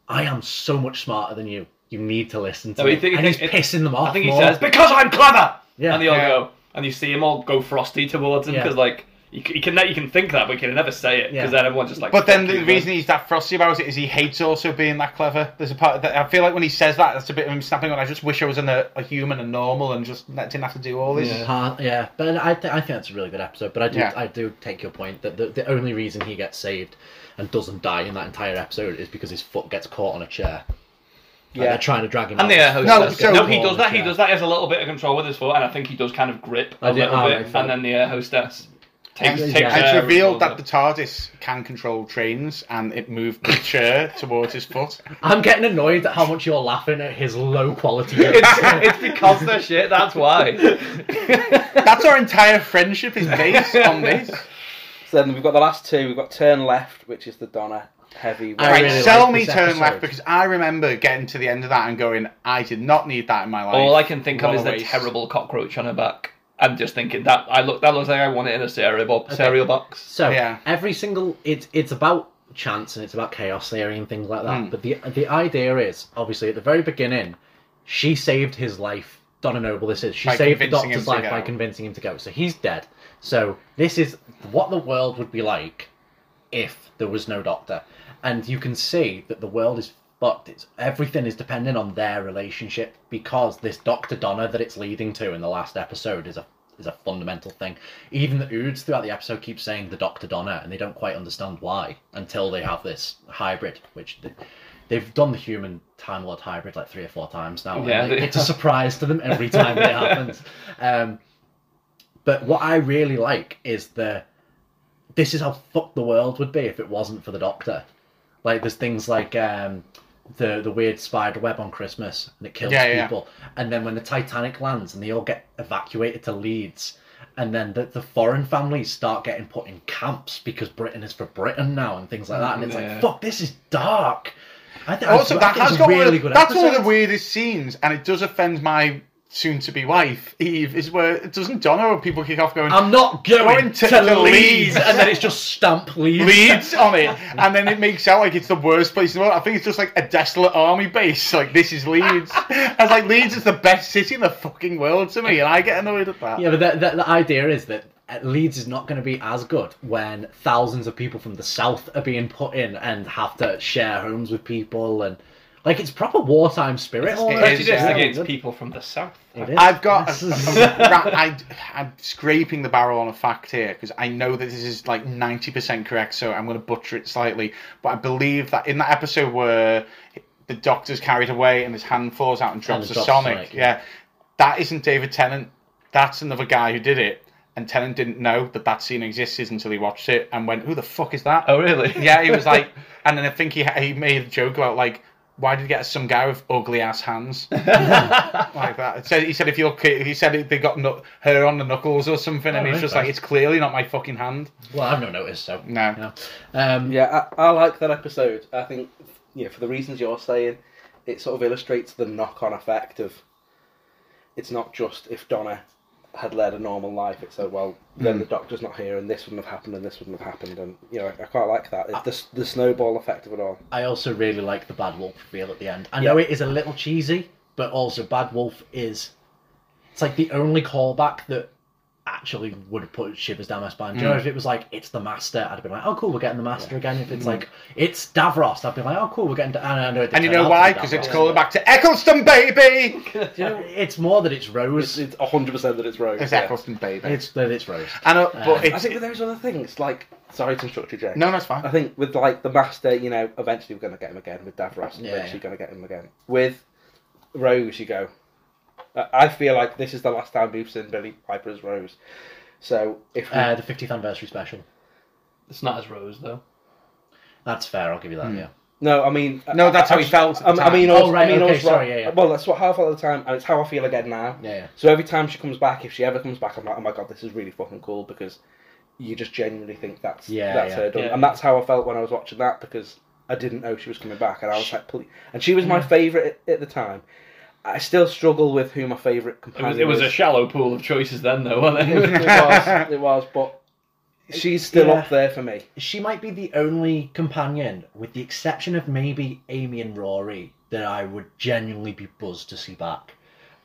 I am so much smarter than you. You need to listen to
No,
me.
he think-
and he's
it-
pissing them off
I think he
more.
says because I'm clever.
Yeah.
and they all
Yeah.
go, and you see him all go frosty towards him
Yeah.
because like you, c- you can you can think that, but you can never say it
Yeah.
because then everyone just like.
But then
fuck
the
you,
reason
man.
he's that frosty about it is he hates also being that clever. There's a part that I feel like when he says that, that's a bit of him snapping on. I just wish I was in a, a human and normal and just didn't have to do all this.
Yeah.
Uh, yeah, but I, th- I think that's a really good episode. But I do
Yeah.
I do take your point that the, the only reason he gets saved and doesn't die in that entire episode is because his foot gets caught on a chair. Yeah,
Yeah.
they're trying to drag him.
And
out.
the air hostess.
No,
No,
so-
he does that. He
Yeah.
does that. He has a little bit of control with his foot, and I think he does kind of grip a
I did-
little
oh,
bit,
right.
and then the air hostess takes,
And,
takes
yeah.
air
it's
and
revealed that
pulls
the
it.
TARDIS can control trains, and it moved the chair towards his foot.
I'm getting annoyed at how much you're laughing at his low quality.
it's, it's because they're shit. That's why.
That's our entire friendship is based on this.
So then we've got the last two. We've got Turn Left, which is the Donna heavy.
I
Right,
really
sell
like
me
this
turn left
episode.
because I remember getting to the end of that and going, I did not need that in my life.
All I can think of
What
is
a
the
waste.
terrible cockroach on her back. I'm just thinking that I look. That looks like I want it in a cereal, bo- cereal box.
So
Yeah.
every single it's it's about chance and it's about chaos theory and things like
Hmm.
that. But the the idea is obviously at the very beginning, she saved his life. Donna Noble, this is she
By
saved the
convincing him
doctor's
to
life by
go.
convincing him to go. So he's dead. So this is what the world would be like if there was no doctor. And you can see that the world is fucked. It's everything is dependent on their relationship because this Doctor Donna that it's leading to in the last episode is a is a fundamental thing. Even the Oods throughout the episode keep saying the Doctor Donna, and they don't quite understand why until they have this hybrid, which th- they've done the human Time Lord hybrid like three or four times now. and
Yeah,
they-
they-
it's a surprise to them every time it happens. Um, but what I really like is the this is how fucked the world would be if it wasn't for the Doctor. Like there's things like um, the the weird spider web on Christmas and it kills
Yeah, yeah.
people. And then when the Titanic lands and they all get evacuated to Leeds, and then the, the foreign families start getting put in camps because Britain is for Britain now and things like that. And it's
Yeah.
like fuck, this is dark. I think
also,
I
that
think it's
has
a
got
really
one
good
of, that's one of
episode.
the weirdest scenes, and it does offend my soon-to-be wife Eve. Is where it doesn't Donna or people kick off going
I'm not going,
Going to-
to,
to Leeds.
Leeds, and then it's just stamp Leeds.
Leeds on it, and then it makes out like it's the worst place in the world. I think it's just like a desolate army base. Like this is Leeds. I was like, Leeds is the best city in the fucking world to me, and I get annoyed at that.
Yeah, but the, the, the idea is that uh, Leeds is not going to be as good when thousands of people from the south are being put in and have to share homes with people and like it's proper wartime spirit.
It
almost.
is,
Prejudice
yeah.
against people from the south.
It is.
I've got.
This
A,
is-
a- ra- I, I'm scraping the barrel on a fact here because I know that this is like 90% correct, so I'm going to butcher it slightly. But I believe that in that episode where the doctor's carried away and his hand falls out and drops
it
a
drops
Sonic,
Sonic,
yeah. that isn't David Tennant. that's another guy who did it, and Tennant didn't know that that scene existed until he watched it and went, "Who the fuck is that?"
Oh, really?
Yeah, he was like, and then I think he he made a joke about like, why did he get some guy with ugly ass hands like that? So he said if your kid, he said they got knuck- her on the knuckles or something, and
Oh,
he's just
okay.
like, it's clearly not my fucking hand.
Well, I've not noticed, so.
No.
Yeah. Um,
Yeah, I, I like that episode. I think, yeah, for the reasons you're saying, it sort of illustrates the knock-on effect of. It's not just if Donna had led a normal life. It's so well, then the doctor's not here, and this wouldn't have happened, and this wouldn't have happened, and you know, I, I quite like that. It's the s- the snowball effect of it all.
I also really like the Bad Wolf reveal at the end. I know it is a little cheesy, but also Bad Wolf is. It's like the only callback that actually would have put shivers down my spine. Do
Mm.
you know, if it was like, it's the Master, I'd have been like, oh cool, we're getting the Master again. If it's like, it's Davros, I'd be like, oh cool, we're getting. Da- and I know it
Mm. And you
didn't
know
turn
why?
out to be
Because it's
Davros.
calling back to Eccleston, baby.
Do you know, it's more that it's
It's
Rose. It's,
it's hundred percent that it's Rogue.
It's
yeah.
Eccleston, baby.
that it's Rose.
and uh, but
Um,
I
it's
think with those other things, like sorry to interrupt you, Jack.
no, that's fine.
I think with like the master, you know, eventually we're gonna get him again with Davros.
Yeah,
eventually
yeah.
gonna get him again with Rose. You go. I- I feel like this is the last time we've seen Billy Piper as Rose. So if we,
Uh, the 50th anniversary special.
It's not as Rose though.
That's fair, I'll give you that,
Mm.
yeah.
no, I mean
No, that's how he felt at
I,
the
I mean,
time.
also,
Oh, right,
I mean,
okay,
also-
sorry, yeah, yeah.
Well, that's what how I felt at the time, and it's how I feel again now.
Yeah, yeah.
So every time she comes back, if she ever comes back, I'm like, oh my god, this is really fucking cool because you just genuinely think that's
Yeah,
that's
yeah.
her done,
Yeah.
and that's how I felt when I was watching that because I didn't know she was coming back, and I was like, please. and she was my favorite at, at the time. I still struggle with who my favorite
It was,
companion
it was a
is.
shallow pool of choices then, though, wasn't
it
it?
was, it was, but she's still
Yeah.
up there for me.
she might be the only companion, with the exception of maybe Amy and Rory, that I would genuinely be buzzed to see back.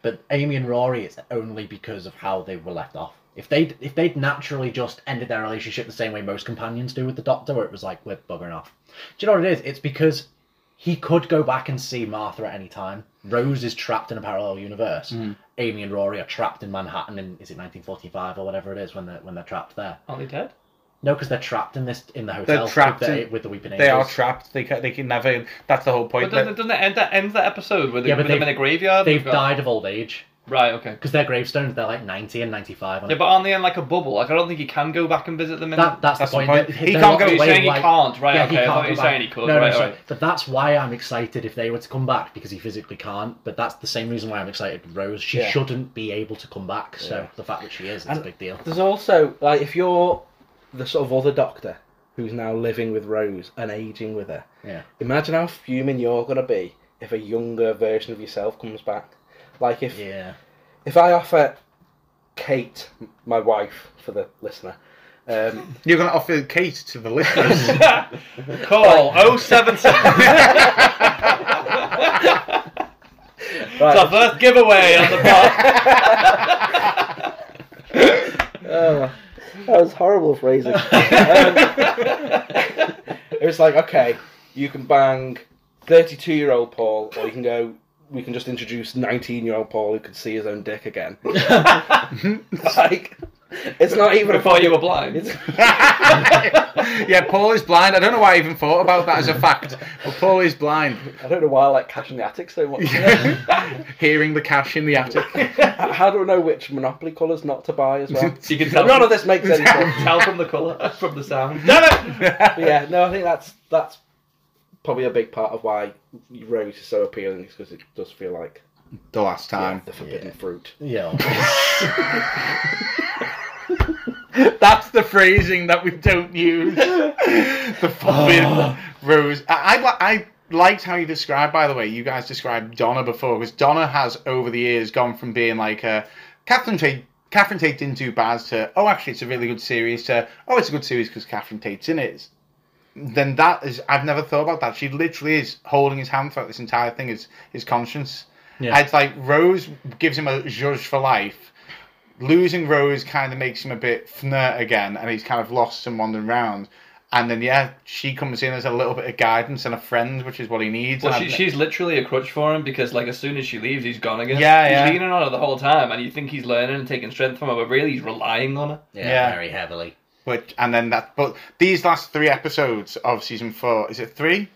But Amy and Rory, it's only because of how they were left off. If they if they'd naturally just ended their relationship the same way most companions do with the Doctor, where it was like we're buggering off. Do you know what it is? It's because he could go back and see Martha at any time. Rose is trapped in a parallel universe. Amy and Rory are trapped in Manhattan in is it 1945 or whatever it is when they're when they're trapped there.
Aren't they dead?
No, because they're trapped in this in the hotel.
They're trapped
with the,
in-
with the weeping angels.
They are trapped. They can, they can never. That's the whole
But
point.
doesn't,
that-
doesn't it end that ends that episode with, yeah,
Yeah, but
with them in
they've-
a graveyard?
They've
got-
died of old age
Right. Okay.
because their gravestones they're like ninety and ninety five.
Yeah, but aren't they in like a bubble? Like I don't think you can go back and visit them. In
that, that's,
That's
the
the
point.
point.
that-
He
they're
can't
locked
go-
You're
away
saying he
like-
can't, right?
Yeah,
okay,
he
I
can't
thought you
go
were
back.
saying he could.
No, no,
right,
sorry.
right.
But that's why I'm excited if they were to come back because he physically can't. But that's the same reason why I'm excited. with Rose, she
Yeah.
shouldn't be able to come back. So the fact that she is, it's a
And-
big deal.
There's also like if you're the sort of other Doctor who's now living with Rose and aging with her.
Yeah.
Imagine how fuming you're gonna be if a younger version of yourself comes back. Like if
Yeah.
if I offer Kate, m- my wife, for the listener, um,
You're going to offer Kate to the listeners.
Call 077.
right,
It's our first giveaway on the pod.
oh, that was horrible phrasing. um, it was like, okay, you can bang thirty-two-year-old Paul, or you can go. We can just introduce nineteen-year-old Paul who could see his own dick again. like, it's not even a
Before you were
fucking-
blind.
It's,
yeah, Paul is blind. I don't know why I even thought about that as a fact, but Paul is blind.
I don't know why I like Cash in the Attic so much.
Hearing the cash in the attic.
How how do I know which Monopoly colours not to buy as well?
You can tell.
None of this makes any sense.
Tell from the colour, from the sound.
But yeah, no, I think that's that's probably a big part of why Rose is so appealing is because it does feel like
the last
yeah,
time.
the forbidden fruit.
Yeah.
That's the phrasing that we don't use. the fucking
Oh.
rose. I, I, li- I liked how you described, by the way, you guys described Donna before, because Donna has, over the years, gone from being like a Catherine Tate. Catherine Tate didn't do bad to, oh, actually, it's a really good series, to, oh, it's a good series because Catherine Tate's in it. Then that is, I've never thought about that. She literally is holding his hand throughout this entire thing, his, his conscience.
Yeah.
It's like Rose gives him a judge for life. Losing Rose kind of makes him a bit fnert again, and he's kind of lost and wandering around. And then yeah, she comes in as a little bit of guidance and a friend, which is what he needs.
Well,
And
she,
I've-
she's literally a crutch for him because, like, as soon as she leaves, he's gone again.
Yeah,
he's
yeah.
leaning on her the whole time, and you think he's learning and taking strength from her, but really he's relying on her.
yeah.
Yeah.
Very heavily.
But and then that, but these last three episodes of season four, is it three?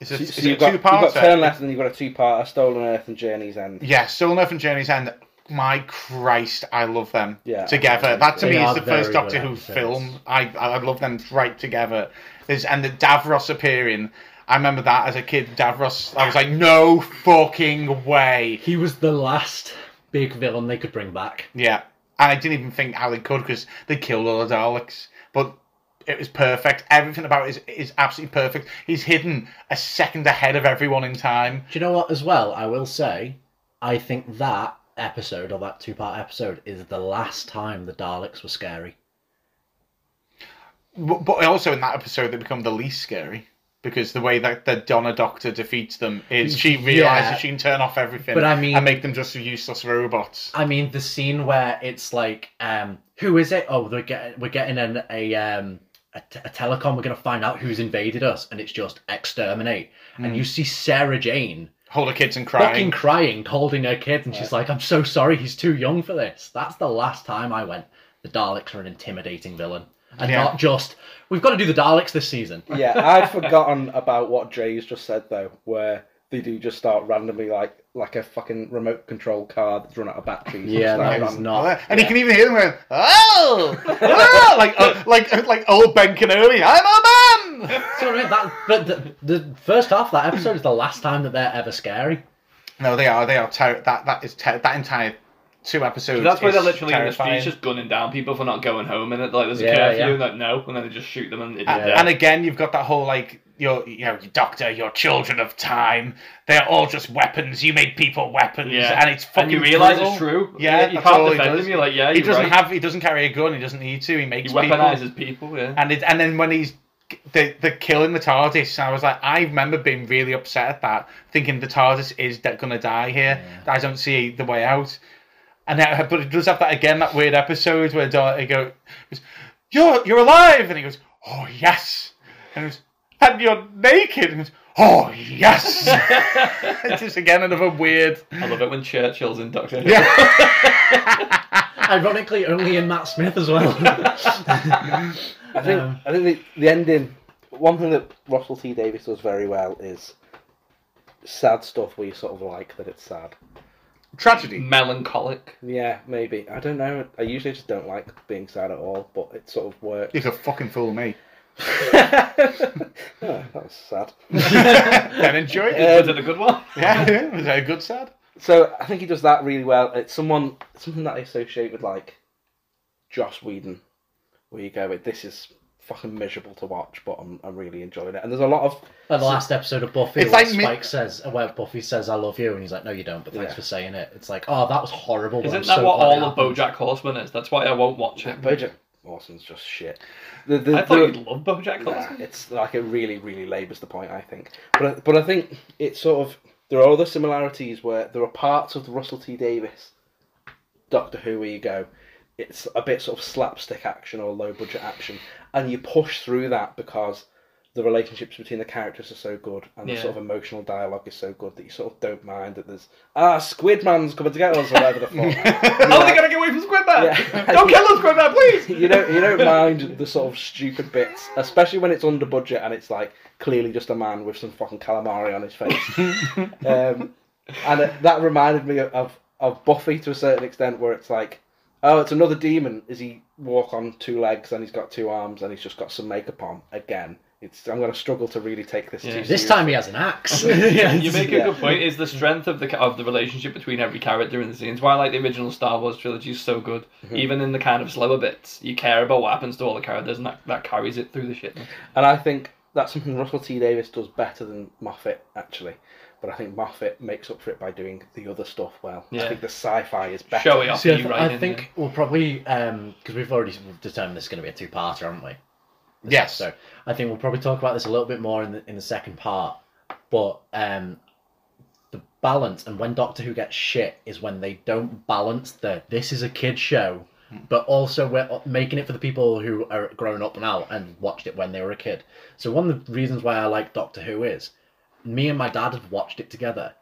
Is it,
So,
is
so
it
you've got,
two
you've got
parts?
Turn Left and then you've got a two-part, Stolen Earth and Journey's End.
Yeah, Stolen Earth and Journey's End my Christ, I love them
Yeah.
together. That to
They
me is
are
the first
very
Doctor
good
Who
actors.
film. I I love them right together. There's and the Davros appearing. I remember that as a kid. Davros, I was like, no fucking way.
He was the last big villain they could bring back.
Yeah, and I didn't even think how they could because they killed all the Daleks, but. It was perfect. Everything about it is, is absolutely perfect. He's hidden a second ahead of everyone in time.
Do you know what? As well, I will say, I think that episode or that two-part episode is the last time the Daleks were scary.
But but also in that episode, they become the least scary because the way that the Donna Doctor defeats them is she realizes
Yeah.
she can turn off everything.
But I mean-
and make them just useless robots.
I mean, the scene where it's like, um, who is it? Oh, they're getting, we're getting an, a, um, a, t- a telecom. We're going to find out who's invaded us, and it's just exterminate. And you see Sarah Jane
Hold the kids and
fucking
Hmm. crying.
crying, holding her kid, and she's like, "I'm so sorry, he's too young for this." That's the last time I went. The Daleks are an intimidating villain, and
Yeah.
not just we've got to do the Daleks this season.
yeah, I'd forgotten about what Jay's just said though, where they do just start randomly like like a fucking remote control car that's run out of batteries. and
Yeah,
start
that is
ran-
not.
and you can even hear them going, "Oh, oh," like uh, like like old Ben Kenobi, I'm a man.
So I mean, that, but the, the first half of that episode is the last time that they're ever scary.
No, they are. They are. Ter- that that is ter- that entire two episodes.
That's why
is
they're literally in
terrifying.
the streets just gunning down people for not going home, and it, like there's a
Yeah,
curfew,
yeah.
and like no, and then they just shoot them and
A-
yeah.
Yeah.
And again, you've got that whole like your you know your doctor, your children of time. They're all just weapons. You made people weapons,
Yeah.
and it's fucking.
and you realise
brutal.
it's true.
Yeah,
you
that's
can't
all he
defend
does.
him. You're like, yeah,
He
you're
doesn't
right.
have. He doesn't carry a gun. He doesn't need to. He
He
makes people.
weaponises people. Yeah.
And it, and then when he's the the killing the TARDIS, I was like, I remember being really upset at that, thinking the TARDIS is de- gonna die here. I don't see the way out. And then, but it does have that again, that weird episode where Dorothy go- goes, "You're you're alive," and he goes, "Oh yes," and he goes, "And you're naked," and he goes, "Oh yes." it's just again another weird.
I love it when Churchill's in Doctor Who.
Ironically, only in Matt Smith as well.
I think
Um,
I think the, the ending. One thing that Russell T Davis does very well is sad stuff where you sort of like that it's sad.
Tragedy.
Melancholic.
Yeah, maybe. I don't know. I usually just don't like being sad at all, but it sort of works.
You could fucking fool me.
Oh, that was sad.
then enjoy
Um,
it.
Is it a good
Oh,
one?
Yeah, was that a good sad?
So I think he does that really well. It's someone something that I associate with like Joss Whedon, where you go, "Wait, this is fucking miserable to watch, but I'm, I'm really enjoying it. And there's a lot of
Like the last episode of Buffy,
It's
where
like me-
Spike says, where Buffy says, "I love you," and he's like, "No, you don't," but thanks
Yeah.
for saying it. It's like, oh, that was horrible. but
Isn't
I'm
that
so
what
glad
all
it
of
happened."
BoJack Horseman is? That's why I won't watch it.
Bojack Horseman's just shit. The, the,
I thought
the-
you'd love BoJack
Nah,
Horseman.
it's like it really, really labours the point, I think. But I- but I think it's sort of there are other similarities where there are parts of the Russell T Davis Doctor Who where you go, it's a bit sort of slapstick action or low budget action, and you push through that because the relationships between the characters are so good and the
Yeah.
sort of emotional dialogue is so good that you sort of don't mind that there's ah Squidman's coming to get us or whatever the fuck.
How are they gonna get away from Squidman?
Yeah.
Don't kill us, Squidman, please.
you don't you don't mind the sort of stupid bits, especially when it's under budget and it's like clearly just a man with some fucking calamari on his face. um, and it, that reminded me of of Buffy to a certain extent, where it's like, oh, it's another demon. Is he walk on two legs and he's got two arms and he's just got some makeup on again? It's I'm gonna struggle to really take this.
Yeah.
too
This
seriously.
time he has an axe.
You make a
Yeah.
good point. Is the strength of the of the relationship between every character in the scenes why like the original Star Wars trilogy is so good.
Mm-hmm.
Even in the kind of slower bits, you care about what happens to all the characters, and that, that carries it through the shit.
And I think that's something Russell T Davis does better than Moffat, actually. But I think Moffat makes up for it by doing the other stuff well.
Yeah.
I think the sci fi is better.
Show it off.
See, I,
you
th-
right
I
in
think
there.
we'll probably because we've already determined this is going to be a two-parter, haven't we? This
Yes.
episode. I think we'll probably talk about this a little bit more in the in the second part. But um, the balance and when Doctor Who gets shit is when they don't balance the this is a kid show, but also we're o- making it for the people who are grown up now and watched it when they were a kid. So one of the reasons why I like Doctor Who is me and my dad have watched it together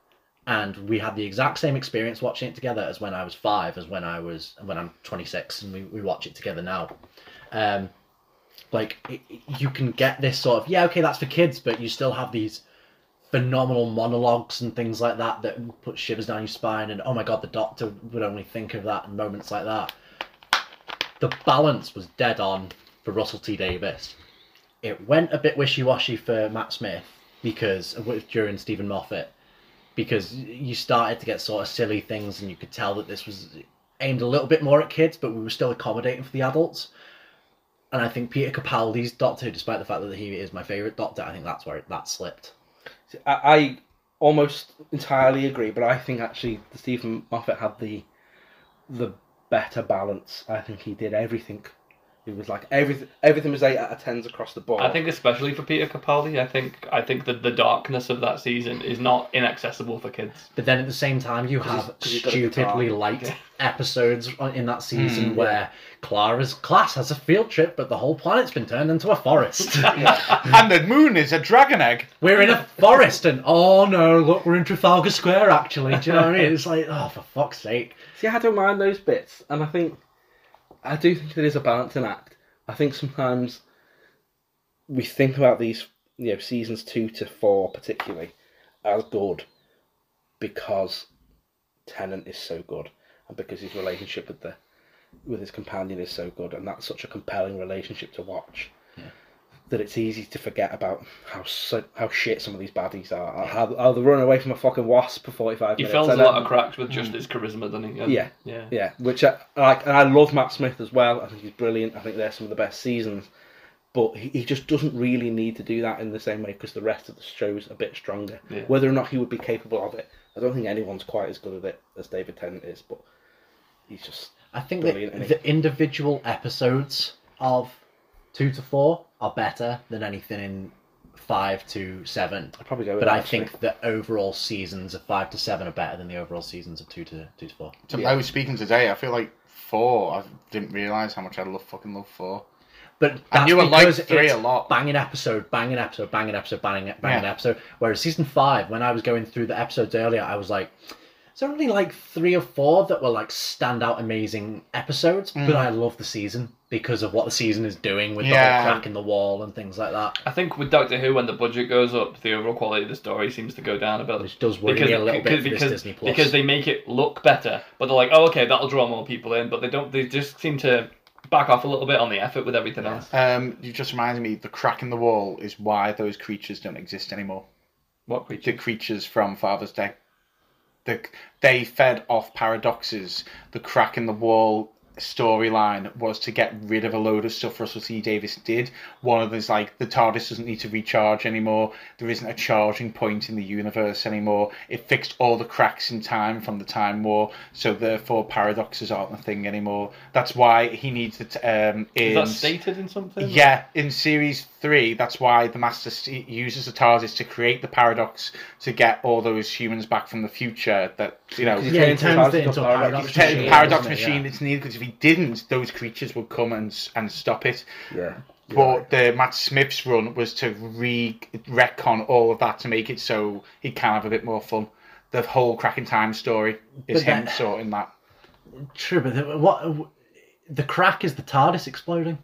and we had the exact same experience watching it together as when I was five, as when I was when I'm 26, and we, we watch it together now. Um, like it, it- you can get this sort of yeah, okay, that's for kids, but you still have these phenomenal monologues and things like that that put shivers down your spine and oh my god the doctor would only think of that and moments like that the balance was dead on for russell t davis it went a bit wishy-washy for matt smith because uh, during stephen moffat because you started to get sort of silly things and you could tell that this was aimed a little bit more at kids but we were still accommodating for the adults and i think peter capaldi's doctor despite the fact that he is my favorite doctor i think that's where it, that slipped
I, I almost entirely agree, but I think actually Stephen Moffat had the the better balance. I think he did everything. It was like everything. Everything was eight out of tens across the board.
I think especially for Peter Capaldi, I think I think that the darkness of that season is not inaccessible for kids.
But then at the same time, you have
he's- 'cause he's got a
stupidly
guitar.
light episodes on- in that season where Clara's class has a field trip, but the whole planet's been turned into a forest.
and the moon is a dragon egg.
we're in a forest, and oh no, look, we're in Trafalgar Square actually. Do you know what I mean? It's like, oh, for fuck's sake.
See, I don't mind those bits, and I think I do think there is a balancing act. I think sometimes we think about these, you know, seasons two to four particularly as good because Tennant is so good, and because his relationship with the with his companion is so good, and that's such a compelling relationship to watch. That it's easy to forget about how so, how shit some of these baddies are. How, how they run away from a fucking wasp for forty five
He
minutes.
fills a
and
lot
then-
of cracks with
Mm.
just his charisma, doesn't he? And-
Yeah.
yeah.
yeah, which I I like, and I love Matt Smith as well. I think he's brilliant. I think they're some of the best seasons, but he, he just doesn't really need to do that in the same way because the rest of the show's a bit stronger.
Yeah.
Whether or not he would be capable of it, I don't think anyone's quite as good at it as David Tennant is. But he's just
I think
Brilliant,
that
isn't
the individual episodes of two to four are better than anything in five to seven.
I'd probably go. With
But
that,
I
actually.
think the overall seasons of five to seven are better than the overall seasons of two to two to four.
So I was speaking today. I feel like four. I didn't realize how much I love fucking love four.
But that's
I knew I liked
because
three
it's
a lot.
Banging episode, banging episode, banging episode, banging banging
Yeah.
episode. Whereas season five, when I was going through the episodes earlier, I was like, "Is there only like three or four that were like standout amazing episodes?" But I love the season because of what the season is doing with the
Yeah.
whole crack in the wall and things like that,
I think with Doctor Who, when the budget goes up, the overall quality of the story seems to go down a bit.
which does worry me a little bit for this Disney Plus.
because they make it look better, but they're like, oh, okay, that'll draw more people in, but they don't. They just seem to back off a little bit on the effort with everything else.
Um, you just reminded me. The crack in the wall is why those creatures don't exist anymore.
What
The
creature?
creatures from Father's Day. The, they fed off paradoxes. The crack in the wall storyline was to get rid of a load of stuff Russell T Davis did. One of them is like the TARDIS doesn't need to recharge anymore. There isn't a charging point in the universe anymore. It fixed all the cracks in time from the Time War, so therefore paradoxes aren't a thing anymore. That's why he needs the t- um.
Is that
in-
stated in something?
yeah, in series three, that's why the Master s- uses the TARDIS to create the paradox to get all those humans back from the future. That you know,
Because
yeah, it
It's a
turns
paradox
it into a
paradox
paradox
it's a
machine.
paradox
doesn't it?
machine. It's needed because if he didn't, those creatures would come and s- and stop it.
yeah.
But the Matt Smith's run was to re retcon all of that to make it so he can have a bit more fun. The whole cracking time story is
But
him
that-
sorting that.
Yeah. True, but the, what the crack is the TARDIS exploding.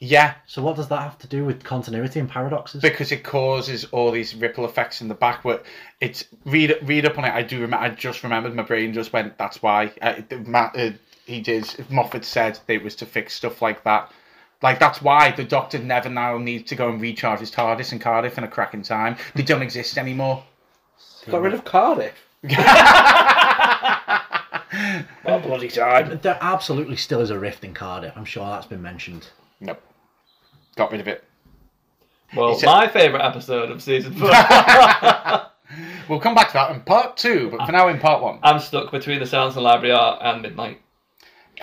Yeah,
So what does that have to do with continuity and paradoxes?
because it causes all these ripple effects in the back. But it's read read up on it. I do remember. I just remembered. My brain just went. That's why. Uh, the Matt, uh, he did. Moffat said that it was to fix stuff like that. Like that's why the Doctor never now needs to go and recharge his TARDIS in Cardiff in a cracking time. They don't exist anymore.
Got rid of Cardiff. oh bloody time!
There absolutely still is a rift in Cardiff. I'm sure that's been mentioned.
Nope. Got rid of it.
Well,
It's a-
my favourite episode of season four.
We'll come back to that in part two, but for now in part one.
I'm stuck between the Sounds and Library Art and Midnight.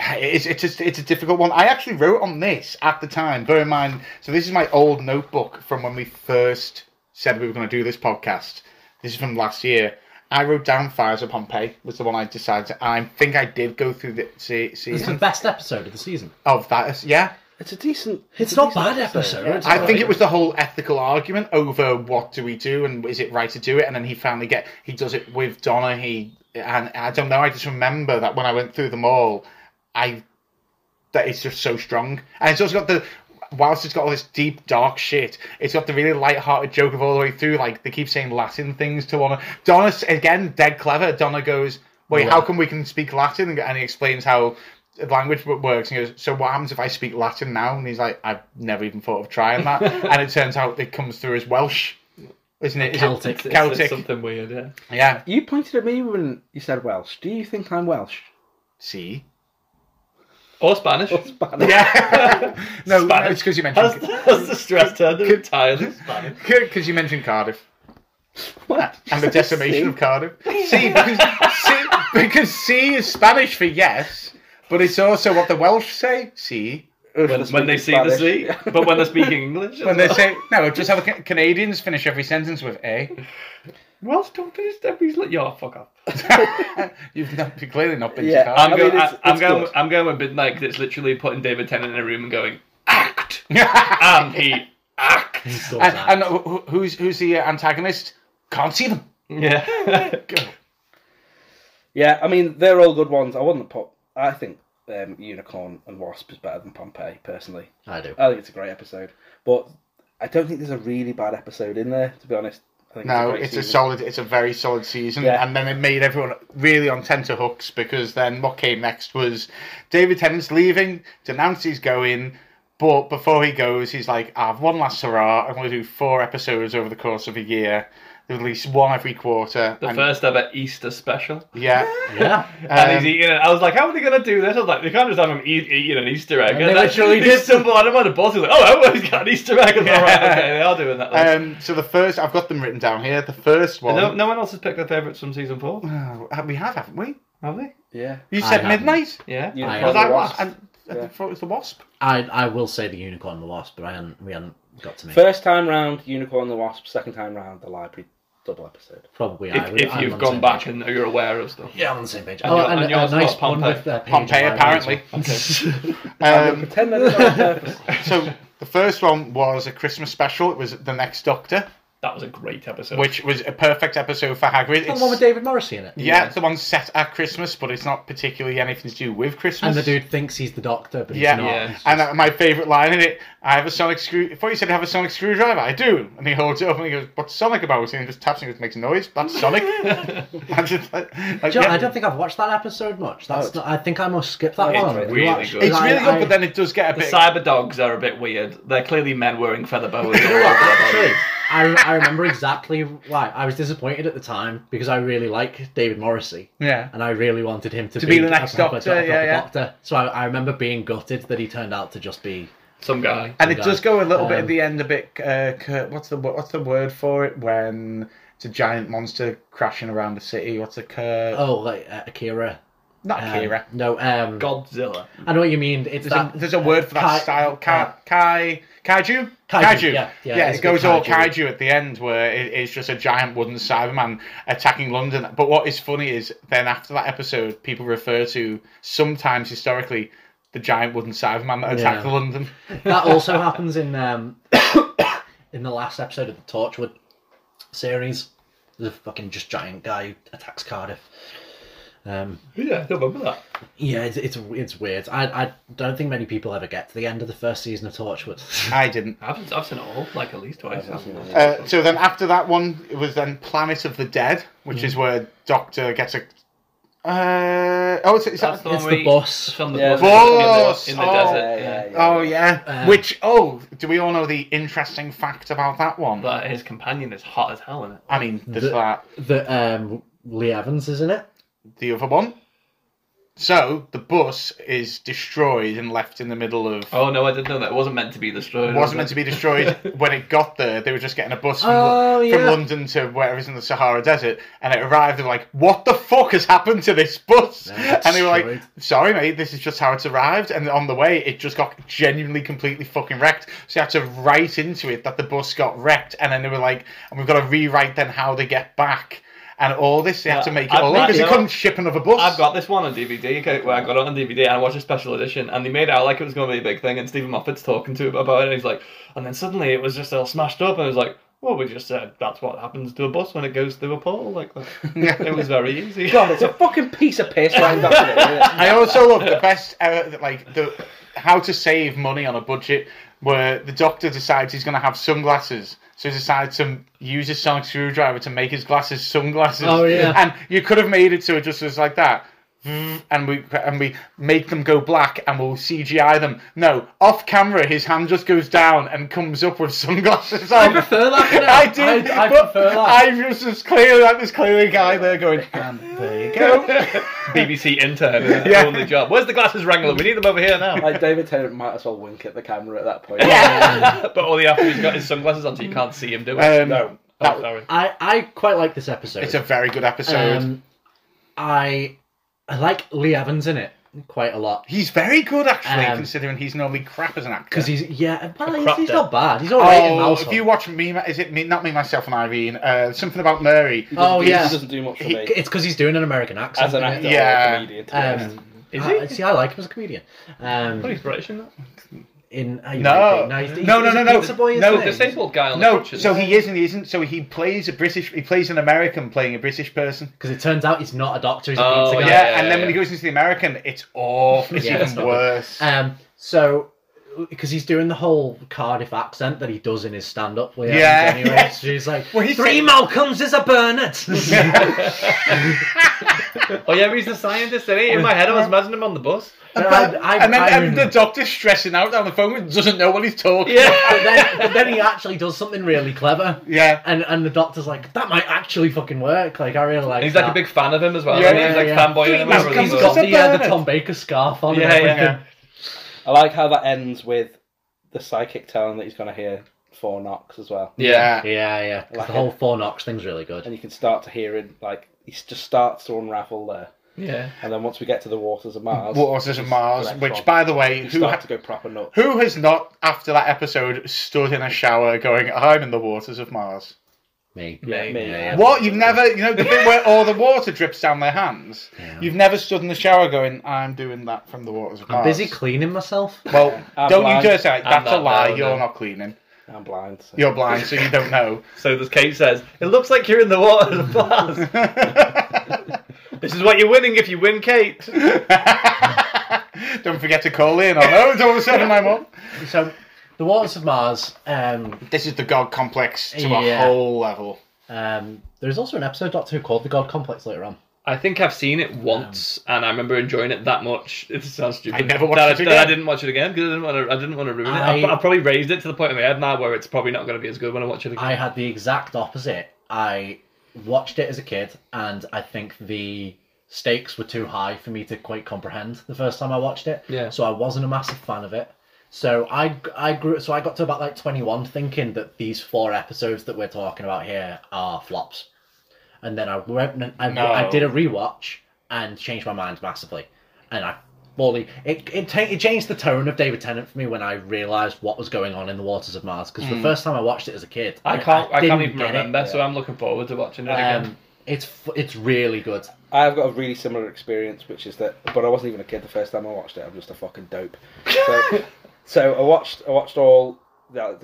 It's it's just, it's a difficult one. I actually wrote on this at the time. Bear in mind, so this is my old notebook from when we first said we were going to do this podcast. This is from last year. I wrote down Fires of Pompeii was the one I decided. I think I did go through the se-
It's the
season
best episode of the season.
of that. Yeah,
It's a decent.
It's
a
not
decent
bad episode.
yeah.
It's
I think it was the whole ethical argument over what do we do and is it right to do it, and then he finally get he does it with Donna. He and I don't know. I just remember that when I went through them all, I that it's just so strong, and it's also got the whilst it's got all this deep dark shit, it's got the really light-hearted joke of all the way through. Like they keep saying Latin things to Donna. Donna again, dead clever. Donna goes, "Wait, how come we can speak Latin?" And- And he explains how the language w- works. And he goes, "So what happens if I speak Latin now?" And he's like, "I've never even thought of trying that." and it turns out it comes through as Welsh, isn't it? Is it
Celtic. It's- it's
Celtic.
something weird, yeah.
Yeah.
You pointed at me when you said Welsh. Do you think I'm Welsh?
See.
Or Spanish.
Or Spanish?
Yeah. no, no,
Spanish.
it's because you
Has,
mentioned
has the stress turned entirely Spanish?
because you mentioned Cardiff.
What?
and the decimation of Cardiff. C because C because C is Spanish for yes, but it's also what the Welsh say. C
When, when they see the sea, but when they're speaking English.
when they say no. Just have the Ca- Canadians finish every sentence with a.
Welsh don't finish their He's like, yeah, fuck off.
You've not, you've clearly not been
Yeah,
to
I'm
I
Cardiff.
mean,
going.
it's-
I, am
it's
going.
good.
I'm going with midnight because it's literally putting David Tennant in a room and going act, and he acts.
and, and who- who's who's the uh, antagonist? Can't see them.
Yeah.
Yeah, I mean they're all good ones. I wouldn't put. I think um, Unicorn and Wasp is better than Pompeii personally.
I do.
uh,
I think it's a great episode, but I don't think there's a really bad episode in there. To be honest, I think
No,
great
it's a
season.
solid. It's a very solid season,
Yeah.
and then it made everyone really on tenterhooks because then what came next was David Tennant's leaving, Denancy's going, but before he goes, he's like, "I have one last hurrah. I'm going to do four episodes over the course of a year, at least one every quarter."
The
and,
first ever Easter special,
yeah,
Yeah.
and
um,
he's eating it. I was like, "How are they gonna do this?" I was like, "They can't just have him eat, eating an Easter egg."
And
And
they
then
literally
they
did.
stumble on him on a bottle. Like, "Oh, everyone's got an Easter egg." I was like, "All right, okay, they are doing that." then."
um, so the first, I've got them written down here. The first one,
no, no one else has picked their favourites from season four,
Oh, we have, haven't we?
have they?
Yeah,
You
I
said
haven't.
midnight.
Yeah.
Unicorn
I
and
Was I,
Wasp.
I, I
Yeah.
thought it was the wasp.
I I will say the unicorn and the wasp, but I hadn't, we hadn't got to me.
First time round, Unicorn and the Wasp. Second time round, the Library double episode.
Probably I
If,
would-
if
I'm on
you've
the
gone
same
back
page.
and you're aware of stuff.
yeah, I'm on the same page.
And
oh,
your-
and,
and yours
a nice
got
one
Pompeii.
with uh, Paige
Pompeii,
O'Reilly as well.
apparently. Um,
Pretend that it's not on purpose.
So the first one was a Christmas special. It was the next Doctor,
That was a great episode.
which was a perfect episode for Hagrid.
And
It's,
one with David Morrissey in it.
yeah, it's the one set at Christmas, but it's not particularly anything to do with
And
Christmas.
the dude thinks he's the doctor, but he's
Yeah,
not.
yeah.
It's
And
just-
uh, my favourite line in it, I have a sonic screw. Before you said I have a sonic screwdriver, I do. And he holds it up and he goes, "What's Sonic about?" And he just taps and just makes a noise. That's Sonic. And it's like- like,
Do you know,
yeah.
I don't think I've watched that episode much. That's
it's-
not, I think I must skip that
It's
one.
really
You watch-
good.
It's
I-
really good,
I-
but then it does get a
The
bit.
cyber dogs are a bit weird. They're clearly men wearing feather boas.
You know what, actually, I, I remember exactly why. I was disappointed at the time because I really like David Morrissey
yeah.
and I really wanted him to,
To be the next
a proper,
Doctor,
a proper
yeah, yeah.
doctor. So I, I remember being gutted that he turned out to just be.
Some guy.
And it does go a little bit
Oh,
at
Um,
the end, a bit. Uh, cur- what's the what's the word for it when it's a giant monster crashing around the city? What's a cur?
Oh, like uh, Akira.
Not
Um,
Akira.
No, um,
Godzilla.
I know what you mean. It's
There's,
that,
a, there's a word for that
Kai-
style. Kai,
uh,
kai kaiju?
Kaiju,
Kaiju.
yeah, yeah, it's
it
a
goes
big
all
kaiju.
kaiju at the end, where it, it's just a giant wooden Cyberman attacking London. But what is funny is then after that episode, people refer to sometimes historically the giant wooden Cyberman that attacked
Yeah.
London.
that also happens in um, in the last episode of the Torchwood series. There's a fucking just giant guy who attacks Cardiff. Um,
Yeah, I don't remember that.
yeah, it's, it's it's weird. I I don't think many people ever get to the end of the first season of Torchwood.
I didn't.
I've, I've seen it all, like at least twice.
Uh, so then after that one, it was then Planet of the Dead, which is where Doctor gets a. Uh, oh, it's, it's
That's the one
It's
where
the
he-
bus.
It's on the
Yeah.
bus. It's
Bus!
In the, in the
Oh,
desert. Yeah.
Oh yeah,
Uh,
Um,
which oh, do we all know the interesting fact about that one?
But his companion is hot as hell in it.
I mean, there's
The-
that
that um, Lee Evans is in it.
the other one. So the bus is destroyed and left in the middle of.
Oh no, I didn't know that. It wasn't meant to be destroyed.
It wasn't meant
was
to
it?
be destroyed when it got there. They were just getting a bus from,
Oh,
from
yeah.
London to wherever's in the Sahara Desert, and it arrived. They were like, "What the fuck has happened to this bus?"
Yeah,
and they were like,
destroyed.
"Sorry, mate, this is just how it's arrived." And on the way, it just got genuinely completely fucking wrecked. So you had to write into it that the bus got wrecked, and then they were like, "And we've got to rewrite then how they get back." And all this, they had
Yeah,
to make it
I've
all up
got-
because
you
they
know,
couldn't ship another bus.
I've got this one on DVD. okay, Where I got it on DVD and I watched a special edition, and they made out like it was going to be a big thing. And Stephen Moffat's talking to him about it, and he's like, and then suddenly it was just all smashed up, and it was like, Well, we just said that's what happens to a bus when it goes through a portal like that.
Yeah.
it was very easy.
God, it's a fucking piece of piss lined up in it. isn't it?
I also love the best, uh, like the how to save money on a budget, where the doctor decides he's going to have sunglasses, so he decides to use a sonic screwdriver to make his glasses sunglasses.
Oh, yeah.
and you could have made it so it just was like that. And we and we make them go black, and we'll CGI them. No, off camera, his hand just goes down and comes up with sunglasses on. I
prefer that, you know.
I do.
I- I
but
prefer that.
I just was clearly like this clearly guy there going. Um, And there you go.
BBC intern, is the
Yeah.
only job. Where's the glasses wrangler? We need them over here now.
Like David Tennant might as well wink at the camera at that point.
but all he after he's got his sunglasses on, so you can't see him do it.
Um,
No.
oh, sorry.
I, I quite like this episode.
It's a very good episode.
Um, I I like Lee Evans in it quite a lot
he's very good, actually,
um,
considering he's normally crap as an actor.
because he's yeah well, he's,
crap
he's
dude.
not bad. He's all right in
Oh,
Household.
if you watch me, is it me? Not me, myself, and Irene. Uh, something about Mary.
oh
He
yeah,
doesn't do much for
He-
me
it's because he's doing an American accent.
as an actor
Yeah.
or a comedian. To be honest.
um,
Is
I-
he?
see, I like him as a comedian.
Oh,
Um,
he's British in that.
in I-
No.
no, he's-
No, no,
he's a
no, no.
pizza boy, isn't
No,
he?
this
Oh, Disabled guy on the
No,
crutches.
so he is and he isn't. So he plays a British. He plays an American playing a British person.
because it turns out he's not a doctor. He's a
Oh,
pizza
Yeah,
guy.
yeah, yeah,
and then when
yeah.
he goes into the American, it's awful. It's
Yeah, it's
even
not
worse.
Um, so because he's doing the whole Cardiff accent that he does in his stand-up. Lee
Yeah,
Evans anyway.
yeah.
So he's like,
Well, he
three
said-
Malcolms is a Bernard.
Oh yeah, he's the scientist. Isn't he? In my head, I was imagining him on the bus.
But
But-
I- I-
and then
I
and the
remember-
doctor's stressing out down the phone and doesn't know what he's talking.
Oh,
but, then, but then he actually does something really clever.
Yeah.
And and the doctor's like, that might actually fucking work. Like I really like.
And he's like
that.
a big fan of him as well.
Yeah,
isn't he? he's
yeah,
like
yeah.
fanboying him. over
He's
Malcolm's
the
got
bus.
the, uh, the
Bernard.
Tom Baker scarf on. and
Yeah,
everything.
yeah.
I like how that ends with the psychic telling that he's going to hear four knocks as well.
Yeah.
Yeah, yeah. 'cause
Like
the
it.
whole four knocks thing's really good.
And you can start to hear it, like, he just starts to unravel there.
Yeah.
And then once we get to the waters of Mars,
Waters of Mars,
Electron.
which, by the way,
you
who
start
ha-
to go proper nuts.
Who has not, after that episode, stood in a shower going, I'm in the waters of Mars?
Me.
Yeah.
Me.
Yeah.
What? You've never, you know, the bit where all the water drips down their hands?
Yeah.
You've never stood in the shower going, I'm doing that from the waters of
I'm
Mars?
busy cleaning myself.
Well,
I'm
don't
blind.
you dare say that.
I'm
That's a
not
lie.
blind,
You're
no.
not cleaning.
I'm blind. So.
You're blind, so you don't know.
So as Kate says, it looks like you're in the water of Mars. this is what you're winning if you win, Kate.
don't forget to call in on 07991.
So, the waters of Mars. Um,
This is the God complex to a
Yeah.
whole level.
um, there's also an episode of Doctor Who called the God Complex later on.
I think I've seen it once, and I remember enjoying it that much. It sounds stupid.
I never watched
that,
it
I, that I
again.
didn't watch it again because I didn't want to. I didn't want to ruin
I-
it. I, I probably raised it to the point in my head now where it's probably not going to be as good when I watch it again.
I had the exact opposite. I watched it as a kid, and I think the stakes were too high for me to quite comprehend the first time I watched it.
Yeah.
So I wasn't a massive fan of it. So I I grew so I got to about like 21 thinking that these four episodes that we're talking about here are flops. And then I went and I,
No.
I did a rewatch and changed my mind massively. And I fully it it, ta- it changed the tone of David Tennant for me when I realized what was going on in the waters of Mars because
Mm.
the first time I watched it as a kid
I can't. I, can't
didn't
even
get it.
remember. So I'm looking forward to watching it again.
Um, it's f- it's really good.
I've got a really similar experience, which is that, but I wasn't even a kid the first time I watched it. I'm just a fucking dope. So, so I watched, I watched all the,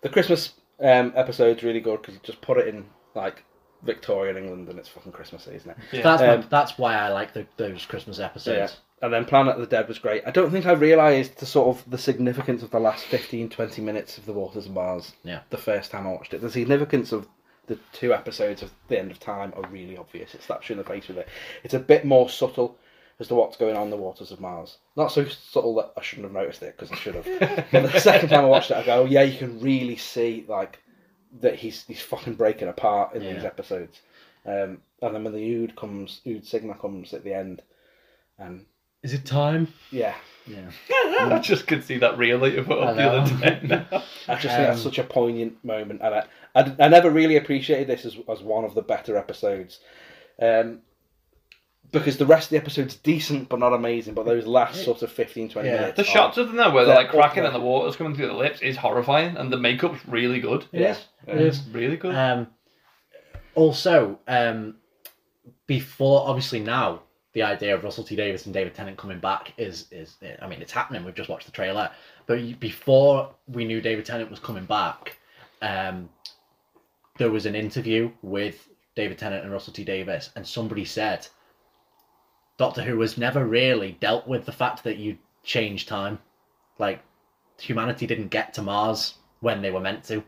the Christmas um, episode's really good because you just put it in like Victorian England and it's fucking Christmassy, isn't it?
Yeah.
That's my-
Um,
that's why I like the, those Christmas
Yeah.
episodes.
And then Planet of the Dead was great. I don't think I realised the sort of the significance of the last 15, 20 minutes of The Waters of Mars
Yeah.
the first time I watched it. The significance of the two episodes of The End of Time are really obvious. It slaps you in the face with it. It's a bit more subtle as to what's going on in The Waters of Mars. Not so subtle that I shouldn't have noticed it, because I should have. but the second time I watched it, I go, oh, yeah, you can really see, like, that he's, he's fucking breaking apart in
Yeah.
these episodes. Um, and then when the Ood comes, Ood Sigma comes at the end, and
Is it time?
yeah,
Yeah.
I just could see that reel that you put up the
I
other day. now.
I just think that's
Um,
such a poignant moment, and I, I, I never really appreciated this as, as one of the better episodes, um, because the rest of the episode's decent but not amazing. But those last sort of 15, 20
Yeah.
minutes,
The
are-
shots of them there where they're
Yeah.
like cracking and the water's coming through the lips is horrifying, and the makeup's really good.
It is. It is.
It's really good.
Um, also, um, before obviously now, the idea of Russell T Davis and David Tennant coming back is is I mean it's happening. We've just watched the trailer, but you- before we knew David Tennant was coming back, um, there was an interview with David Tennant and Russell T Davis, and somebody said Doctor Who has never really dealt with the fact that you change time. Like humanity didn't get to Mars when they were meant to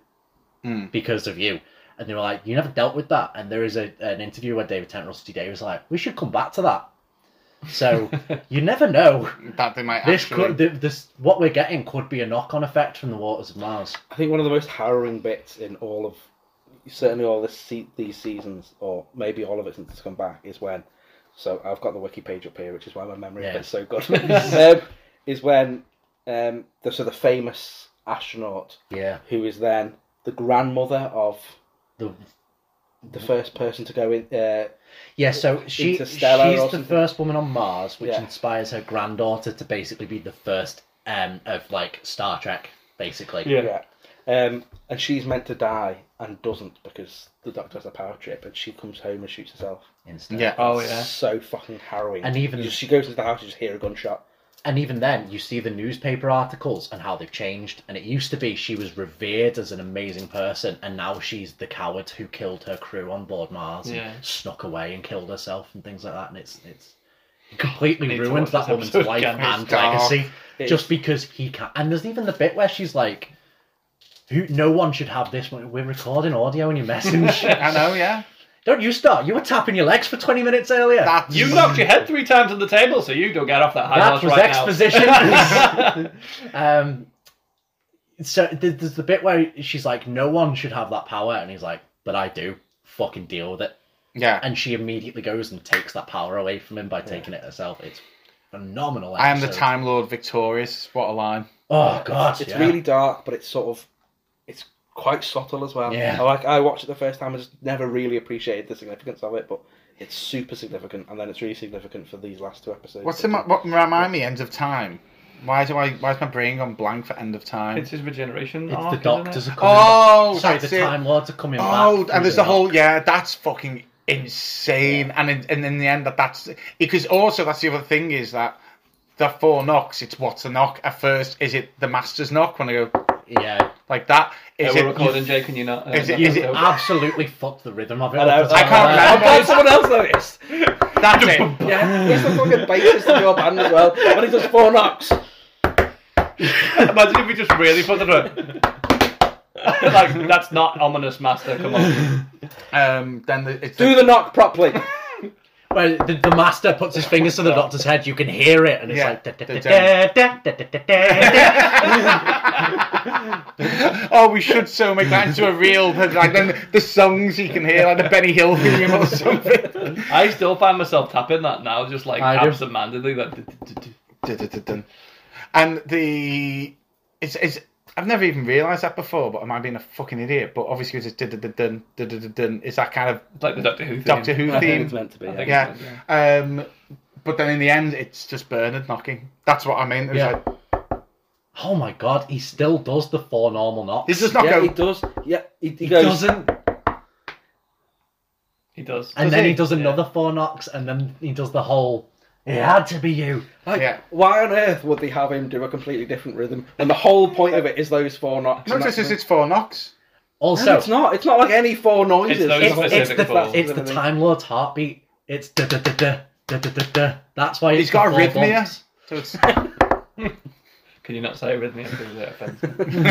Mm.
because of you. And they were like, you never dealt with that. And there is a, an interview where David Tennant and Russell T Davis are like, we should come back to that. So you never know.
That they might
This
actually.
could th- this what we're getting could be a knock on effect from the waters of Mars.
I think one of the most harrowing bits in all of certainly all this se- these seasons, or maybe all of it since it's come back, is when. So I've got the wiki page up here, which is why my memory
Yeah.
is so good. um, is when um, the so the famous astronaut
Yeah.
who is then the grandmother of
The,
the
Mm-hmm.
first person to go in. Uh,
yeah, so she she's
Interstellar or
the
something.
first woman on Mars, which
Yeah.
inspires her granddaughter to basically be the first um of like Star Trek, basically.
Yeah.
yeah. Um, and she's meant to die and doesn't because the doctor has a power trip, and she comes home and shoots herself.
Instead.
Yeah.
Oh yeah.
So fucking harrowing.
And even-
You- she goes into the house, you just hear a gunshot.
And even then you see the newspaper articles and how they've changed. And it used to be she was revered as an amazing person and now she's the coward who killed her crew on board Mars
Yeah.
and snuck away and killed herself and things like that and it's it's
I
completely
need to watch
ruined that
this
woman's
episode
life
again.
and
It's dark.
legacy.
It
just because he can. And there's even the bit where she's like, "Who? No one should have this. one. We're recording audio and you're messing with shit.
I know, yeah.
Don't you start? You were tapping your legs for 20 minutes earlier.
That's
You knocked your head three times on the table, so you don't get off that high
that
horse
was
right
exposition.
now.
um, so there- there's the bit where she's like, "No one should have that power," and he's like, "But I do. Fucking deal with it."
Yeah.
And she immediately goes and takes that power away from him by taking it herself. It's phenomenal.
I am the
episode.
Time Lord victorious. What a line.
Oh god,
it's
yeah.
really dark, but it's sort of it's quite subtle as well.
Yeah.
I like I watched it the first time, I just never really appreciated the significance of it, but it's super significant, and then it's really significant for these last two episodes.
What's the, mo- what remind me? End of time. Why do I? Why is my brain gone blank for end of time?
it's his regeneration.
It's
arc,
the
isn't
doctors
It?
are coming.
oh,
Sorry, the
that's it.
Time Lords are coming
Oh,
back.
and there's
through
the whole yeah. That's fucking insane. And in, and in the end, that that's because also that's the other thing is that the four knocks. It's what's the knock at first? Is it the master's knock when I go
Yeah,
like that?
Yeah,
Is
we're
it? you-
recording, Jake, and you're not. uh,
Is it-
not
is it-
joking.
absolutely fucked the rhythm of it.
Hello,
all the
I
time.
can't
uh, I'm
remember.
glad someone else noticed.
that's it.
Yeah, he's the fucking bassist of your band as well. When he does four knocks,
Imagine if we just really put it on. like that's not ominous, master. Come on.
Um. Then the, it's
do the knock properly.
Well, the, the master puts his fingers to the doctor's head. You can hear it, and it's
Yeah.
like da, da,
The
da, da, da, da, da, da, da.
oh, we should so make that into a real like then the songs you can hear like the Benny Hill theme or something.
I still find myself tapping that now, just like
I do.
absentmindedly. Like, d- d- d- d-
Dun-dun-dun-dun. and the it's it's I've never even realised that before, but am I being a fucking idiot? But obviously, it's dun dun dun dun dun. It's that kind of
it's like the Doctor Who theme.
Doctor Who
I think
theme,
it's meant to be.
I
yeah.
think
yeah.
it's meant,
Um, but then in the end, it's just Bernard knocking. That's what I mean. It was
Yeah.
like,
Oh my god, he still does the four normal knocks.
it's just not
Yeah,
go.
he does. Yeah, he, he
he
goes.
doesn't,
He does.
and
does
then
he?
he does another four knocks, and then he does the whole. It had to be you.
Like,
Yeah.
why on earth would they have him do a completely different rhythm? And the whole point of it is those four knocks.
No,
and
just
that's-
it's, it's four knocks.
Also,
No, it's not. It's not like any four noises.
It's those
It's-
it's, it's
specific
the
balls.
it's the Time Lord's heartbeat. It's da da da da da da da. da. That's why
He's
it's
got
the
a
four
rhythmia.
bumps.
So it's
Can you not say it with me? Because it offends me.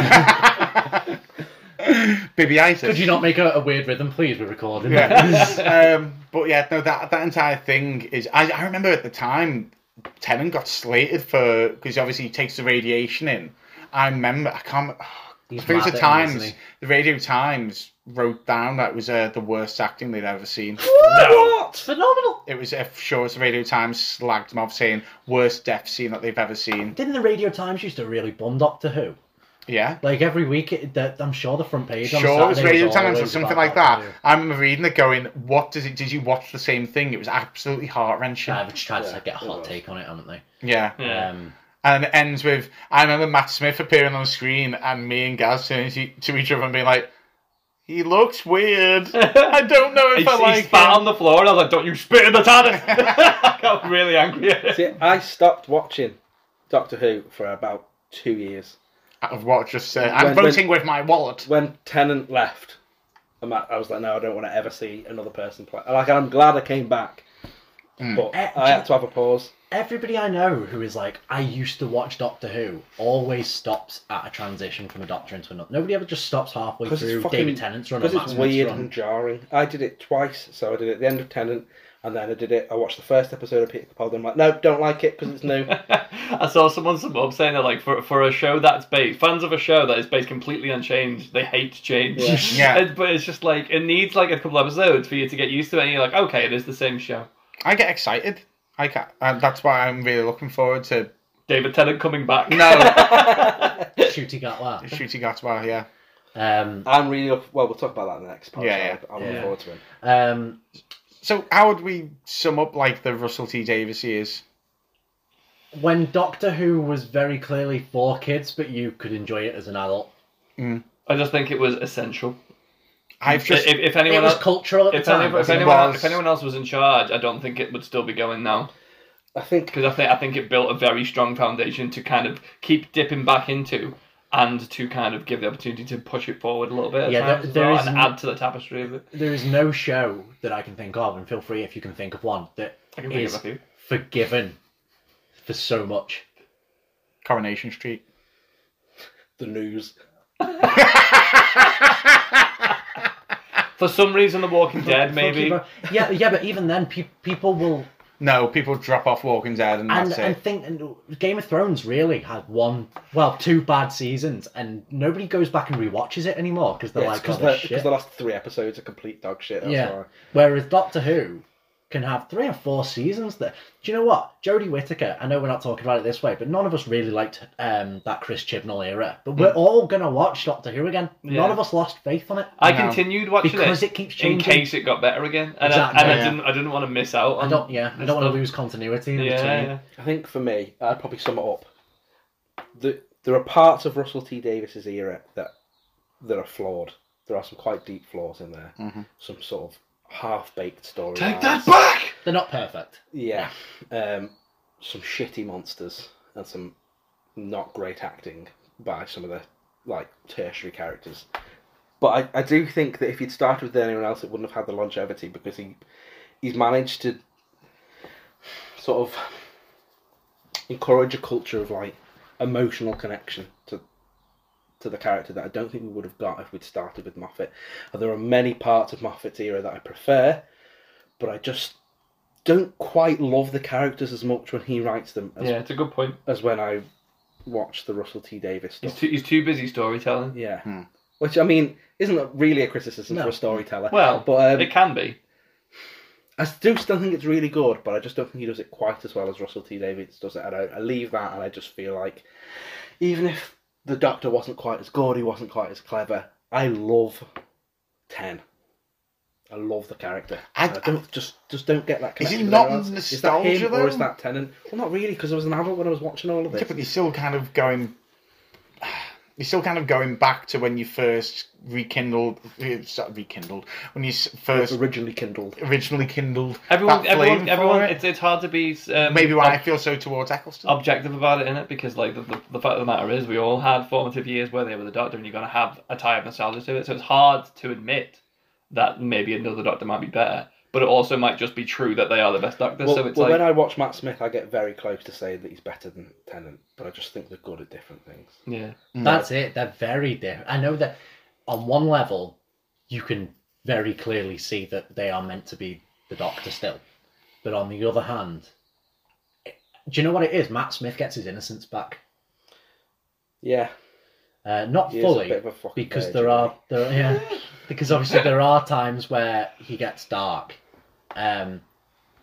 Bibbyitis.
Could you not make a, a weird rhythm, please? We're recording.
Yeah. um, but yeah, no, that that entire thing is. I, I remember at the time, Tennant got slated for because obviously he takes the radiation in. I remember I can't. I
He's
think
mad
it was
at
the
him,
Times.
isn't he?
the Radio Times wrote down that was uh, the worst acting they'd ever seen.
It's phenomenal.
It was uh, sure as the Radio Times slagged them off saying worst death scene that they've ever seen.
Didn't the Radio Times used to really bum Doctor Who?
Yeah.
Like every week, it, that, I'm sure the front page. on
Sure, it was
Saturday
Radio
was
Times or
always
something
about
like that.
Doctor
I remember reading it, going, "What does it? Did you watch the same thing?" It was absolutely heart
Who.
wrenching.
Uh, which tried to
Yeah,
like, get a
it
hot
was.
take on it, haven't they?
yeah.
Yeah.
Um,
and it ends with I remember Matt Smith appearing on screen and me and Gaz turning to to each other and being like, "He looks weird. I don't know
He,
if I
he
like um,
spat
him."
on the floor, and I was like, "Don't you spit in the tanner!" I got really angry. at it.
See, I stopped watching Doctor Who for about two years
Of what I just said, I'm
When- when-
voting with my wallet.
when Tennant left. And that- I was like, no, I don't want to ever see another person play. Like, I'm glad I came back, but
Eh,
I had to have a pause.
Everybody I know who is like, I used to watch Doctor Who, always stops at a transition from a Doctor into another. Nobody ever just stops halfway
'Cause it's
through
fucking-
David Tennant's run or
Because
Matt
it's
Smith's
weird
run.
and jarring. I did it twice, so I did it at the end of Tenant, and then I did it. I watched the first episode of Peter Capaldi. I'm like, no, don't like it because it's new.
I saw someone sum up saying that like for for a show that's based fans of a show that is based completely on change, they hate change.
Yeah.
Yeah.
It- but it's just like it needs like a couple episodes for you to get used to it, and you're like, okay, it is the same show.
I get excited. I ca uh, that's why I'm really looking forward to
David Tennant coming back.
No.
Shooting at that.
Shooting Gatwa. Yeah,
Um,
I'm really up. Well, we'll talk about that in the next part.
Yeah,
so
yeah.
I'm looking
Yeah.
forward to it.
um,
So how would we sum up like the Russell T Davis years?
when Doctor Who was very clearly for kids, but you could enjoy it as an adult.
I just think it was essential.
I've just
if, if
It
anyone
was
else,
cultural at the
if, any-
time.
if
wasn't it?
anyone
was.
if anyone else was in charge, I don't think it would still be going now
I think
because I think I think it built a very strong foundation to kind of keep dipping back into. And to kind of give the opportunity to push it forward a little bit, at
Yeah,
times
there-
as
there
well
is
and
n-
add to the tapestry of it.
There is no show that I can think of, and feel free if you can think of one that
I can think
is
of a few.
forgiven for so much.
Coronation Street.
the news.
For some reason, The Walking Dead,
Fuck
maybe.
you, bro. Yeah, yeah, but even then, pe- people will
No, people drop off Walking Dead and
and
that's
and
it.
think and Game of Thrones really had one, well, two bad seasons, and nobody goes back and rewatches it anymore because they're like,
because
oh, this
the,
shit.
last three episodes are complete dog shit. That's
yeah.
why.
Whereas Doctor Who can have three or four seasons. That do you know what? Jodie Whittaker. I know we're not talking about it this way, but none of us really liked um, that Chris Chibnall era. But we're all gonna watch Doctor Who again. None
Yeah.
of us lost faith on it.
I
No.
continued watching
Because
it,
it keeps
in
changing.
case it got better again, and,
Exactly.
I, and
Yeah.
I didn't. I didn't want to miss out on.
I don't. Yeah, I don't want to lose continuity. In
Yeah,
between.
yeah.
I think for me, I'd probably sum it up. The, there are parts of Russell T Davis's era that that are flawed. There are some quite deep flaws in there. Some sort of half-baked story.
Take that back.
They're not perfect.
Yeah. Um, some shitty monsters and some not great acting by some of the like tertiary characters. But I, I do think that if he'd started with anyone else, it wouldn't have had the longevity because he he's managed to sort of encourage a culture of like emotional connection to to the character that I don't think we would have got if we'd started with Moffat. And there are many parts of Moffat's era that I prefer, but I just don't quite love the characters as much when he writes them as,
Yeah, it's a good point.
as when I watch the Russell T Davis
He's
stuff.
too. He's too busy storytelling.
Yeah.
Hmm.
Which I mean, isn't that really a criticism
No.
for a storyteller?
Well,
but um,
it can be.
I do still think it's really good, but I just don't think he does it quite as well as Russell T Davies does it. And I, I leave that, and I just feel like even if the Doctor wasn't quite as good, he wasn't quite as clever. I love Ten. I love the character.
I-
I, don't just just don't get that.
Is it
connection with
not
anyone else. Is that
nostalgia,
him or is
though?
that Tennant? Well, not really, because I was an adult when I was watching all of
Yeah,
this.
but you're still kind of going. You're still kind of going back to when you first rekindled, eh, sort of rekindled when you s- first
Originally kindled.
originally kindled.
Everyone,
that flame
everyone,
for
everyone.
it.
It's, Oh. it's hard to be. Um,
Maybe why I
ob-
feel so towards Eccleston.
objective about it in it because like the, the, the fact of the matter is we all had formative years where they were the doctor and you're going to have a tie of nostalgia to it so it's hard to admit that maybe another doctor might be better but it also might just be true that they are the best doctor
Well,
so it's
well,
like
when I watch Matt Smith, I get very close to saying that he's better than Tennant, but I just think they're good at different things.
yeah
That's it. They're very different. I know that on one level, you can very clearly see that they are meant to be the Doctor still, but on the other hand, do you know what it is? Matt Smith gets his innocence back,
Yeah,
uh, not
He is a
fully,
bit of a fucking
because
virgin,
there are there are- yeah, because obviously there are times where he gets dark, um,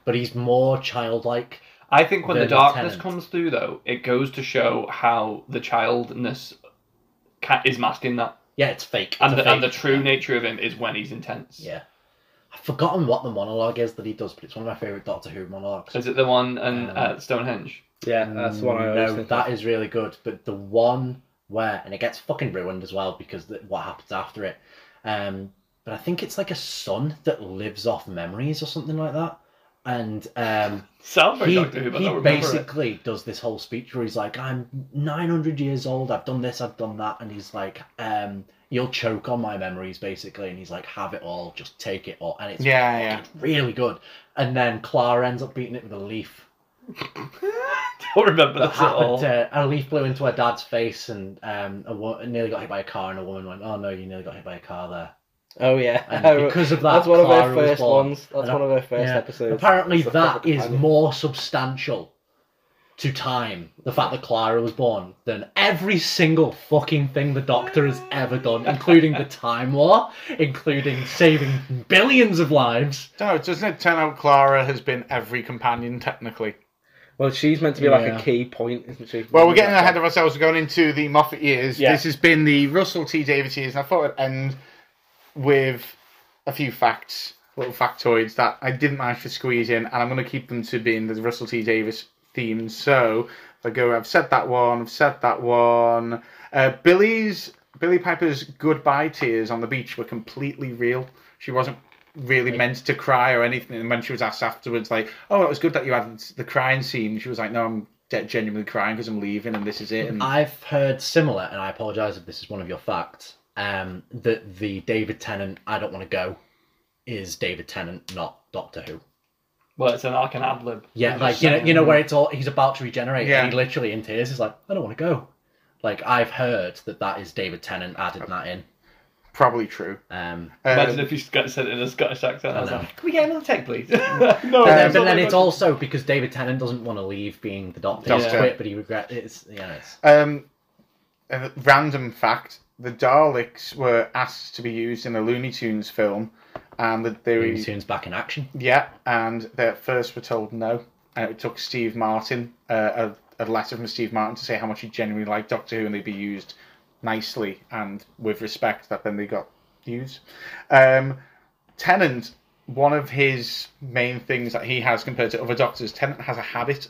but he's more childlike.
I think when the
than
darkness
Tennant.
comes through, though, it goes to show how the childness ca is masking that,
Yeah, it's fake. It's
and
a
the, and the
fake.
true nature of him is when he's intense.
Yeah, I've forgotten what the monologue is that he does, but it's one of my favorite Doctor Who monologues.
Is it the one and
Um,
uh, Stonehenge?
yeah, that's the one I always
Mm, No,
think.
that
of.
is really good. But the one where, and it gets fucking ruined as well because th- what happens after it. Um, but I think it's like a son that lives off memories or something like that. And um,
Sounds very
he,
Doctor Who, but I
he
don't remember it.
basically does this whole speech where he's like, I'm 900 years old, I've done this, I've done that. And he's like, um, you'll choke on my memories basically, and he's like, have it all, just take it all, and it's
Yeah, yeah.
really good. And then Clara ends up beating it with a leaf.
Don't remember
That
this at all.
happened. To, a leaf blew into her dad's face, and um, a wo- nearly got hit by a car. And a woman went, "Oh no, you nearly got hit by a car there."
Oh yeah,
And because of that,
that's one of our
Clara was
first
born.
ones. That's
And
one of our first
Yeah.
episodes.
Apparently,
It's a
that
proper
is
companion.
more substantial to time. The fact that Clara was born than every single fucking thing the Doctor has ever done, including the Time War, including saving billions of lives.
Don't know, doesn't it turn out Clara has been every companion technically?
Well, she's meant to be like
Yeah.
a key point, isn't she?
Well, we're getting ahead of ourselves. We're going into the Moffat years.
Yeah.
This has been the Russell T Davies years, and I thought I'd end with a few facts, little factoids that I didn't manage to squeeze in, and I'm going to keep them to being the Russell T Davis theme. So I go. I've said that one. I've said that one. Uh, Billy's Billy Piper's goodbye tears on the beach were completely real. She wasn't really meant to cry or anything. And when she was asked afterwards, like, "Oh, it was good that you had the crying scene," she was like, "No, I'm de- genuinely crying because I'm leaving, and this is it." And
I've heard similar, and I apologise if this is one of your facts. Um, that the David Tennant "I Don't Want to Go" is David Tennant, not Doctor Who.
Well, it's an I can ad lib.
Yeah,
It's
like
just
you know,
saying-
you know where it's all he's about to regenerate,
Yeah.
and he literally in tears is like, "I don't want to go." Like I've heard that that is David Tennant added that in.
probably true.
Um,
Imagine
Um,
if you got said it in a Scottish accent. I was
know.
like, can we get another take, please? no,
but,
Um,
then, but then it's also because David Tennant doesn't want to leave being the doctor. He's
Doctor.
quit, but he regrets it's you know it's
um, a random fact: the Daleks were asked to be used in a Looney Tunes film, and that they were
Looney Tunes back in action.
Yeah, and they at first were told no, and it took Steve Martin uh, a, a letter from Steve Martin to say how much he genuinely liked Doctor Who, and they'd be used nicely and with respect. That then they got used. Um, Tennant, one of his main things that he has compared to other Doctors, Tennant has a habit.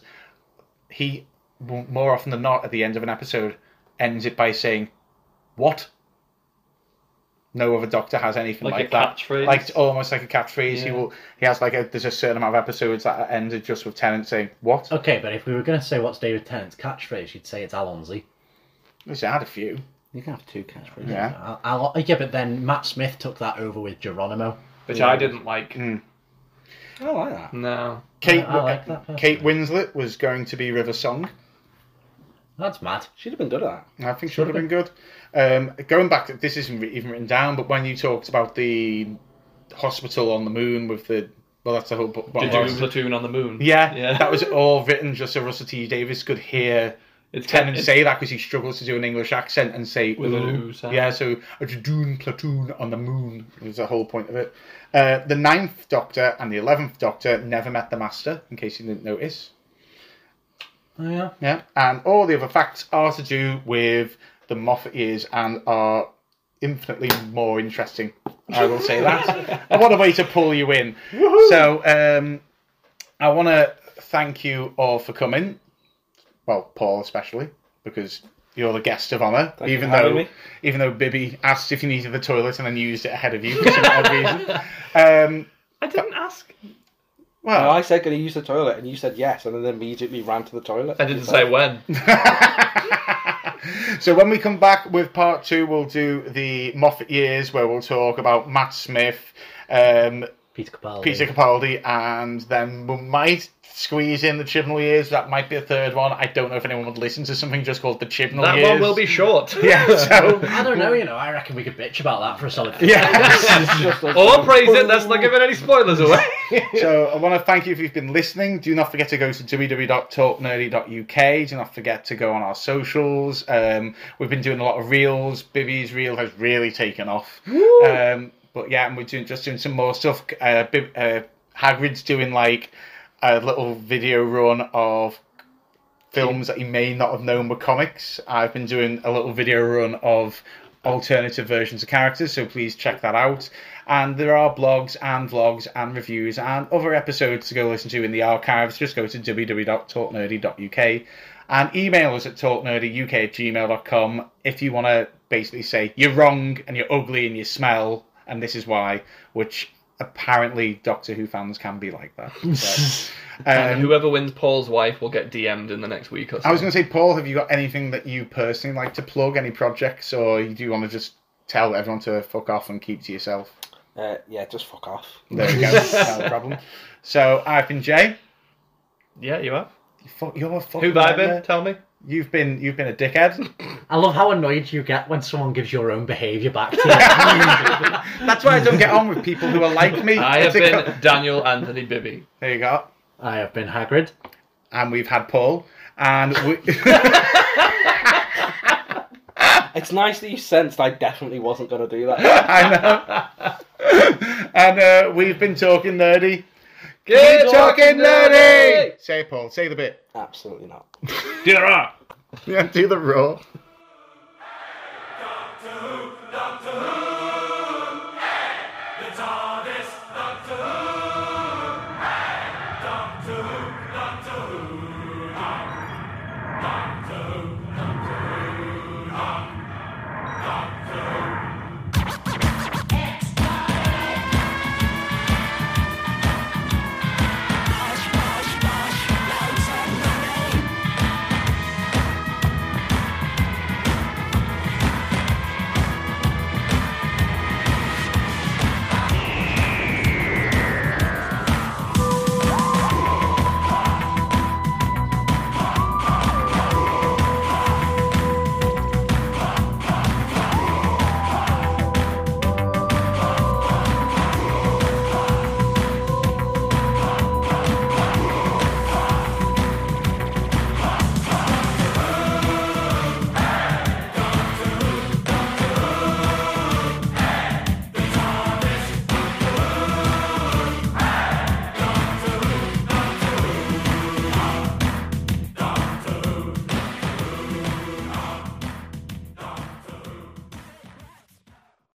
He w- more often than not at the end of an episode ends it by saying, "What." No other doctor has anything
Like
like,
a
that.
catchphrase?
Like almost like a catchphrase. He
Yeah.
will. He has like a. There's a certain amount of episodes that are ended just with Tennant saying, "What?"
Okay, but if we were going to say what's David Tennant's catchphrase, you'd say it's Alonzi.
Listen, I had a few.
You can have two catchphrases.
Yeah.
Al- Al- yeah, but then Matt Smith took that over with Geronimo.
Which I didn't like.
I don't like that.
No.
Kate.
I like that personally.
Kate Winslet was going to be River Song.
That's mad.
She'd have been good at that.
I think she would have been good. Um, going back, to, this isn't re- even written down, but when you talked about the hospital on the moon with the well, that's the whole. bo-
Did
bo-
you do platoon on the moon?
yeah,
yeah.
that was all written just so Russell T Davis could hear
It's
Tennant
it's-
say that because he struggles to do an English accent and say
With an
"Ooh."
ooh sound.
Yeah, so a Jadoon platoon on the moon was the whole point of it. Uh, the ninth Doctor and the eleventh Doctor never met the Master, in case you didn't notice.
Oh, yeah.
Yeah, and all the other facts are to do with the Moffat years and are infinitely more interesting. I will say that. and what a way to pull you in. So, um, I want to thank you all for coming. Well, Paul especially because you're the guest of honor,
Thank you
even
for having
though
me.
even though Bibby asked if you needed the toilet and then used it ahead of you for some odd reason. Um,
I didn't ask.
No,
well,
I said, "Can you use the toilet?" And you said yes, and then immediately ran to the toilet.
I didn't say when.
so when we come back with part two, we'll do the Moffat years where we'll talk about Matt Smith, um,
Peter Capaldi.
Peter Capaldi, and then we might squeeze in the Chibnall years. That might be a third one. I don't know if anyone would listen to something just called the Chibnall
That
years.
one will be short.
Yeah, so
I don't know, you know, I reckon we could bitch about that for a solid
yeah.
Or praise it, let's not give it any spoilers away.
so I want to thank you if you've been listening. Do not forget to go to www.talknerdy.uk. Do not forget to go on our socials. Um, we've been doing a lot of reels. Bibby's reel has really taken off. Um, but yeah, and we're doing just doing some more stuff. Uh, Bib, uh, Hagrid's doing like a little video run of films that you may not have known were comics. I've been doing a little video run of alternative versions of characters, so please check that out. And there are blogs and vlogs and reviews and other episodes to go listen to in the archives. Just go to www.talknerdy.uk and email us at talknerdyuk at gmail.com if you want to basically say you're wrong and you're ugly and you smell and this is why, which apparently Doctor Who fans can be like that. But,
And
um,
whoever wins Paul's wife will get DM'd in the next week or so.
I was going to say, Paul, have you got anything that you personally like to plug? Any projects, or do you want to just tell everyone to fuck off and keep to yourself.
Uh, yeah, just fuck off.
There we go. no problem. So I've been Jay.
Yeah, you are.
You fuck, you're a fucking
Who have I
nightmare.
been? Tell me.
You've been you've been a dickhead.
I love how annoyed you get when someone gives your own behaviour back to you.
That's why I don't get on with people who are like me.
I have
It's a co-
been Daniel Anthony Bibby.
There you go.
I have been Hagrid.
And we've had Paul. And we.
It's nice that you sensed I definitely wasn't going to do that.
I know. and uh, we've been talking nerdy. Keep talking
talking
nerdy. Say it, Paul. Say the bit.
Absolutely not.
Yeah, do the roar.